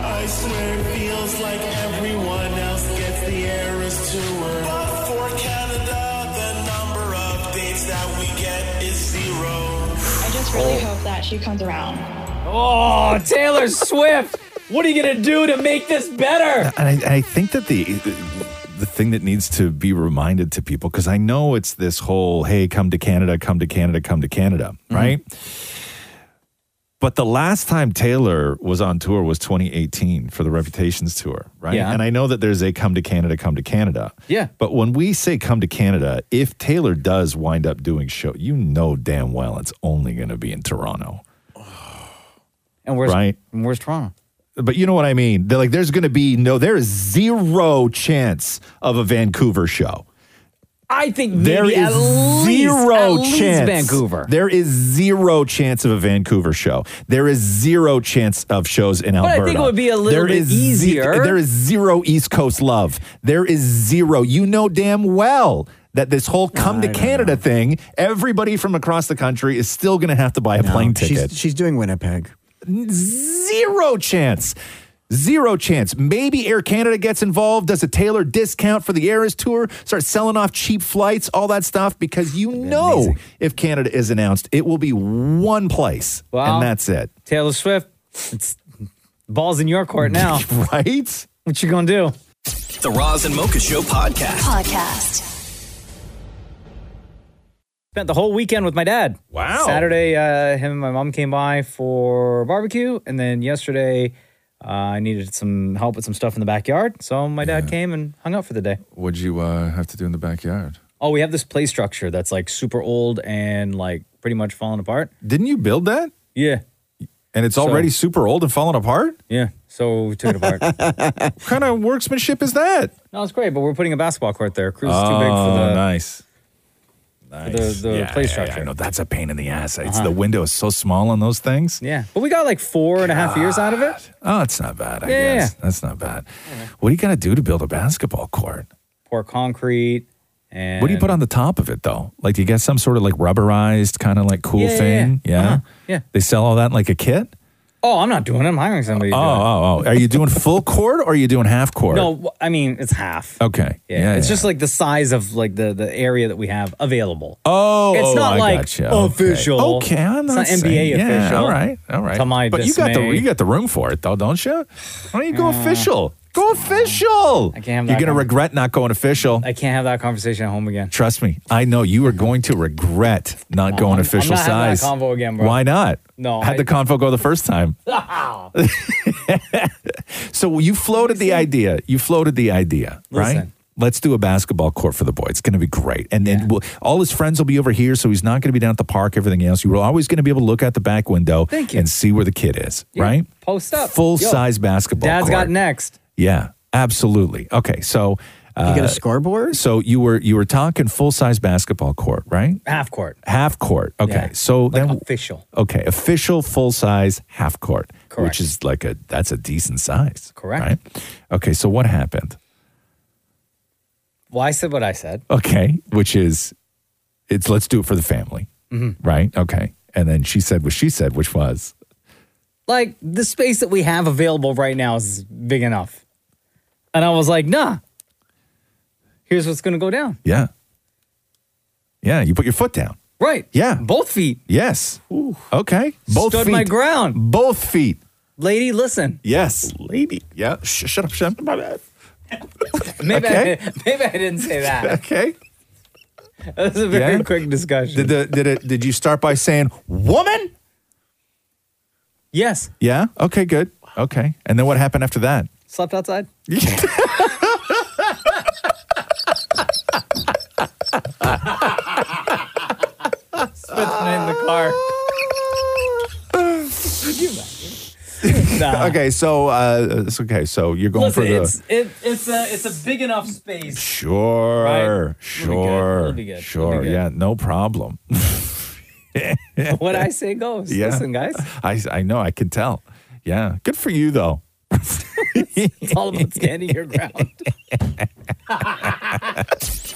Speaker 27: I swear it feels like everyone else gets the Eras tour. But for Canada, the number of dates that we get is zero.
Speaker 25: I just really hope that she comes around.
Speaker 4: Oh, Taylor Swift. What are you going to do to make this better?
Speaker 6: And I, and I think that the the thing that needs to be reminded to people because I know it's this whole hey come to Canada come to Canada come to Canada
Speaker 3: [LAUGHS]
Speaker 6: right. But the last time Taylor was on tour was 2018 for the Reputations tour, right?
Speaker 4: Yeah.
Speaker 6: And I know that there's a come to Canada, come to Canada.
Speaker 4: Yeah.
Speaker 6: But when we say come to Canada, if Taylor does wind up doing show, you know damn well it's only going to be in Toronto.
Speaker 4: [SIGHS] And where's
Speaker 6: right?
Speaker 4: And where's Toronto?
Speaker 6: But you know what I mean. They're like, there's going to be no, there is zero chance of a Vancouver show.
Speaker 4: I think maybe
Speaker 6: There is
Speaker 4: at least-
Speaker 6: zero
Speaker 4: at least
Speaker 6: chance.
Speaker 4: Vancouver.
Speaker 6: There is zero chance of a Vancouver show. There is zero chance of shows in
Speaker 4: But I
Speaker 6: Alberta.
Speaker 4: think it would be a little
Speaker 6: There
Speaker 4: bit
Speaker 6: is ze-
Speaker 4: easier.
Speaker 6: there is zero East Coast love. There is zero. You know damn well that this whole come to Canada thing, everybody from across the country is still going to have to buy a plane ticket.
Speaker 7: She's doing Winnipeg.
Speaker 6: Zero chance. Zero chance. Maybe Air Canada gets involved, does a Taylor discount for the Eras tour, starts selling off cheap flights, all that stuff, because you know if Canada is announced, it will be one place.
Speaker 4: Well,
Speaker 6: and that's it.
Speaker 4: Taylor Swift. It's balls in your court now,
Speaker 6: [LAUGHS] right?
Speaker 4: What you gonna do?
Speaker 1: The Roz and Mocha Show podcast.
Speaker 9: Podcast.
Speaker 4: Spent the whole weekend with my dad.
Speaker 1: Wow.
Speaker 4: Saturday, uh, him and my mom came by for barbecue, and then yesterday, uh, I needed some help with some stuff in the backyard, so my dad came and hung out for the day.
Speaker 6: What'd you uh, have to do in the backyard?
Speaker 4: Oh, we have this play structure that's like super old and like pretty much falling apart.
Speaker 6: Didn't you build that?
Speaker 4: Yeah.
Speaker 6: And it's
Speaker 4: So-
Speaker 6: already super old and falling apart?
Speaker 4: Yeah. So we took it apart.
Speaker 6: [LAUGHS] what kind of workmanship is that? Oh,
Speaker 4: No, it's great, but we're putting a basketball court there. Cruise is too big for the.
Speaker 6: nice.
Speaker 4: Nice. the play
Speaker 6: I
Speaker 4: structure.
Speaker 6: know that's a pain in the ass. It's
Speaker 4: Uh-huh.
Speaker 6: the window is so small on those things.
Speaker 4: Yeah, but we got like four and a half years out of it.
Speaker 6: Oh, it's not bad. I
Speaker 4: Yeah,
Speaker 6: guess
Speaker 4: yeah.
Speaker 6: that's not bad. What do you got to do to build a basketball court?
Speaker 4: Pour concrete and.
Speaker 6: what do you put on the top of it though? Like, do you get some sort of like rubberized kind of like cool
Speaker 4: Yeah, yeah,
Speaker 6: thing?
Speaker 4: yeah. Uh-huh. Yeah.
Speaker 6: They sell all that in, like a kit.
Speaker 4: Oh, I'm not doing it. I'm hiring somebody. to
Speaker 6: oh,
Speaker 4: do it.
Speaker 6: oh, oh. Are you doing full court or are you doing half court?
Speaker 4: No, w- I mean it's half.
Speaker 6: Okay.
Speaker 4: Yeah, it's just like the size of like the the area that we have available.
Speaker 6: Oh,
Speaker 4: it's
Speaker 6: oh,
Speaker 4: not
Speaker 6: I
Speaker 4: like
Speaker 6: gotcha.
Speaker 4: official.
Speaker 6: Okay, okay I'm
Speaker 4: It's
Speaker 6: not
Speaker 4: not NBA
Speaker 6: saying- yeah,
Speaker 4: official.
Speaker 6: All right, all right.
Speaker 4: To my
Speaker 6: but you got the
Speaker 4: dismay.
Speaker 6: you got the room for it though, don't you? Why don't you go
Speaker 4: Uh,
Speaker 6: official? Go official. I
Speaker 4: can't have that
Speaker 6: You're gonna
Speaker 4: con-
Speaker 6: regret not going official.
Speaker 4: I can't have that conversation at home again. Uh-huh.
Speaker 6: Trust me, I know you are going to regret not going
Speaker 4: I'm- I'm
Speaker 6: official
Speaker 4: not having that
Speaker 6: size.
Speaker 4: convo again, bro.
Speaker 6: Why not?
Speaker 4: No,
Speaker 6: had
Speaker 4: I-
Speaker 6: the convo go the first time. so you floated the idea. You floated the idea, right?
Speaker 4: Listen.
Speaker 6: Let's do a basketball court for the boy. It's going to be great. And then we'll, all his friends will be over here, so he's not going to be down at the park, everything else. You were always going to be able to look out the back window
Speaker 4: Thank you.
Speaker 6: and see where the kid is,
Speaker 4: Yeah.
Speaker 6: right?
Speaker 4: Post up.
Speaker 6: Full
Speaker 4: Yo,
Speaker 6: size basketball
Speaker 4: Dad's
Speaker 6: court.
Speaker 4: got next.
Speaker 6: Yeah, absolutely. Okay, so uh,
Speaker 4: get a
Speaker 6: scoreboard. So you were you were talking full size basketball court, right?
Speaker 4: Half court.
Speaker 6: Half court. Okay,
Speaker 4: Yeah.
Speaker 6: so then
Speaker 4: official.
Speaker 6: Okay, official full size half court, which is like a that's a decent size.
Speaker 4: Correct.
Speaker 6: Right? Okay, so what happened?
Speaker 4: Well, I said what I said.
Speaker 6: Okay, which is it's let's do it for the family,
Speaker 4: Mhm.
Speaker 6: right? Okay, and then she said what she said, which was
Speaker 4: Like the space that we have available right now is big enough. And I was like, nah. Here's what's gonna go down.
Speaker 6: yeah, yeah. You put your foot down.
Speaker 4: Right.
Speaker 6: Yeah.
Speaker 4: Both feet.
Speaker 6: Yes. Okay. Both
Speaker 4: Stood
Speaker 6: feet.
Speaker 4: my ground.
Speaker 6: Both feet.
Speaker 4: Lady, listen.
Speaker 6: Yes. Lady. Yeah. Sh- shut up. Shut up. My bad.
Speaker 4: Maybe
Speaker 6: Okay.
Speaker 4: I, [LAUGHS] maybe I didn't
Speaker 6: [LAUGHS]
Speaker 4: say that.
Speaker 6: okay.
Speaker 4: [LAUGHS] That was a very
Speaker 6: Yeah?
Speaker 4: quick discussion.
Speaker 6: Did the, did it? Did you start by saying woman?
Speaker 4: Yes.
Speaker 6: Yeah. Okay. Good. Okay. And then what happened after
Speaker 4: [LAUGHS]
Speaker 6: that?
Speaker 4: Slept outside. Spent the night in the car.
Speaker 6: [LAUGHS]
Speaker 4: Nah.
Speaker 6: okay. So uh, it's okay. So you're going
Speaker 4: Listen,
Speaker 6: for the
Speaker 4: it's it, it's a it's a big enough space.
Speaker 6: sure, sure,
Speaker 4: It'll be good. It'll be
Speaker 6: sure.
Speaker 4: good.
Speaker 6: Yeah. No
Speaker 4: [LAUGHS]
Speaker 6: problem.
Speaker 4: what I say goes.
Speaker 6: Yeah.
Speaker 4: Listen, guys,
Speaker 6: I I know. I can tell. Yeah. Good for you though.
Speaker 4: it's all about standing your ground.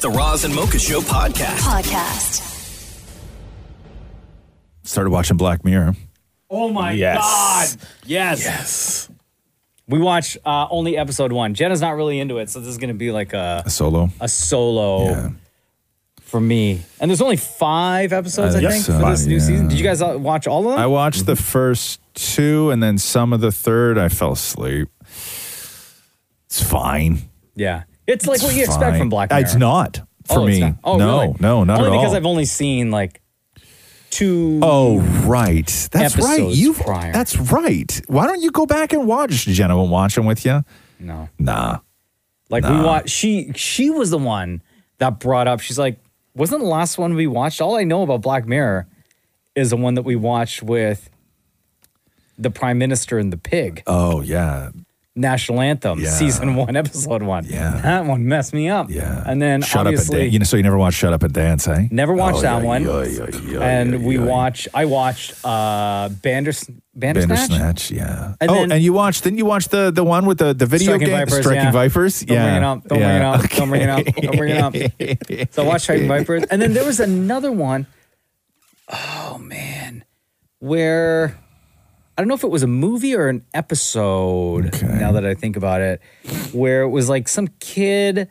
Speaker 1: The Roz and Mocha Show podcast.
Speaker 4: [LAUGHS]
Speaker 9: Podcast.
Speaker 6: Started watching Black Mirror.
Speaker 4: Oh my
Speaker 6: Yes.
Speaker 4: god! Yes. Yes. We watch uh, only episode one. Jenna's not really into it, so this is going to be like a
Speaker 6: A solo.
Speaker 4: a solo for me. And there's only five episodes,
Speaker 6: I
Speaker 4: I,
Speaker 6: think
Speaker 4: think,
Speaker 6: so.
Speaker 4: for this new
Speaker 6: Yeah.
Speaker 4: season. Did you guys all watch all of them?
Speaker 6: I watched the
Speaker 4: Mm-hmm.
Speaker 6: first two and then some of the third. I fell asleep. It's fine.
Speaker 4: yeah, it's like what you expect
Speaker 6: fine.
Speaker 4: from Black Mirror.
Speaker 6: It's not for
Speaker 4: Oh,
Speaker 6: me.
Speaker 4: it's not. Oh,
Speaker 6: no,
Speaker 4: really?
Speaker 6: no, not
Speaker 4: only
Speaker 6: at all.
Speaker 4: because I've only seen like two.
Speaker 6: Oh right, that's right.
Speaker 4: episodes
Speaker 6: You
Speaker 4: prior.
Speaker 6: that's right. Why don't you go back and watch? Jenna will watch them with you.
Speaker 4: No.
Speaker 6: Nah.
Speaker 4: Like
Speaker 6: Nah.
Speaker 4: we watched. She she was the one that brought up. She's like, wasn't the last one we watched? All I know about Black Mirror is the one that we watched with the Prime Minister and the Pig.
Speaker 6: Oh yeah.
Speaker 4: National Anthem,
Speaker 6: Yeah.
Speaker 4: season one, episode one. Yeah, that one messed me up. Yeah, and then
Speaker 6: Shut up and
Speaker 4: obviously
Speaker 6: dance. You know, so you never watched Shut Up and Dance, eh?
Speaker 4: never watched
Speaker 6: Oh,
Speaker 4: that
Speaker 6: yeah,
Speaker 4: one.
Speaker 6: yeah,
Speaker 4: and we watch. I watched uh, Banders- Bandersnatch.
Speaker 6: Bandersnatch, yeah.
Speaker 4: And
Speaker 6: oh,
Speaker 4: then-
Speaker 6: and you watched? Didn't you watch the the one with the the video
Speaker 4: Striking
Speaker 6: game,
Speaker 4: Vipers,
Speaker 6: Striking
Speaker 4: yeah.
Speaker 6: Vipers?
Speaker 4: Don't bring it up. Don't bring it up. Don't bring it up. Don't bring it
Speaker 6: up.
Speaker 4: So I watched
Speaker 6: [LAUGHS]
Speaker 4: Striking Vipers, and then there was another one. Oh man, where I don't know if it was a movie or an episode. Now that I think about it, where it was like some kid,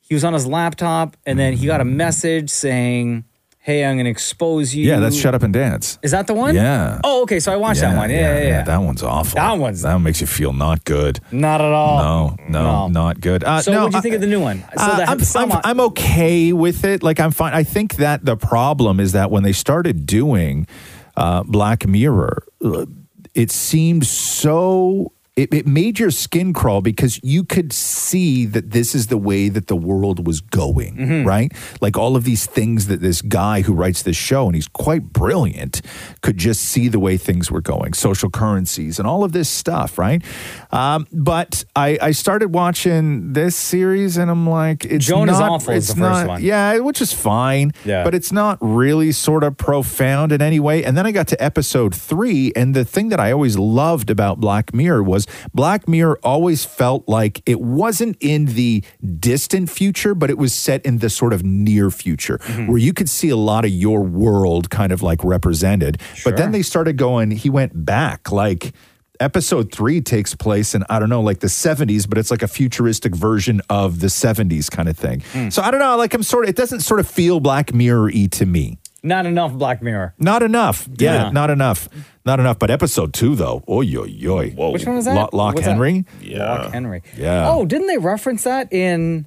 Speaker 4: he was on his laptop, and then he got a
Speaker 6: Mm-hmm.
Speaker 4: message saying, "Hey, I'm going to expose you."
Speaker 6: Yeah, that's Shut Up and Dance.
Speaker 4: Is that the one?
Speaker 6: Yeah.
Speaker 4: Oh, okay. So I watched that one. Yeah, yeah, yeah.
Speaker 6: That one's awful.
Speaker 4: That one's-
Speaker 6: that one makes you feel not good.
Speaker 4: Not at all.
Speaker 6: No, no, not good. Uh,
Speaker 4: so
Speaker 6: no,
Speaker 4: what do you
Speaker 6: I-
Speaker 4: think of the new one? So
Speaker 6: Uh,
Speaker 4: that
Speaker 6: I'm, I'm, I'm okay with it. Like I'm fine. I think that the problem is that when they started doing uh, Black Mirror, uh, it seemed so it, it made your skin crawl because you could see that this is the way that the world was going,
Speaker 4: Mm-hmm.
Speaker 6: right? Like all of these things that this guy who writes this show, and he's quite brilliant, could just see the way things were going, social currencies and all of this stuff, right? Um, but I, I started watching this series and I'm like, it's
Speaker 4: Joan is
Speaker 6: not,
Speaker 4: awful is
Speaker 6: it's
Speaker 4: the first
Speaker 6: not,
Speaker 4: one.
Speaker 6: yeah, which is fine.
Speaker 4: Yeah.
Speaker 6: But it's not really sort of profound in any way. And then I got to episode three, and the thing that I always loved about Black Mirror was Black Mirror always felt like it wasn't in the distant future, but it was set in the sort of near future where you could see a lot of your world kind of like represented. But then they started going, he went back like episode three takes place in I don't know, like the seventies, but it's like a futuristic version of the seventies kind of thing. So I don't know, like I'm sort of it doesn't sort of feel Black Mirror y to me.
Speaker 4: Not enough Black Mirror.
Speaker 6: Not enough. Yeah,
Speaker 4: Yeah.
Speaker 6: not enough. Not enough. But episode two though, oy oy oy. Whoa.
Speaker 4: Which one was that?
Speaker 6: Lock, Lock
Speaker 4: What's that?
Speaker 6: Henry.
Speaker 4: Yeah. Lock Henry.
Speaker 6: Yeah.
Speaker 4: Oh, didn't they reference that in?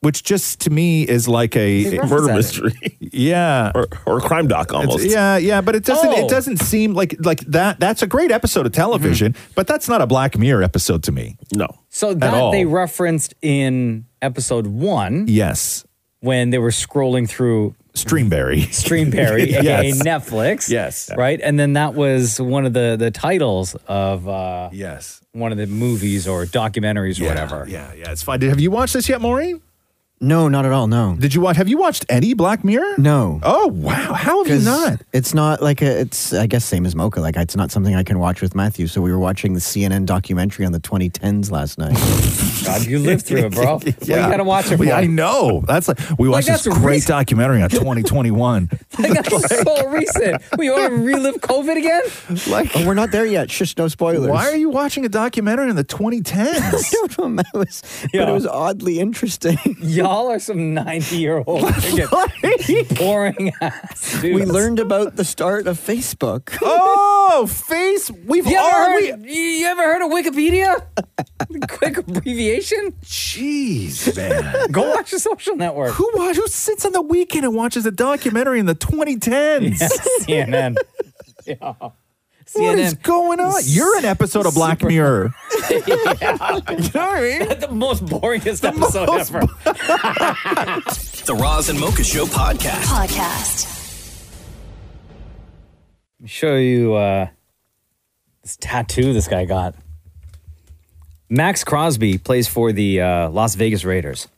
Speaker 6: Which just to me is like a
Speaker 4: They reference Murder that. mystery.
Speaker 6: yeah,
Speaker 3: or, or a crime doc almost.
Speaker 6: yeah, yeah, but it doesn't.
Speaker 3: Oh.
Speaker 6: It doesn't seem like like that. That's a great episode of television, but that's not a Black Mirror episode to me.
Speaker 3: Mm-hmm. No,
Speaker 4: So that they referenced in episode one.
Speaker 6: Yes.
Speaker 4: When they were scrolling through
Speaker 6: Streamberry. [LAUGHS]
Speaker 4: Streamberry, aka
Speaker 6: Yes.
Speaker 4: Netflix.
Speaker 6: Yes.
Speaker 4: Right? And then that was one of the the titles of uh
Speaker 6: Yes.
Speaker 4: one of the movies or documentaries or whatever.
Speaker 6: Yeah, yeah. It's fine. Have you watched this yet, Maureen?
Speaker 7: No, not at all. No.
Speaker 6: Did you watch? Have you watched any Black Mirror?
Speaker 7: No.
Speaker 6: Oh wow! How have you not?
Speaker 7: It's not like a. It's I guess same as Mocha. Like it's not something I can watch with Matthew. So we were watching the CNN documentary on the 2010s last night.
Speaker 4: God, you lived through
Speaker 6: [LAUGHS]
Speaker 4: it, bro. What you
Speaker 6: Yeah.
Speaker 4: gotta watch it
Speaker 6: We-
Speaker 4: for?
Speaker 6: I know. That's like we watched
Speaker 4: that's
Speaker 6: this
Speaker 4: a
Speaker 6: great documentary on 2021.
Speaker 4: [LAUGHS] Like, that's so recent. We want to relive COVID again?
Speaker 6: like
Speaker 7: oh, we're not there yet. Shush, no spoilers.
Speaker 6: Why are you watching a documentary in the
Speaker 7: [LAUGHS]
Speaker 6: 2010s?
Speaker 7: It was, but
Speaker 4: Yeah.
Speaker 7: it was oddly interesting.
Speaker 4: Y'all are some 90 year old
Speaker 6: [LAUGHS]
Speaker 4: boring ass dudes.
Speaker 7: we learned about the start of Facebook.
Speaker 6: Oh, face. We've
Speaker 4: you ever,
Speaker 7: already-
Speaker 4: heard, you- you ever heard of Wikipedia? [LAUGHS] Quick abbreviation?
Speaker 6: Jeez, man.
Speaker 4: Go watch the social network.
Speaker 6: Who wa- who sits on the weekend and watches a documentary in the 2010s?
Speaker 4: [LAUGHS] [LAUGHS] Yeah, CNN. Yeah.
Speaker 6: What is going on? You're an episode of Black Mirror.
Speaker 4: the most boringest episode ever.
Speaker 1: The Roz and Mocha Show
Speaker 4: [LAUGHS]
Speaker 1: podcast.
Speaker 9: Podcast.
Speaker 4: me show you uh, this tattoo this guy got. Max Crosby plays for the uh, Las Vegas Raiders.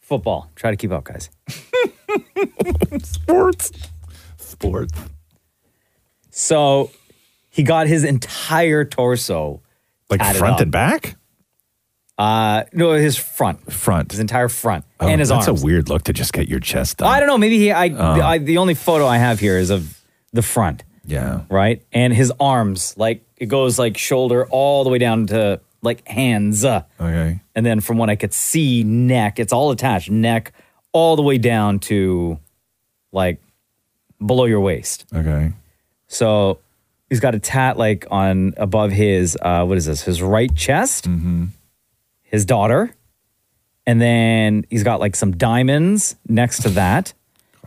Speaker 4: Football. Try to keep up, guys.
Speaker 27: [LAUGHS]
Speaker 6: Sports. Sports.
Speaker 4: So he got his entire torso,
Speaker 6: Like
Speaker 4: tatted
Speaker 6: front
Speaker 4: up.
Speaker 6: and back?
Speaker 4: Uh, no, his front,
Speaker 6: front,
Speaker 4: his entire front,
Speaker 6: Oh,
Speaker 4: and his
Speaker 6: that's
Speaker 4: arms.
Speaker 6: a weird look to just get your chest done.
Speaker 4: I don't know. Maybe he. I,
Speaker 6: Oh.
Speaker 4: I. The only photo I have here is of the front.
Speaker 6: Yeah.
Speaker 4: Right. And his arms, like it goes like shoulder all the way down to like hands.
Speaker 6: Okay.
Speaker 4: And then from what I could see, neck. It's all attached, neck all the way down to like below your waist.
Speaker 6: Okay.
Speaker 4: So he's got a tat like on above his uh, what is this? His right chest.
Speaker 6: Mm-hmm.
Speaker 4: His daughter. And then he's got like some diamonds next to that.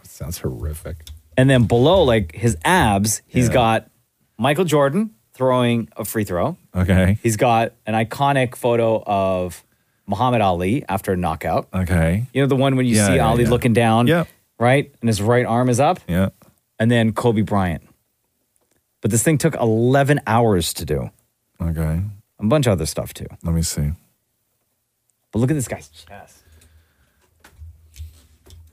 Speaker 6: Sounds horrific.
Speaker 4: And then below, like his abs, he's
Speaker 6: Yeah.
Speaker 4: got Michael Jordan throwing a free throw.
Speaker 6: Okay.
Speaker 4: He's got an iconic photo of Muhammad Ali after a knockout.
Speaker 6: Okay.
Speaker 4: You know, the one when you
Speaker 6: Yeah,
Speaker 4: see
Speaker 6: yeah,
Speaker 4: Ali
Speaker 6: yeah.
Speaker 4: looking down, right? And his right arm is up.
Speaker 6: Yeah.
Speaker 4: And then Kobe Bryant. But this thing took 11 hours to do.
Speaker 6: Okay.
Speaker 4: A bunch of other stuff too.
Speaker 6: Let me see.
Speaker 4: But look at this guy's chest.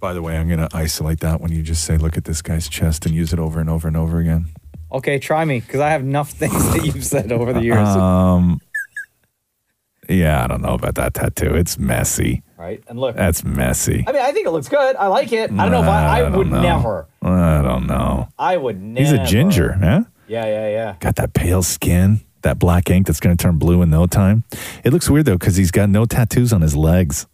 Speaker 6: By the way, I'm going to isolate that when you just say, look at this guy's chest and use it over and over and over again.
Speaker 4: Okay, try me because I have enough [LAUGHS] things that you've said over the years.
Speaker 6: Um, yeah, I don't know about that tattoo. It's messy.
Speaker 4: right? And look.
Speaker 6: That's messy.
Speaker 4: I mean, I think it looks good. I like it. I don't know if I, I,
Speaker 6: don't
Speaker 4: would
Speaker 6: know.
Speaker 4: never.
Speaker 6: I don't know.
Speaker 4: I would never.
Speaker 6: He's a ginger, huh?
Speaker 4: Yeah, yeah, yeah.
Speaker 6: Got that pale skin, that black ink that's going to turn blue in no time. It looks weird though because he's got no tattoos on his legs.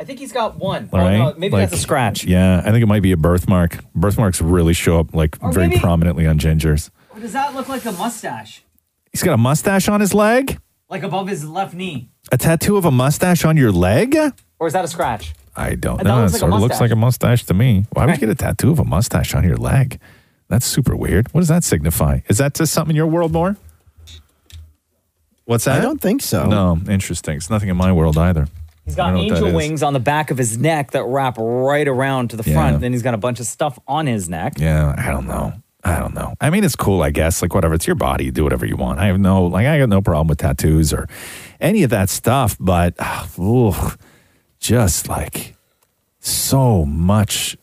Speaker 4: I think he's got one.
Speaker 6: All right,
Speaker 4: Oh, no, maybe
Speaker 6: Like,
Speaker 4: that's a scratch.
Speaker 6: Yeah, I think it might be a birthmark. Birthmarks really show up like
Speaker 4: Or
Speaker 6: very
Speaker 4: maybe-
Speaker 6: prominently on gingers.
Speaker 4: Or does that look like a mustache?
Speaker 6: He's got a mustache on his leg.
Speaker 4: Like above his left knee?
Speaker 6: A tattoo of a mustache on your leg?
Speaker 4: Or is that a scratch?
Speaker 6: I don't
Speaker 4: That
Speaker 6: know. It
Speaker 4: looks like a
Speaker 6: sort of looks
Speaker 4: mustache.
Speaker 6: like a mustache to me. Why would you get a tattoo of a mustache on your leg? That's super weird. What does that signify? Is that just something in your world more? What's that? I don't
Speaker 7: think so.
Speaker 6: No, interesting. It's nothing in my world either.
Speaker 4: He's
Speaker 6: I
Speaker 4: got
Speaker 6: don't know what that
Speaker 4: angel
Speaker 6: is.
Speaker 4: wings on the back of his neck that wrap right around to the front. Then he's got a bunch of stuff on his neck.
Speaker 6: Yeah, I don't know. I don't know. I mean, it's cool, I guess. Like, whatever. It's your body. You do whatever you want. I have no, like, I got no problem with tattoos or any of that stuff, but [SIGHS] ah, ugh, just like so much.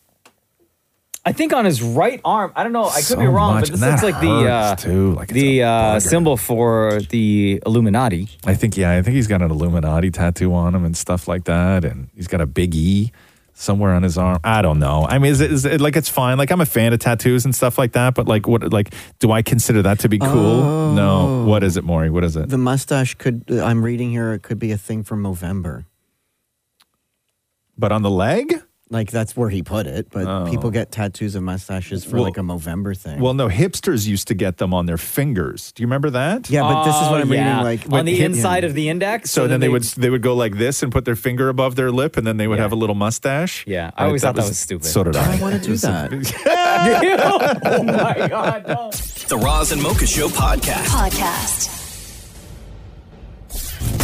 Speaker 4: I think on his right arm. I don't know. Oh, I could
Speaker 6: So
Speaker 4: be wrong,
Speaker 6: much.
Speaker 4: but this
Speaker 6: And
Speaker 4: looks
Speaker 6: that
Speaker 4: like the uh,
Speaker 6: hurts, too. Like,
Speaker 4: the uh, symbol for the Illuminati.
Speaker 6: I think, yeah, I think he's got an Illuminati tattoo on him and stuff like that. And he's got a big E somewhere on his arm. I don't know. I mean, is it, is it like it's fine? Like, I'm a fan of tattoos and stuff like that, but like, what, like, do I consider that to be cool? No.
Speaker 4: Oh.
Speaker 6: What is it, Maury? What is it?
Speaker 7: The mustache could, I'm reading here, it could be a thing from Movember.
Speaker 6: But on the leg? Oh.
Speaker 7: Like that's where he put it, but people get tattoos of mustaches for
Speaker 6: Well-
Speaker 7: like a Movember thing.
Speaker 6: Well, no, hipsters used to get them on their fingers. Do you remember that?
Speaker 7: Yeah, but this is what I'm reading. Like
Speaker 4: Oh, uh, on the inside of the index.
Speaker 6: So
Speaker 4: and
Speaker 6: then, they, would they would go like this and put their finger above their lip, and then they would have a little mustache. Yeah,
Speaker 4: I always thought that was stupid.
Speaker 6: So did I.
Speaker 4: I wanna
Speaker 7: do that.
Speaker 6: [LAUGHS]
Speaker 4: oh my god!
Speaker 1: The Roz and Mocha Show podcast.
Speaker 9: Podcast.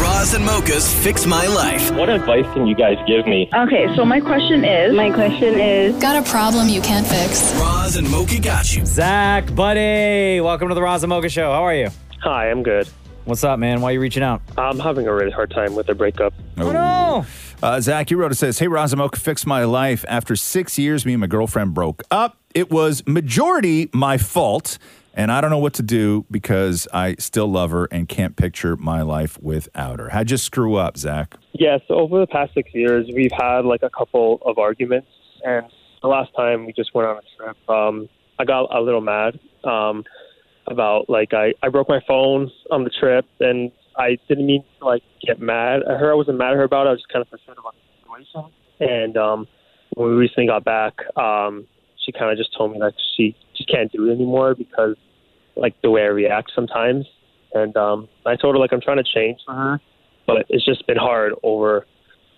Speaker 1: Roz and Mocha's Fix My Life.
Speaker 15: What advice can you guys give me?
Speaker 9: Okay, so my question is. My question is. Got a problem you can't fix?
Speaker 1: Roz and Mocha got you.
Speaker 4: Zach, buddy, welcome to the Raza Mocha Show. How are you?
Speaker 15: Hi, I'm good. Uh,
Speaker 4: What's up, man? Why are you reaching out?
Speaker 15: I'm having a really hard time with a breakup.
Speaker 6: Oh,
Speaker 4: no.
Speaker 6: Uh, Zach, you wrote it says, Hey, Razamoka, fix my life. After six years, me and my girlfriend broke up. It was majority my fault, and I don't know what to do because I still love her and can't picture my life without her. How'd you screw up, Zach?
Speaker 15: Yeah, so over the past six years, we've had like a couple of arguments, and the last time we just went on a trip, um, I got a little mad um, about like I, I broke my phone on the trip, and I didn't mean to like get mad at her. I wasn't mad at her about it. I was just kind of frustrated about the situation. And um, when we recently got back, um, she kind of just told me that she she can't do it anymore because like the way I react sometimes. And um, I told her like I'm trying to change for her, but it's just been hard over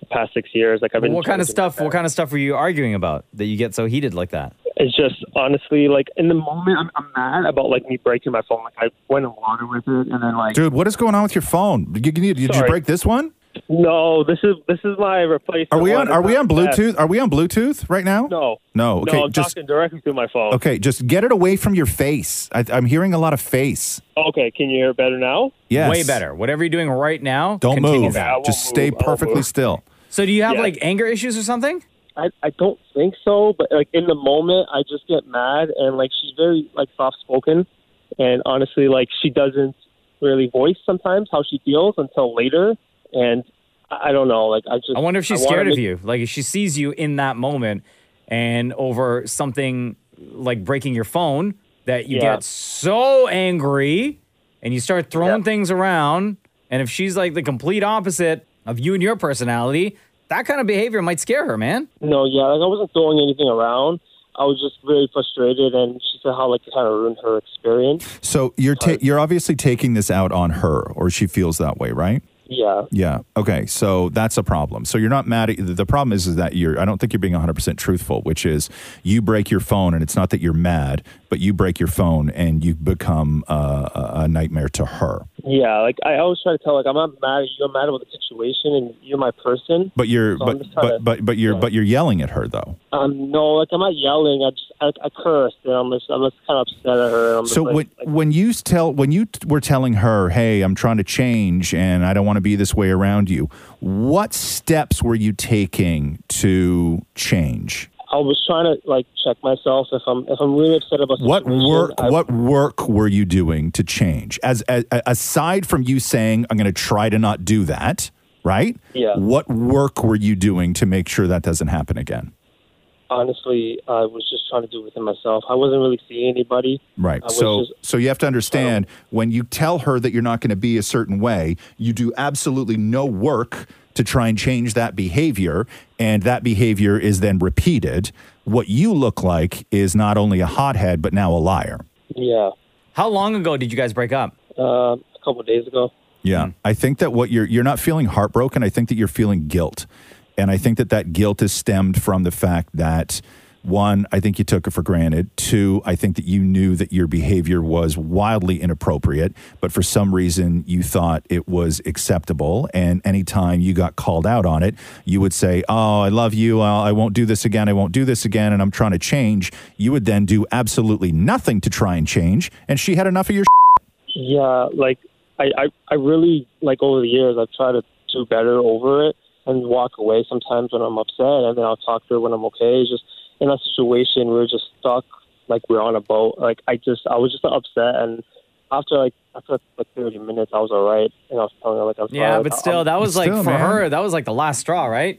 Speaker 15: the past six years. Like I've been.
Speaker 4: What kind of
Speaker 15: trying to-
Speaker 4: stuff? What kind of stuff were you arguing about that you get so heated like that?
Speaker 15: It's just honestly like in the moment I'm, I'm mad about like me breaking my phone. Like I went along with it, and then like
Speaker 6: Dude, what is going on with your phone? You, you need, did you
Speaker 15: Sorry.
Speaker 6: break this one?
Speaker 15: no, this is this is my replacement.
Speaker 6: Are we
Speaker 15: one.
Speaker 6: on?
Speaker 15: It's
Speaker 6: Are we
Speaker 15: not
Speaker 6: on
Speaker 15: the best.
Speaker 6: Bluetooth? Are we on Bluetooth right now?
Speaker 15: No.
Speaker 6: No. Okay.
Speaker 15: no, I'm
Speaker 6: just
Speaker 15: talking directly through my phone.
Speaker 6: okay. Just get it away from your face. I, I'm hearing a lot of face.
Speaker 15: Okay. Can you hear it better now?
Speaker 6: Yes.
Speaker 4: Way better. Whatever you're doing right now,
Speaker 6: Don't
Speaker 4: continue
Speaker 6: move.
Speaker 4: that.
Speaker 6: Just stay perfectly still.
Speaker 4: So do you have
Speaker 15: Yeah.
Speaker 4: like anger issues or something?
Speaker 15: I, I don't think so, but like in the moment, I just get mad and like she's very like soft spoken, and honestly, like she doesn't really voice sometimes how she feels until later, and I I don't know, like I just
Speaker 4: I wonder if she's
Speaker 15: wanna
Speaker 4: scared of
Speaker 15: make-
Speaker 4: you. Like if she sees you in that moment and over something like breaking your phone that you
Speaker 15: Yeah.
Speaker 4: get so angry and you start throwing things around. And if she's like the complete opposite of you and your personality, that kind of behavior might scare her, man.
Speaker 15: No, yeah, like I wasn't throwing anything around. I was just very frustrated, and she said how like it kind of ruined her experience.
Speaker 6: So you're ta- you're obviously taking this out on her, or she feels that way, right?
Speaker 15: Yeah.
Speaker 6: Yeah. Okay. So that's a problem. So you're not mad at the problem is, is that you're I don't think you're being 100% truthful, which is you break your phone and it's not that you're mad, but you break your phone and you become uh, a, a nightmare to her.
Speaker 15: Yeah, like I always try to tell, like I'm not mad at you. I'm mad about the situation, and you're my person.
Speaker 6: But you're
Speaker 15: So I'm
Speaker 6: but,
Speaker 15: just trying
Speaker 6: but
Speaker 15: to-
Speaker 6: but but you're but you're yelling at her though.
Speaker 15: Um, no, like I'm not yelling. I just I, I cursed, and I'm just I'm just kind of upset at her. I'm just
Speaker 6: So
Speaker 15: like,
Speaker 6: when when you tell when you t- were telling her, "Hey, I'm trying to change and I don't want to be this way around you." What steps were you taking to change?
Speaker 15: I was trying to like check myself if I'm if I'm really upset about
Speaker 6: What
Speaker 15: situation,
Speaker 6: work
Speaker 15: I-
Speaker 6: what work were you doing to change? As, as aside from you saying, "I'm going to try to not do that," right?
Speaker 15: Yeah.
Speaker 6: What work were you doing to make sure that doesn't happen again?
Speaker 15: honestly I was just trying to do within myself. I wasn't really seeing anybody.
Speaker 6: Right.
Speaker 15: I was
Speaker 6: So
Speaker 15: just-
Speaker 6: so you have to understand when you tell her that you're not going to be a certain way, you do absolutely no work to try and change that behavior and that behavior is then repeated. What you look like is not only a hothead but now a liar.
Speaker 15: yeah,
Speaker 4: How long ago did you guys break up?
Speaker 15: uh, a couple of days ago.
Speaker 6: Yeah. I think that what you're you're not feeling heartbroken, I think that you're feeling guilt. And I think that that guilt is stemmed from the fact that One, I think you took it for granted. Two, I think that you knew that your behavior was wildly inappropriate, but for some reason you thought it was acceptable. And anytime you got called out on it, you would say, Oh, I love you. I'll- I won't do this again. I won't do this again. And I'm trying to change. You would then do absolutely nothing to try and change. And she had enough of your.
Speaker 15: Yeah, like I, I, I really like over the years I've tried to do better over it and walk away sometimes when I'm upset and then I'll talk to her when I'm okay. It's just in that situation we we're just stuck like we we're on a boat. Like I just I was just upset and after like after like thirty minutes I was alright and I was telling her like Uh, I'm
Speaker 4: Yeah,
Speaker 15: sorry.
Speaker 4: but still, that was like
Speaker 6: Still,
Speaker 4: for
Speaker 6: man.
Speaker 4: her, that was like the last straw, right?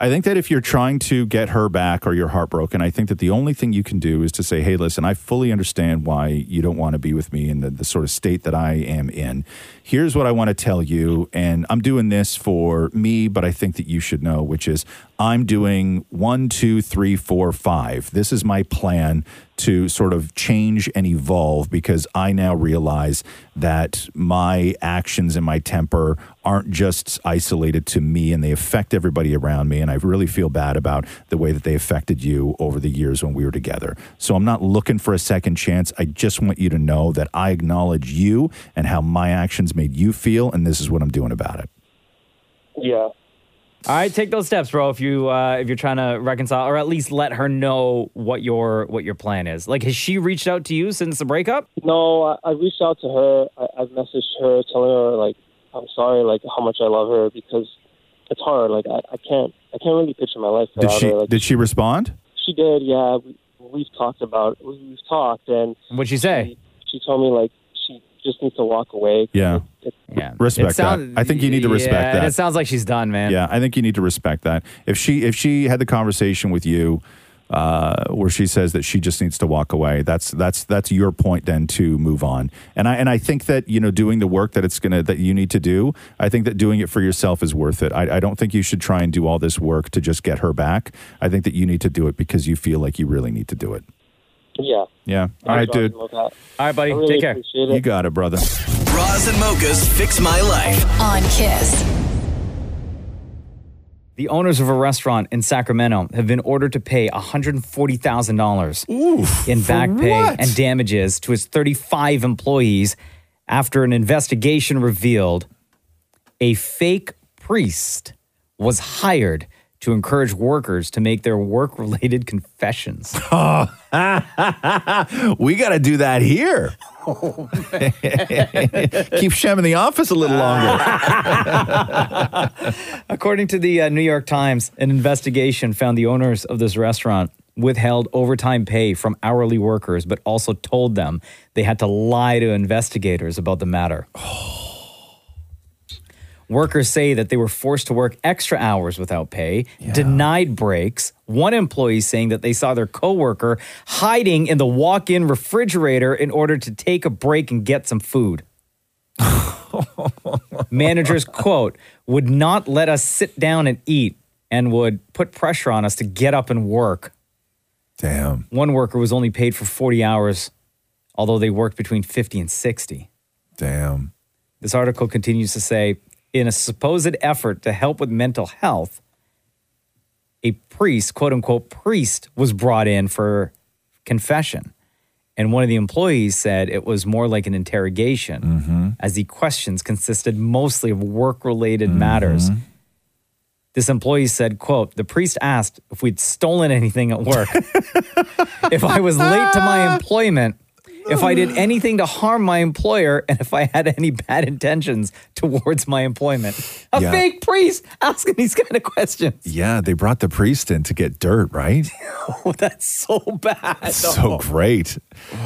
Speaker 6: I think that if you're trying to get her back or you're heartbroken, I think that the only thing you can do is to say, hey, listen, I fully understand why you don't want to be with me and the, the sort of state that I am in. Here's what I want to tell you. And I'm doing this for me, but I think that you should know, which is I'm doing one, two, three, four, five. This is my plan to sort of change and evolve because I now realize that my actions and my temper aren't just isolated to me and they affect everybody around me. And I really feel bad about the way that they affected you over the years when we were together. So I'm not looking for a second chance. I just want you to know that I acknowledge you and how my actions made you feel. And this is what I'm doing about it.
Speaker 15: Yeah.
Speaker 4: All right, take those steps, bro. If you uh, if you're trying to reconcile, or at least let her know what your what your plan is. Like, has she reached out to you since the breakup?
Speaker 15: No, I, I reached out to her. I, I messaged her, telling her like I'm sorry, like how much I love her because it's hard. Like I, I can't, I can't really picture my life
Speaker 6: Did
Speaker 15: without
Speaker 6: she,
Speaker 15: her. Like
Speaker 6: did she respond?
Speaker 15: she did, yeah. We, we've talked about, we- we've talked, and
Speaker 4: what'd she say?
Speaker 15: She, told me like she just needs to walk away.
Speaker 6: Yeah.
Speaker 4: Yeah.
Speaker 6: Respect that. I think you need to respect
Speaker 4: yeah,
Speaker 6: that.
Speaker 4: It sounds like she's done, man.
Speaker 6: Yeah, I think you need to respect that. If she if she had the conversation with you uh, where she says that she just needs to walk away, that's that's that's your point then to move on. And I and I think that you know doing the work that it's gonna that you need to do, I think that doing it for yourself is worth it. I, I don't think you should try and do all this work to just get her back. I think that you need to do it because you feel like you really need to do it.
Speaker 15: Yeah.
Speaker 6: Yeah. All right, dude.
Speaker 15: All
Speaker 4: right, buddy.
Speaker 15: Take
Speaker 4: care.
Speaker 6: You got it, brother. [LAUGHS]
Speaker 1: Bras and mochas fix my life.
Speaker 9: On Kiss.
Speaker 4: The owners of a restaurant in Sacramento have been ordered to pay $140,000 in back
Speaker 28: for
Speaker 4: pay
Speaker 28: what?
Speaker 4: and damages to its 35 employees after an investigation revealed a fake priest was hired to encourage workers to make their work related [LAUGHS]
Speaker 28: [LAUGHS]
Speaker 4: confessions.
Speaker 6: we got to do that here. [LAUGHS] Oh, Keep Shem in the office a little
Speaker 4: [LAUGHS]
Speaker 6: longer.
Speaker 4: According to the uh, New York Times, an investigation found the owners of this restaurant withheld overtime pay from hourly workers, but also told them they had to lie to investigators about the matter. [SIGHS] Workers say that they were forced to work extra hours without pay, denied breaks. One employee saying that they saw their coworker hiding in the walk-in refrigerator in order to take a break and get some food. Managers, quote, would not let us sit down and eat and would put pressure on us to get up and work.
Speaker 6: Damn.
Speaker 4: One worker was only paid for 40 hours, although they worked between 50 and 60.
Speaker 6: Damn.
Speaker 4: This article continues to say in a supposed effort to help with mental health, a priest, quote unquote, priest was brought in for confession. And one of the employees said it was more like an interrogation, as the questions consisted mostly of work related matters. This employee said, quote, the priest asked if we'd stolen anything at work, if I was late to my employment, if I did anything to harm my employer, and if I had any bad intentions towards my employment. A
Speaker 6: Yeah.
Speaker 4: fake priest asking these kind of questions. [LAUGHS]
Speaker 6: Yeah, they brought the priest in to get dirt, right?
Speaker 4: Oh, that's so bad.
Speaker 6: So great.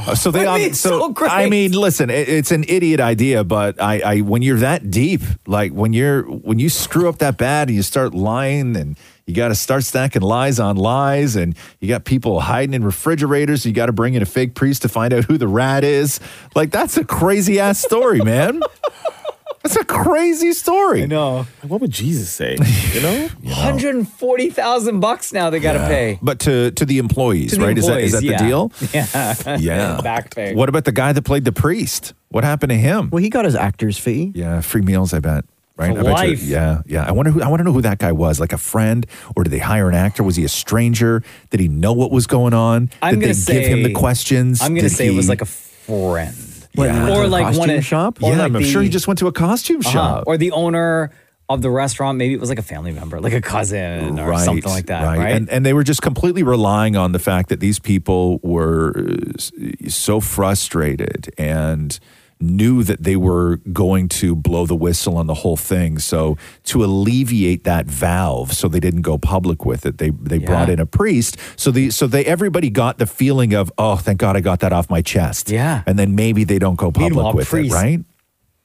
Speaker 6: Uh, so they
Speaker 4: What do you
Speaker 6: ob-
Speaker 4: mean, so great?
Speaker 6: I mean, listen, it, it's an idiot idea, but I, I when you're that deep, like when you're when you screw up that bad and you start lying and you got to start stacking lies on lies and you got people hiding in refrigerators, you got to bring in a fake priest to find out who the rat is. Like that's a crazy ass story,
Speaker 4: [LAUGHS]
Speaker 6: man. That's a crazy story. I
Speaker 4: know.
Speaker 6: What would Jesus say? [LAUGHS] You know?
Speaker 4: 140,000 bucks now they got to
Speaker 6: Yeah.
Speaker 4: pay.
Speaker 6: But to to the employees,
Speaker 4: To the
Speaker 6: right? is that is that
Speaker 4: employees,
Speaker 6: the deal?
Speaker 4: yeah. [LAUGHS] Yeah.
Speaker 6: Yeah.
Speaker 4: Back pay.
Speaker 6: What about the guy that played the priest? What happened to him? Well,
Speaker 29: he got his actor's fee.
Speaker 6: Yeah, free meals, I bet. Right?
Speaker 4: For
Speaker 6: I bet you-
Speaker 4: life.
Speaker 6: yeah, yeah. I wonder who I want to know who that guy was. Like a friend, or did they hire an actor? Was he a stranger? Did he know what was going on?
Speaker 4: I'm
Speaker 6: did
Speaker 4: gonna
Speaker 6: they
Speaker 4: say,
Speaker 6: give him the questions?
Speaker 4: I'm gonna
Speaker 6: Did
Speaker 4: say it was
Speaker 6: he-
Speaker 4: like a friend,
Speaker 6: What, he went to
Speaker 4: or
Speaker 6: a
Speaker 4: like one
Speaker 6: costume
Speaker 4: of-
Speaker 6: shop?
Speaker 4: Or
Speaker 6: Yeah,
Speaker 4: like
Speaker 6: I'm
Speaker 4: the-
Speaker 6: sure he just went to a costume
Speaker 4: Uh-huh.
Speaker 6: shop.
Speaker 4: or the owner of the restaurant. Maybe it was like a family member, like a cousin or something like that. Right?
Speaker 6: And, and they were just completely relying on the fact that these people were uh, s- so frustrated and knew that they were going to blow the whistle on the whole thing. So to alleviate that valve, so they didn't go public with it, they they brought in a priest. So the so they everybody got the feeling of oh thank God I got that off my chest. Yeah, and then maybe they don't go public
Speaker 4: Meanwhile,
Speaker 6: with
Speaker 4: priest-
Speaker 6: it, right?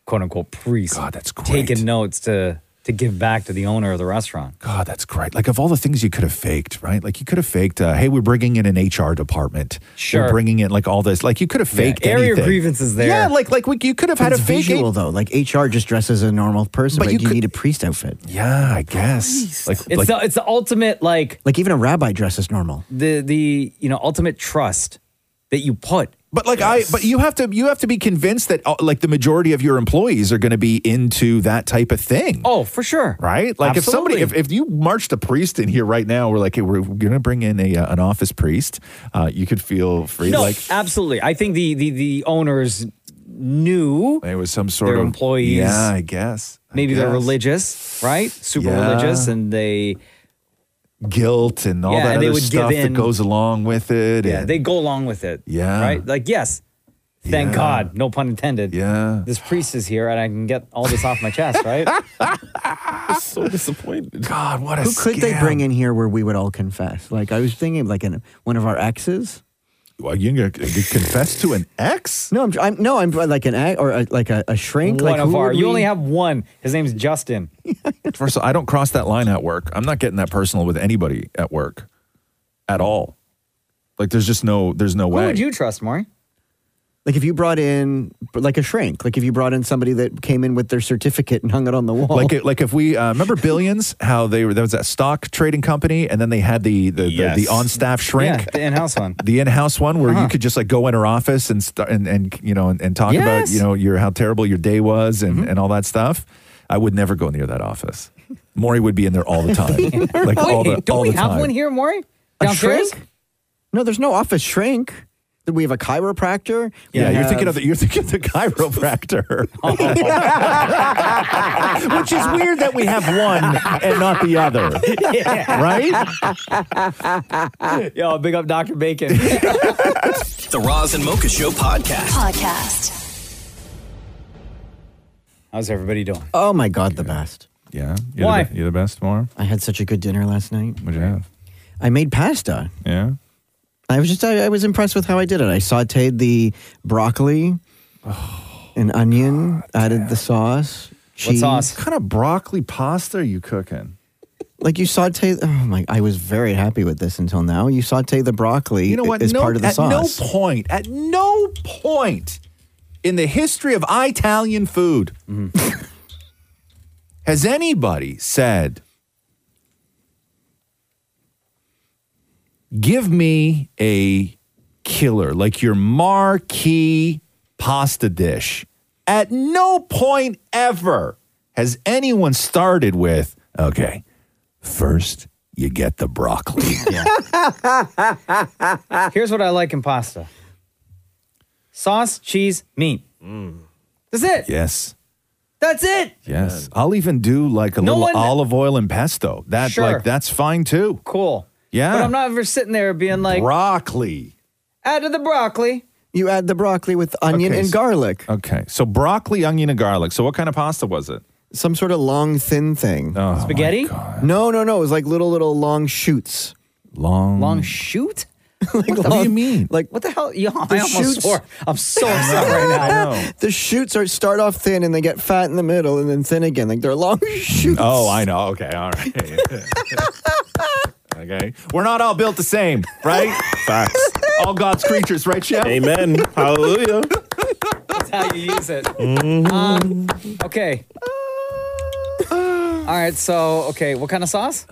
Speaker 4: quote unquote priest. God,
Speaker 6: that's
Speaker 4: Taking notes to to give back to the owner of the restaurant.
Speaker 6: God, that's great. Like of all the things you could have faked, right? Like you could have faked, uh, hey, we're bringing in an HR department.
Speaker 4: Sure.
Speaker 6: we're bringing in like all this. Like you could have faked
Speaker 7: area
Speaker 6: anything.
Speaker 7: grievances there.
Speaker 6: Yeah, like like we, you could have had a
Speaker 7: it's
Speaker 6: fake
Speaker 7: visual though. Like HR just dresses as a normal person, but,
Speaker 6: But
Speaker 7: you,
Speaker 6: you could-
Speaker 7: need a priest outfit.
Speaker 6: Yeah, I guess. Like
Speaker 4: It's the it's the ultimate like
Speaker 7: like even a rabbi dresses normal.
Speaker 4: the the you know ultimate trust that you put.
Speaker 6: But like I, but you have to you have to be convinced that uh, like the majority of your employees are going to be into that type of thing.
Speaker 4: Oh, for sure.
Speaker 6: Right? Like if somebody, if, if you marched a priest in here right now, we're like, hey, we're going to bring in a uh, an office priest. Uh, you could feel free.
Speaker 4: no,
Speaker 6: Like
Speaker 4: absolutely. I think the the the owners knew
Speaker 6: it was some sort
Speaker 4: their
Speaker 6: of-
Speaker 4: employees.
Speaker 6: Yeah, I guess. I
Speaker 4: maybe they're
Speaker 6: guess.
Speaker 4: religious, right? Super religious,
Speaker 6: Yeah.
Speaker 4: and they
Speaker 6: guilt and all
Speaker 4: Yeah,
Speaker 6: that
Speaker 4: and they
Speaker 6: other
Speaker 4: would give
Speaker 6: stuff that
Speaker 4: in.
Speaker 6: goes along with it.
Speaker 4: yeah
Speaker 6: and-
Speaker 4: they go along with it.
Speaker 6: Yeah.
Speaker 4: right. Like yes, thank
Speaker 6: Yeah.
Speaker 4: God, no pun intended.
Speaker 6: Yeah,
Speaker 4: this priest is here, and I can get all this off my chest,
Speaker 6: [LAUGHS]
Speaker 4: right?
Speaker 30: so disappointed.
Speaker 6: God, what
Speaker 7: Who could they bring in here where we would all confess? Like I was thinking, like an, one of our exes.
Speaker 6: Well, you gonna confess to an ex?
Speaker 7: No, I'm, I'm no, I'm like an ex or a, like a, a shrink.
Speaker 4: One
Speaker 7: like
Speaker 4: of
Speaker 7: who
Speaker 4: our.
Speaker 7: would
Speaker 4: You
Speaker 7: we-
Speaker 4: only have one. His name's Justin.
Speaker 6: First of all, I don't cross that line at work. I'm not getting that personal with anybody at work at all. Like there's just no there's no way.
Speaker 4: Who would you trust, Maury?
Speaker 7: Like if you brought in like a shrink, like if you brought in somebody that came in with their certificate and hung it on the wall.
Speaker 6: Like, it- like if we uh, remember Billions, how they were there was that stock trading company, and then they had the the,
Speaker 4: Yes.
Speaker 6: the, the on staff shrink,
Speaker 4: Yeah, the
Speaker 6: [LAUGHS]
Speaker 4: in-house one. [LAUGHS]
Speaker 6: the in house one where
Speaker 4: Uh-huh.
Speaker 6: you could just like go in her office and st- and and you know and, and talk about
Speaker 4: Yes.
Speaker 6: you know your how terrible your day was and and all that stuff. I would never go near that office. Maury would be in there all the [LAUGHS]
Speaker 7: [LAUGHS]
Speaker 6: time, like all the
Speaker 4: Wait, don't
Speaker 6: all
Speaker 4: we
Speaker 6: the
Speaker 4: have
Speaker 6: time. [LAUGHS]
Speaker 4: one here, Maury?
Speaker 7: a
Speaker 4: Downstairs?
Speaker 7: shrink? No, there's no office shrink. We have a chiropractor.
Speaker 6: Yeah, you're thinking of the, you're thinking of the chiropractor, [LAUGHS] which is weird that we have one and not the other, [LAUGHS]
Speaker 4: right? [LAUGHS] Yo, big up
Speaker 6: [LAUGHS]
Speaker 4: Dr. Bacon.
Speaker 1: The Roz and Mocha Show podcast.
Speaker 9: Podcast.
Speaker 4: How's everybody doing?
Speaker 7: Oh my god, the best.
Speaker 6: Yeah.
Speaker 4: You're the Why? be-
Speaker 6: you're the best, Mara?
Speaker 7: I had such a good dinner last night.
Speaker 6: What'd you have?
Speaker 7: I made pasta.
Speaker 6: Yeah.
Speaker 7: I was just I, I was impressed with how I did it. I sauteed the broccoli and onion, added the sauce. Cheese.
Speaker 6: What kind of broccoli pasta are you cooking?
Speaker 7: Like you saute, oh my! I was very happy with this until now. You saute the broccoli.
Speaker 6: You know what?
Speaker 7: Is
Speaker 6: no,
Speaker 7: part of the
Speaker 6: at
Speaker 7: sauce.
Speaker 6: no point, at no point in the history of Italian food
Speaker 7: Mm-hmm.
Speaker 6: [LAUGHS] has anybody said, give me a killer, like your marquee pasta dish. At no point ever has anyone started with, okay, first you get the broccoli.
Speaker 4: [LAUGHS] Here's what I like in pasta sauce, cheese, meat.
Speaker 7: Mm.
Speaker 4: That's it.
Speaker 6: yes.
Speaker 4: That's it.
Speaker 6: Yes, I'll even do like a
Speaker 4: No
Speaker 6: little
Speaker 4: one-
Speaker 6: olive oil and pesto. That
Speaker 4: Sure.
Speaker 6: like that's fine too.
Speaker 4: Cool.
Speaker 6: Yeah,
Speaker 4: But I'm not ever sitting there being like,
Speaker 6: broccoli.
Speaker 4: add to the broccoli.
Speaker 7: You add the broccoli with uh, onion
Speaker 6: Okay,
Speaker 7: and
Speaker 6: so-
Speaker 7: garlic.
Speaker 6: Okay, so broccoli, onion, and garlic. So what kind of pasta was it?
Speaker 7: Some sort of long thin thing.
Speaker 6: Oh,
Speaker 4: Spaghetti?
Speaker 7: No, no, no. It was like little little long shoots.
Speaker 6: Long
Speaker 4: Long shoot?
Speaker 7: [LAUGHS] like
Speaker 4: What the-
Speaker 7: long-
Speaker 4: what do you mean?
Speaker 7: Like
Speaker 4: What the hell? Yo,
Speaker 7: The
Speaker 4: Oh, I almost
Speaker 7: shoots-
Speaker 4: swore. I'm so upset right now.
Speaker 7: [LAUGHS] the shoots are start off thin and they get fat in the middle and then thin again. Like they're long [LAUGHS] shoots.
Speaker 6: Oh, I know. Okay, all right.
Speaker 7: [LAUGHS]
Speaker 6: okay, we're not all built the same, right? Facts. All God's creatures, right, Chef?
Speaker 30: Amen. Hallelujah.
Speaker 4: That's how you use it.
Speaker 6: Mm-hmm.
Speaker 4: Um,
Speaker 7: [LAUGHS]
Speaker 4: okay. All right. So, okay. What kind of sauce?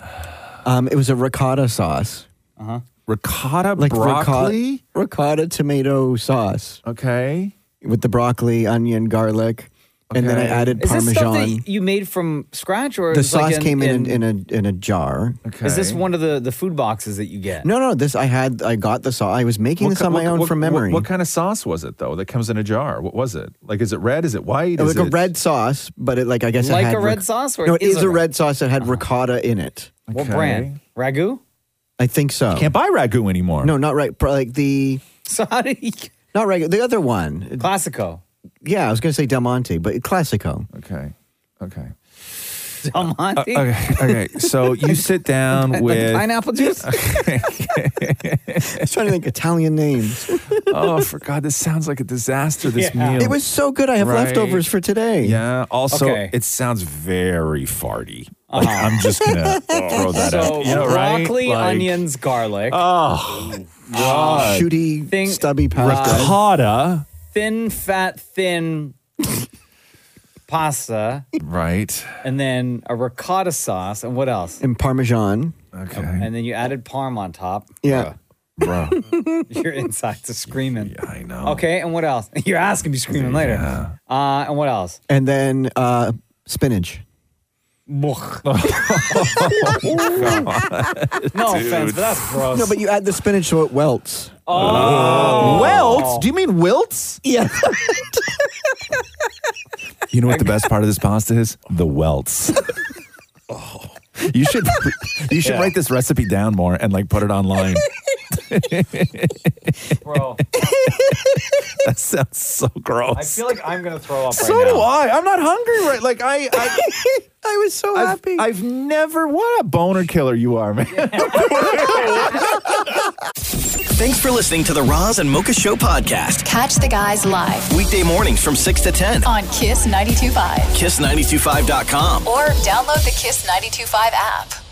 Speaker 7: Um, it was a ricotta sauce.
Speaker 4: Uh huh.
Speaker 6: Ricotta
Speaker 7: ricotta-
Speaker 6: broccoli?
Speaker 7: ricotta tomato sauce.
Speaker 6: Okay.
Speaker 7: With the broccoli, onion, garlic, and then I added
Speaker 4: Is this stuff
Speaker 7: parmesan.
Speaker 4: that you made from scratch, or
Speaker 7: The
Speaker 4: is like
Speaker 7: sauce came in, in
Speaker 4: in-
Speaker 7: in a in a jar.
Speaker 4: Is this one of the the food boxes that you
Speaker 6: [LAUGHS]
Speaker 4: get?
Speaker 7: No, no. This I had. I got the sauce. I was making
Speaker 6: What
Speaker 7: this
Speaker 6: ki-
Speaker 7: on my
Speaker 6: what-
Speaker 7: own
Speaker 6: what-
Speaker 7: from
Speaker 6: what-
Speaker 7: memory.
Speaker 6: What, kind of sauce was it though? That comes in a jar. What was it? Like, is it red? Is it white?
Speaker 7: It was
Speaker 6: is
Speaker 7: like a red sauce, but it like I guess
Speaker 6: Like
Speaker 7: it had
Speaker 6: a red sauce, or
Speaker 7: no,
Speaker 6: it is
Speaker 7: a
Speaker 6: a
Speaker 7: red, sauce that had ricotta in it.
Speaker 4: What brand? Ragu?
Speaker 7: I think so.
Speaker 6: can't buy ragu anymore.
Speaker 7: No, not right. pro- Like the
Speaker 4: so how do you
Speaker 7: not right. The other one,
Speaker 6: [LAUGHS]
Speaker 4: Classico.
Speaker 7: Yeah, I was going to say Del Monte, but Classico.
Speaker 6: Okay, okay.
Speaker 4: Del Monte?
Speaker 6: Uh, okay, okay. So
Speaker 4: [LAUGHS]
Speaker 6: you sit down
Speaker 7: Like
Speaker 6: with [LAUGHS]
Speaker 7: pineapple juice? I was trying to think Italian names.
Speaker 6: oh, for God, this sounds like a disaster. This
Speaker 7: Yeah.
Speaker 6: meal.
Speaker 7: It was so good, I have leftovers for today.
Speaker 6: Yeah. Also,
Speaker 7: Okay.
Speaker 6: it sounds very farty. Like, I'm just gonna throw that
Speaker 4: so
Speaker 6: out. You know, right?
Speaker 4: broccoli,
Speaker 6: Like,
Speaker 4: onions, garlic.
Speaker 6: Oh,
Speaker 7: God.
Speaker 4: shooty,
Speaker 7: stubby
Speaker 4: pasta.
Speaker 6: ricotta.
Speaker 4: Thin, fat,
Speaker 6: [LAUGHS]
Speaker 4: thin pasta,
Speaker 6: Right.
Speaker 4: and then a ricotta sauce, and what else?
Speaker 7: And Parmesan.
Speaker 6: Okay.
Speaker 4: And then you added parm on
Speaker 6: [LAUGHS]
Speaker 4: top.
Speaker 7: Yeah.
Speaker 6: Bro.
Speaker 4: Your insides are screaming.
Speaker 6: I know.
Speaker 4: Okay, and what else? [LAUGHS] Your ass can be screaming later. Uh, and what else?
Speaker 7: And then uh, spinach.
Speaker 6: [LAUGHS]
Speaker 4: no offense, but that's gross.
Speaker 7: No, but you add the spinach so it welts.
Speaker 4: Oh.
Speaker 6: Welts? Do you mean wilts?
Speaker 7: Yeah.
Speaker 6: You know what the best part of this pasta is? The welts. [LAUGHS] Oh. You should you should
Speaker 4: Yeah.
Speaker 6: write this recipe down more and like put it
Speaker 7: [LAUGHS]
Speaker 6: online.
Speaker 4: Bro.
Speaker 6: [LAUGHS] that sounds so gross.
Speaker 4: I feel like I'm gonna throw up
Speaker 6: so
Speaker 4: right now.
Speaker 6: do I. I'm not hungry right. Like I, I,
Speaker 7: I was so
Speaker 6: happy. I've never. What a boner killer you are,
Speaker 9: [LAUGHS]
Speaker 6: man.
Speaker 1: Thanks for listening to the Roz and Mocha Show podcast.
Speaker 9: Catch the guys live
Speaker 1: Weekday mornings from 6 to 10.
Speaker 9: [LAUGHS] on Kiss 92.5
Speaker 1: Kiss925.com.
Speaker 9: or download the Kiss 92.5 app.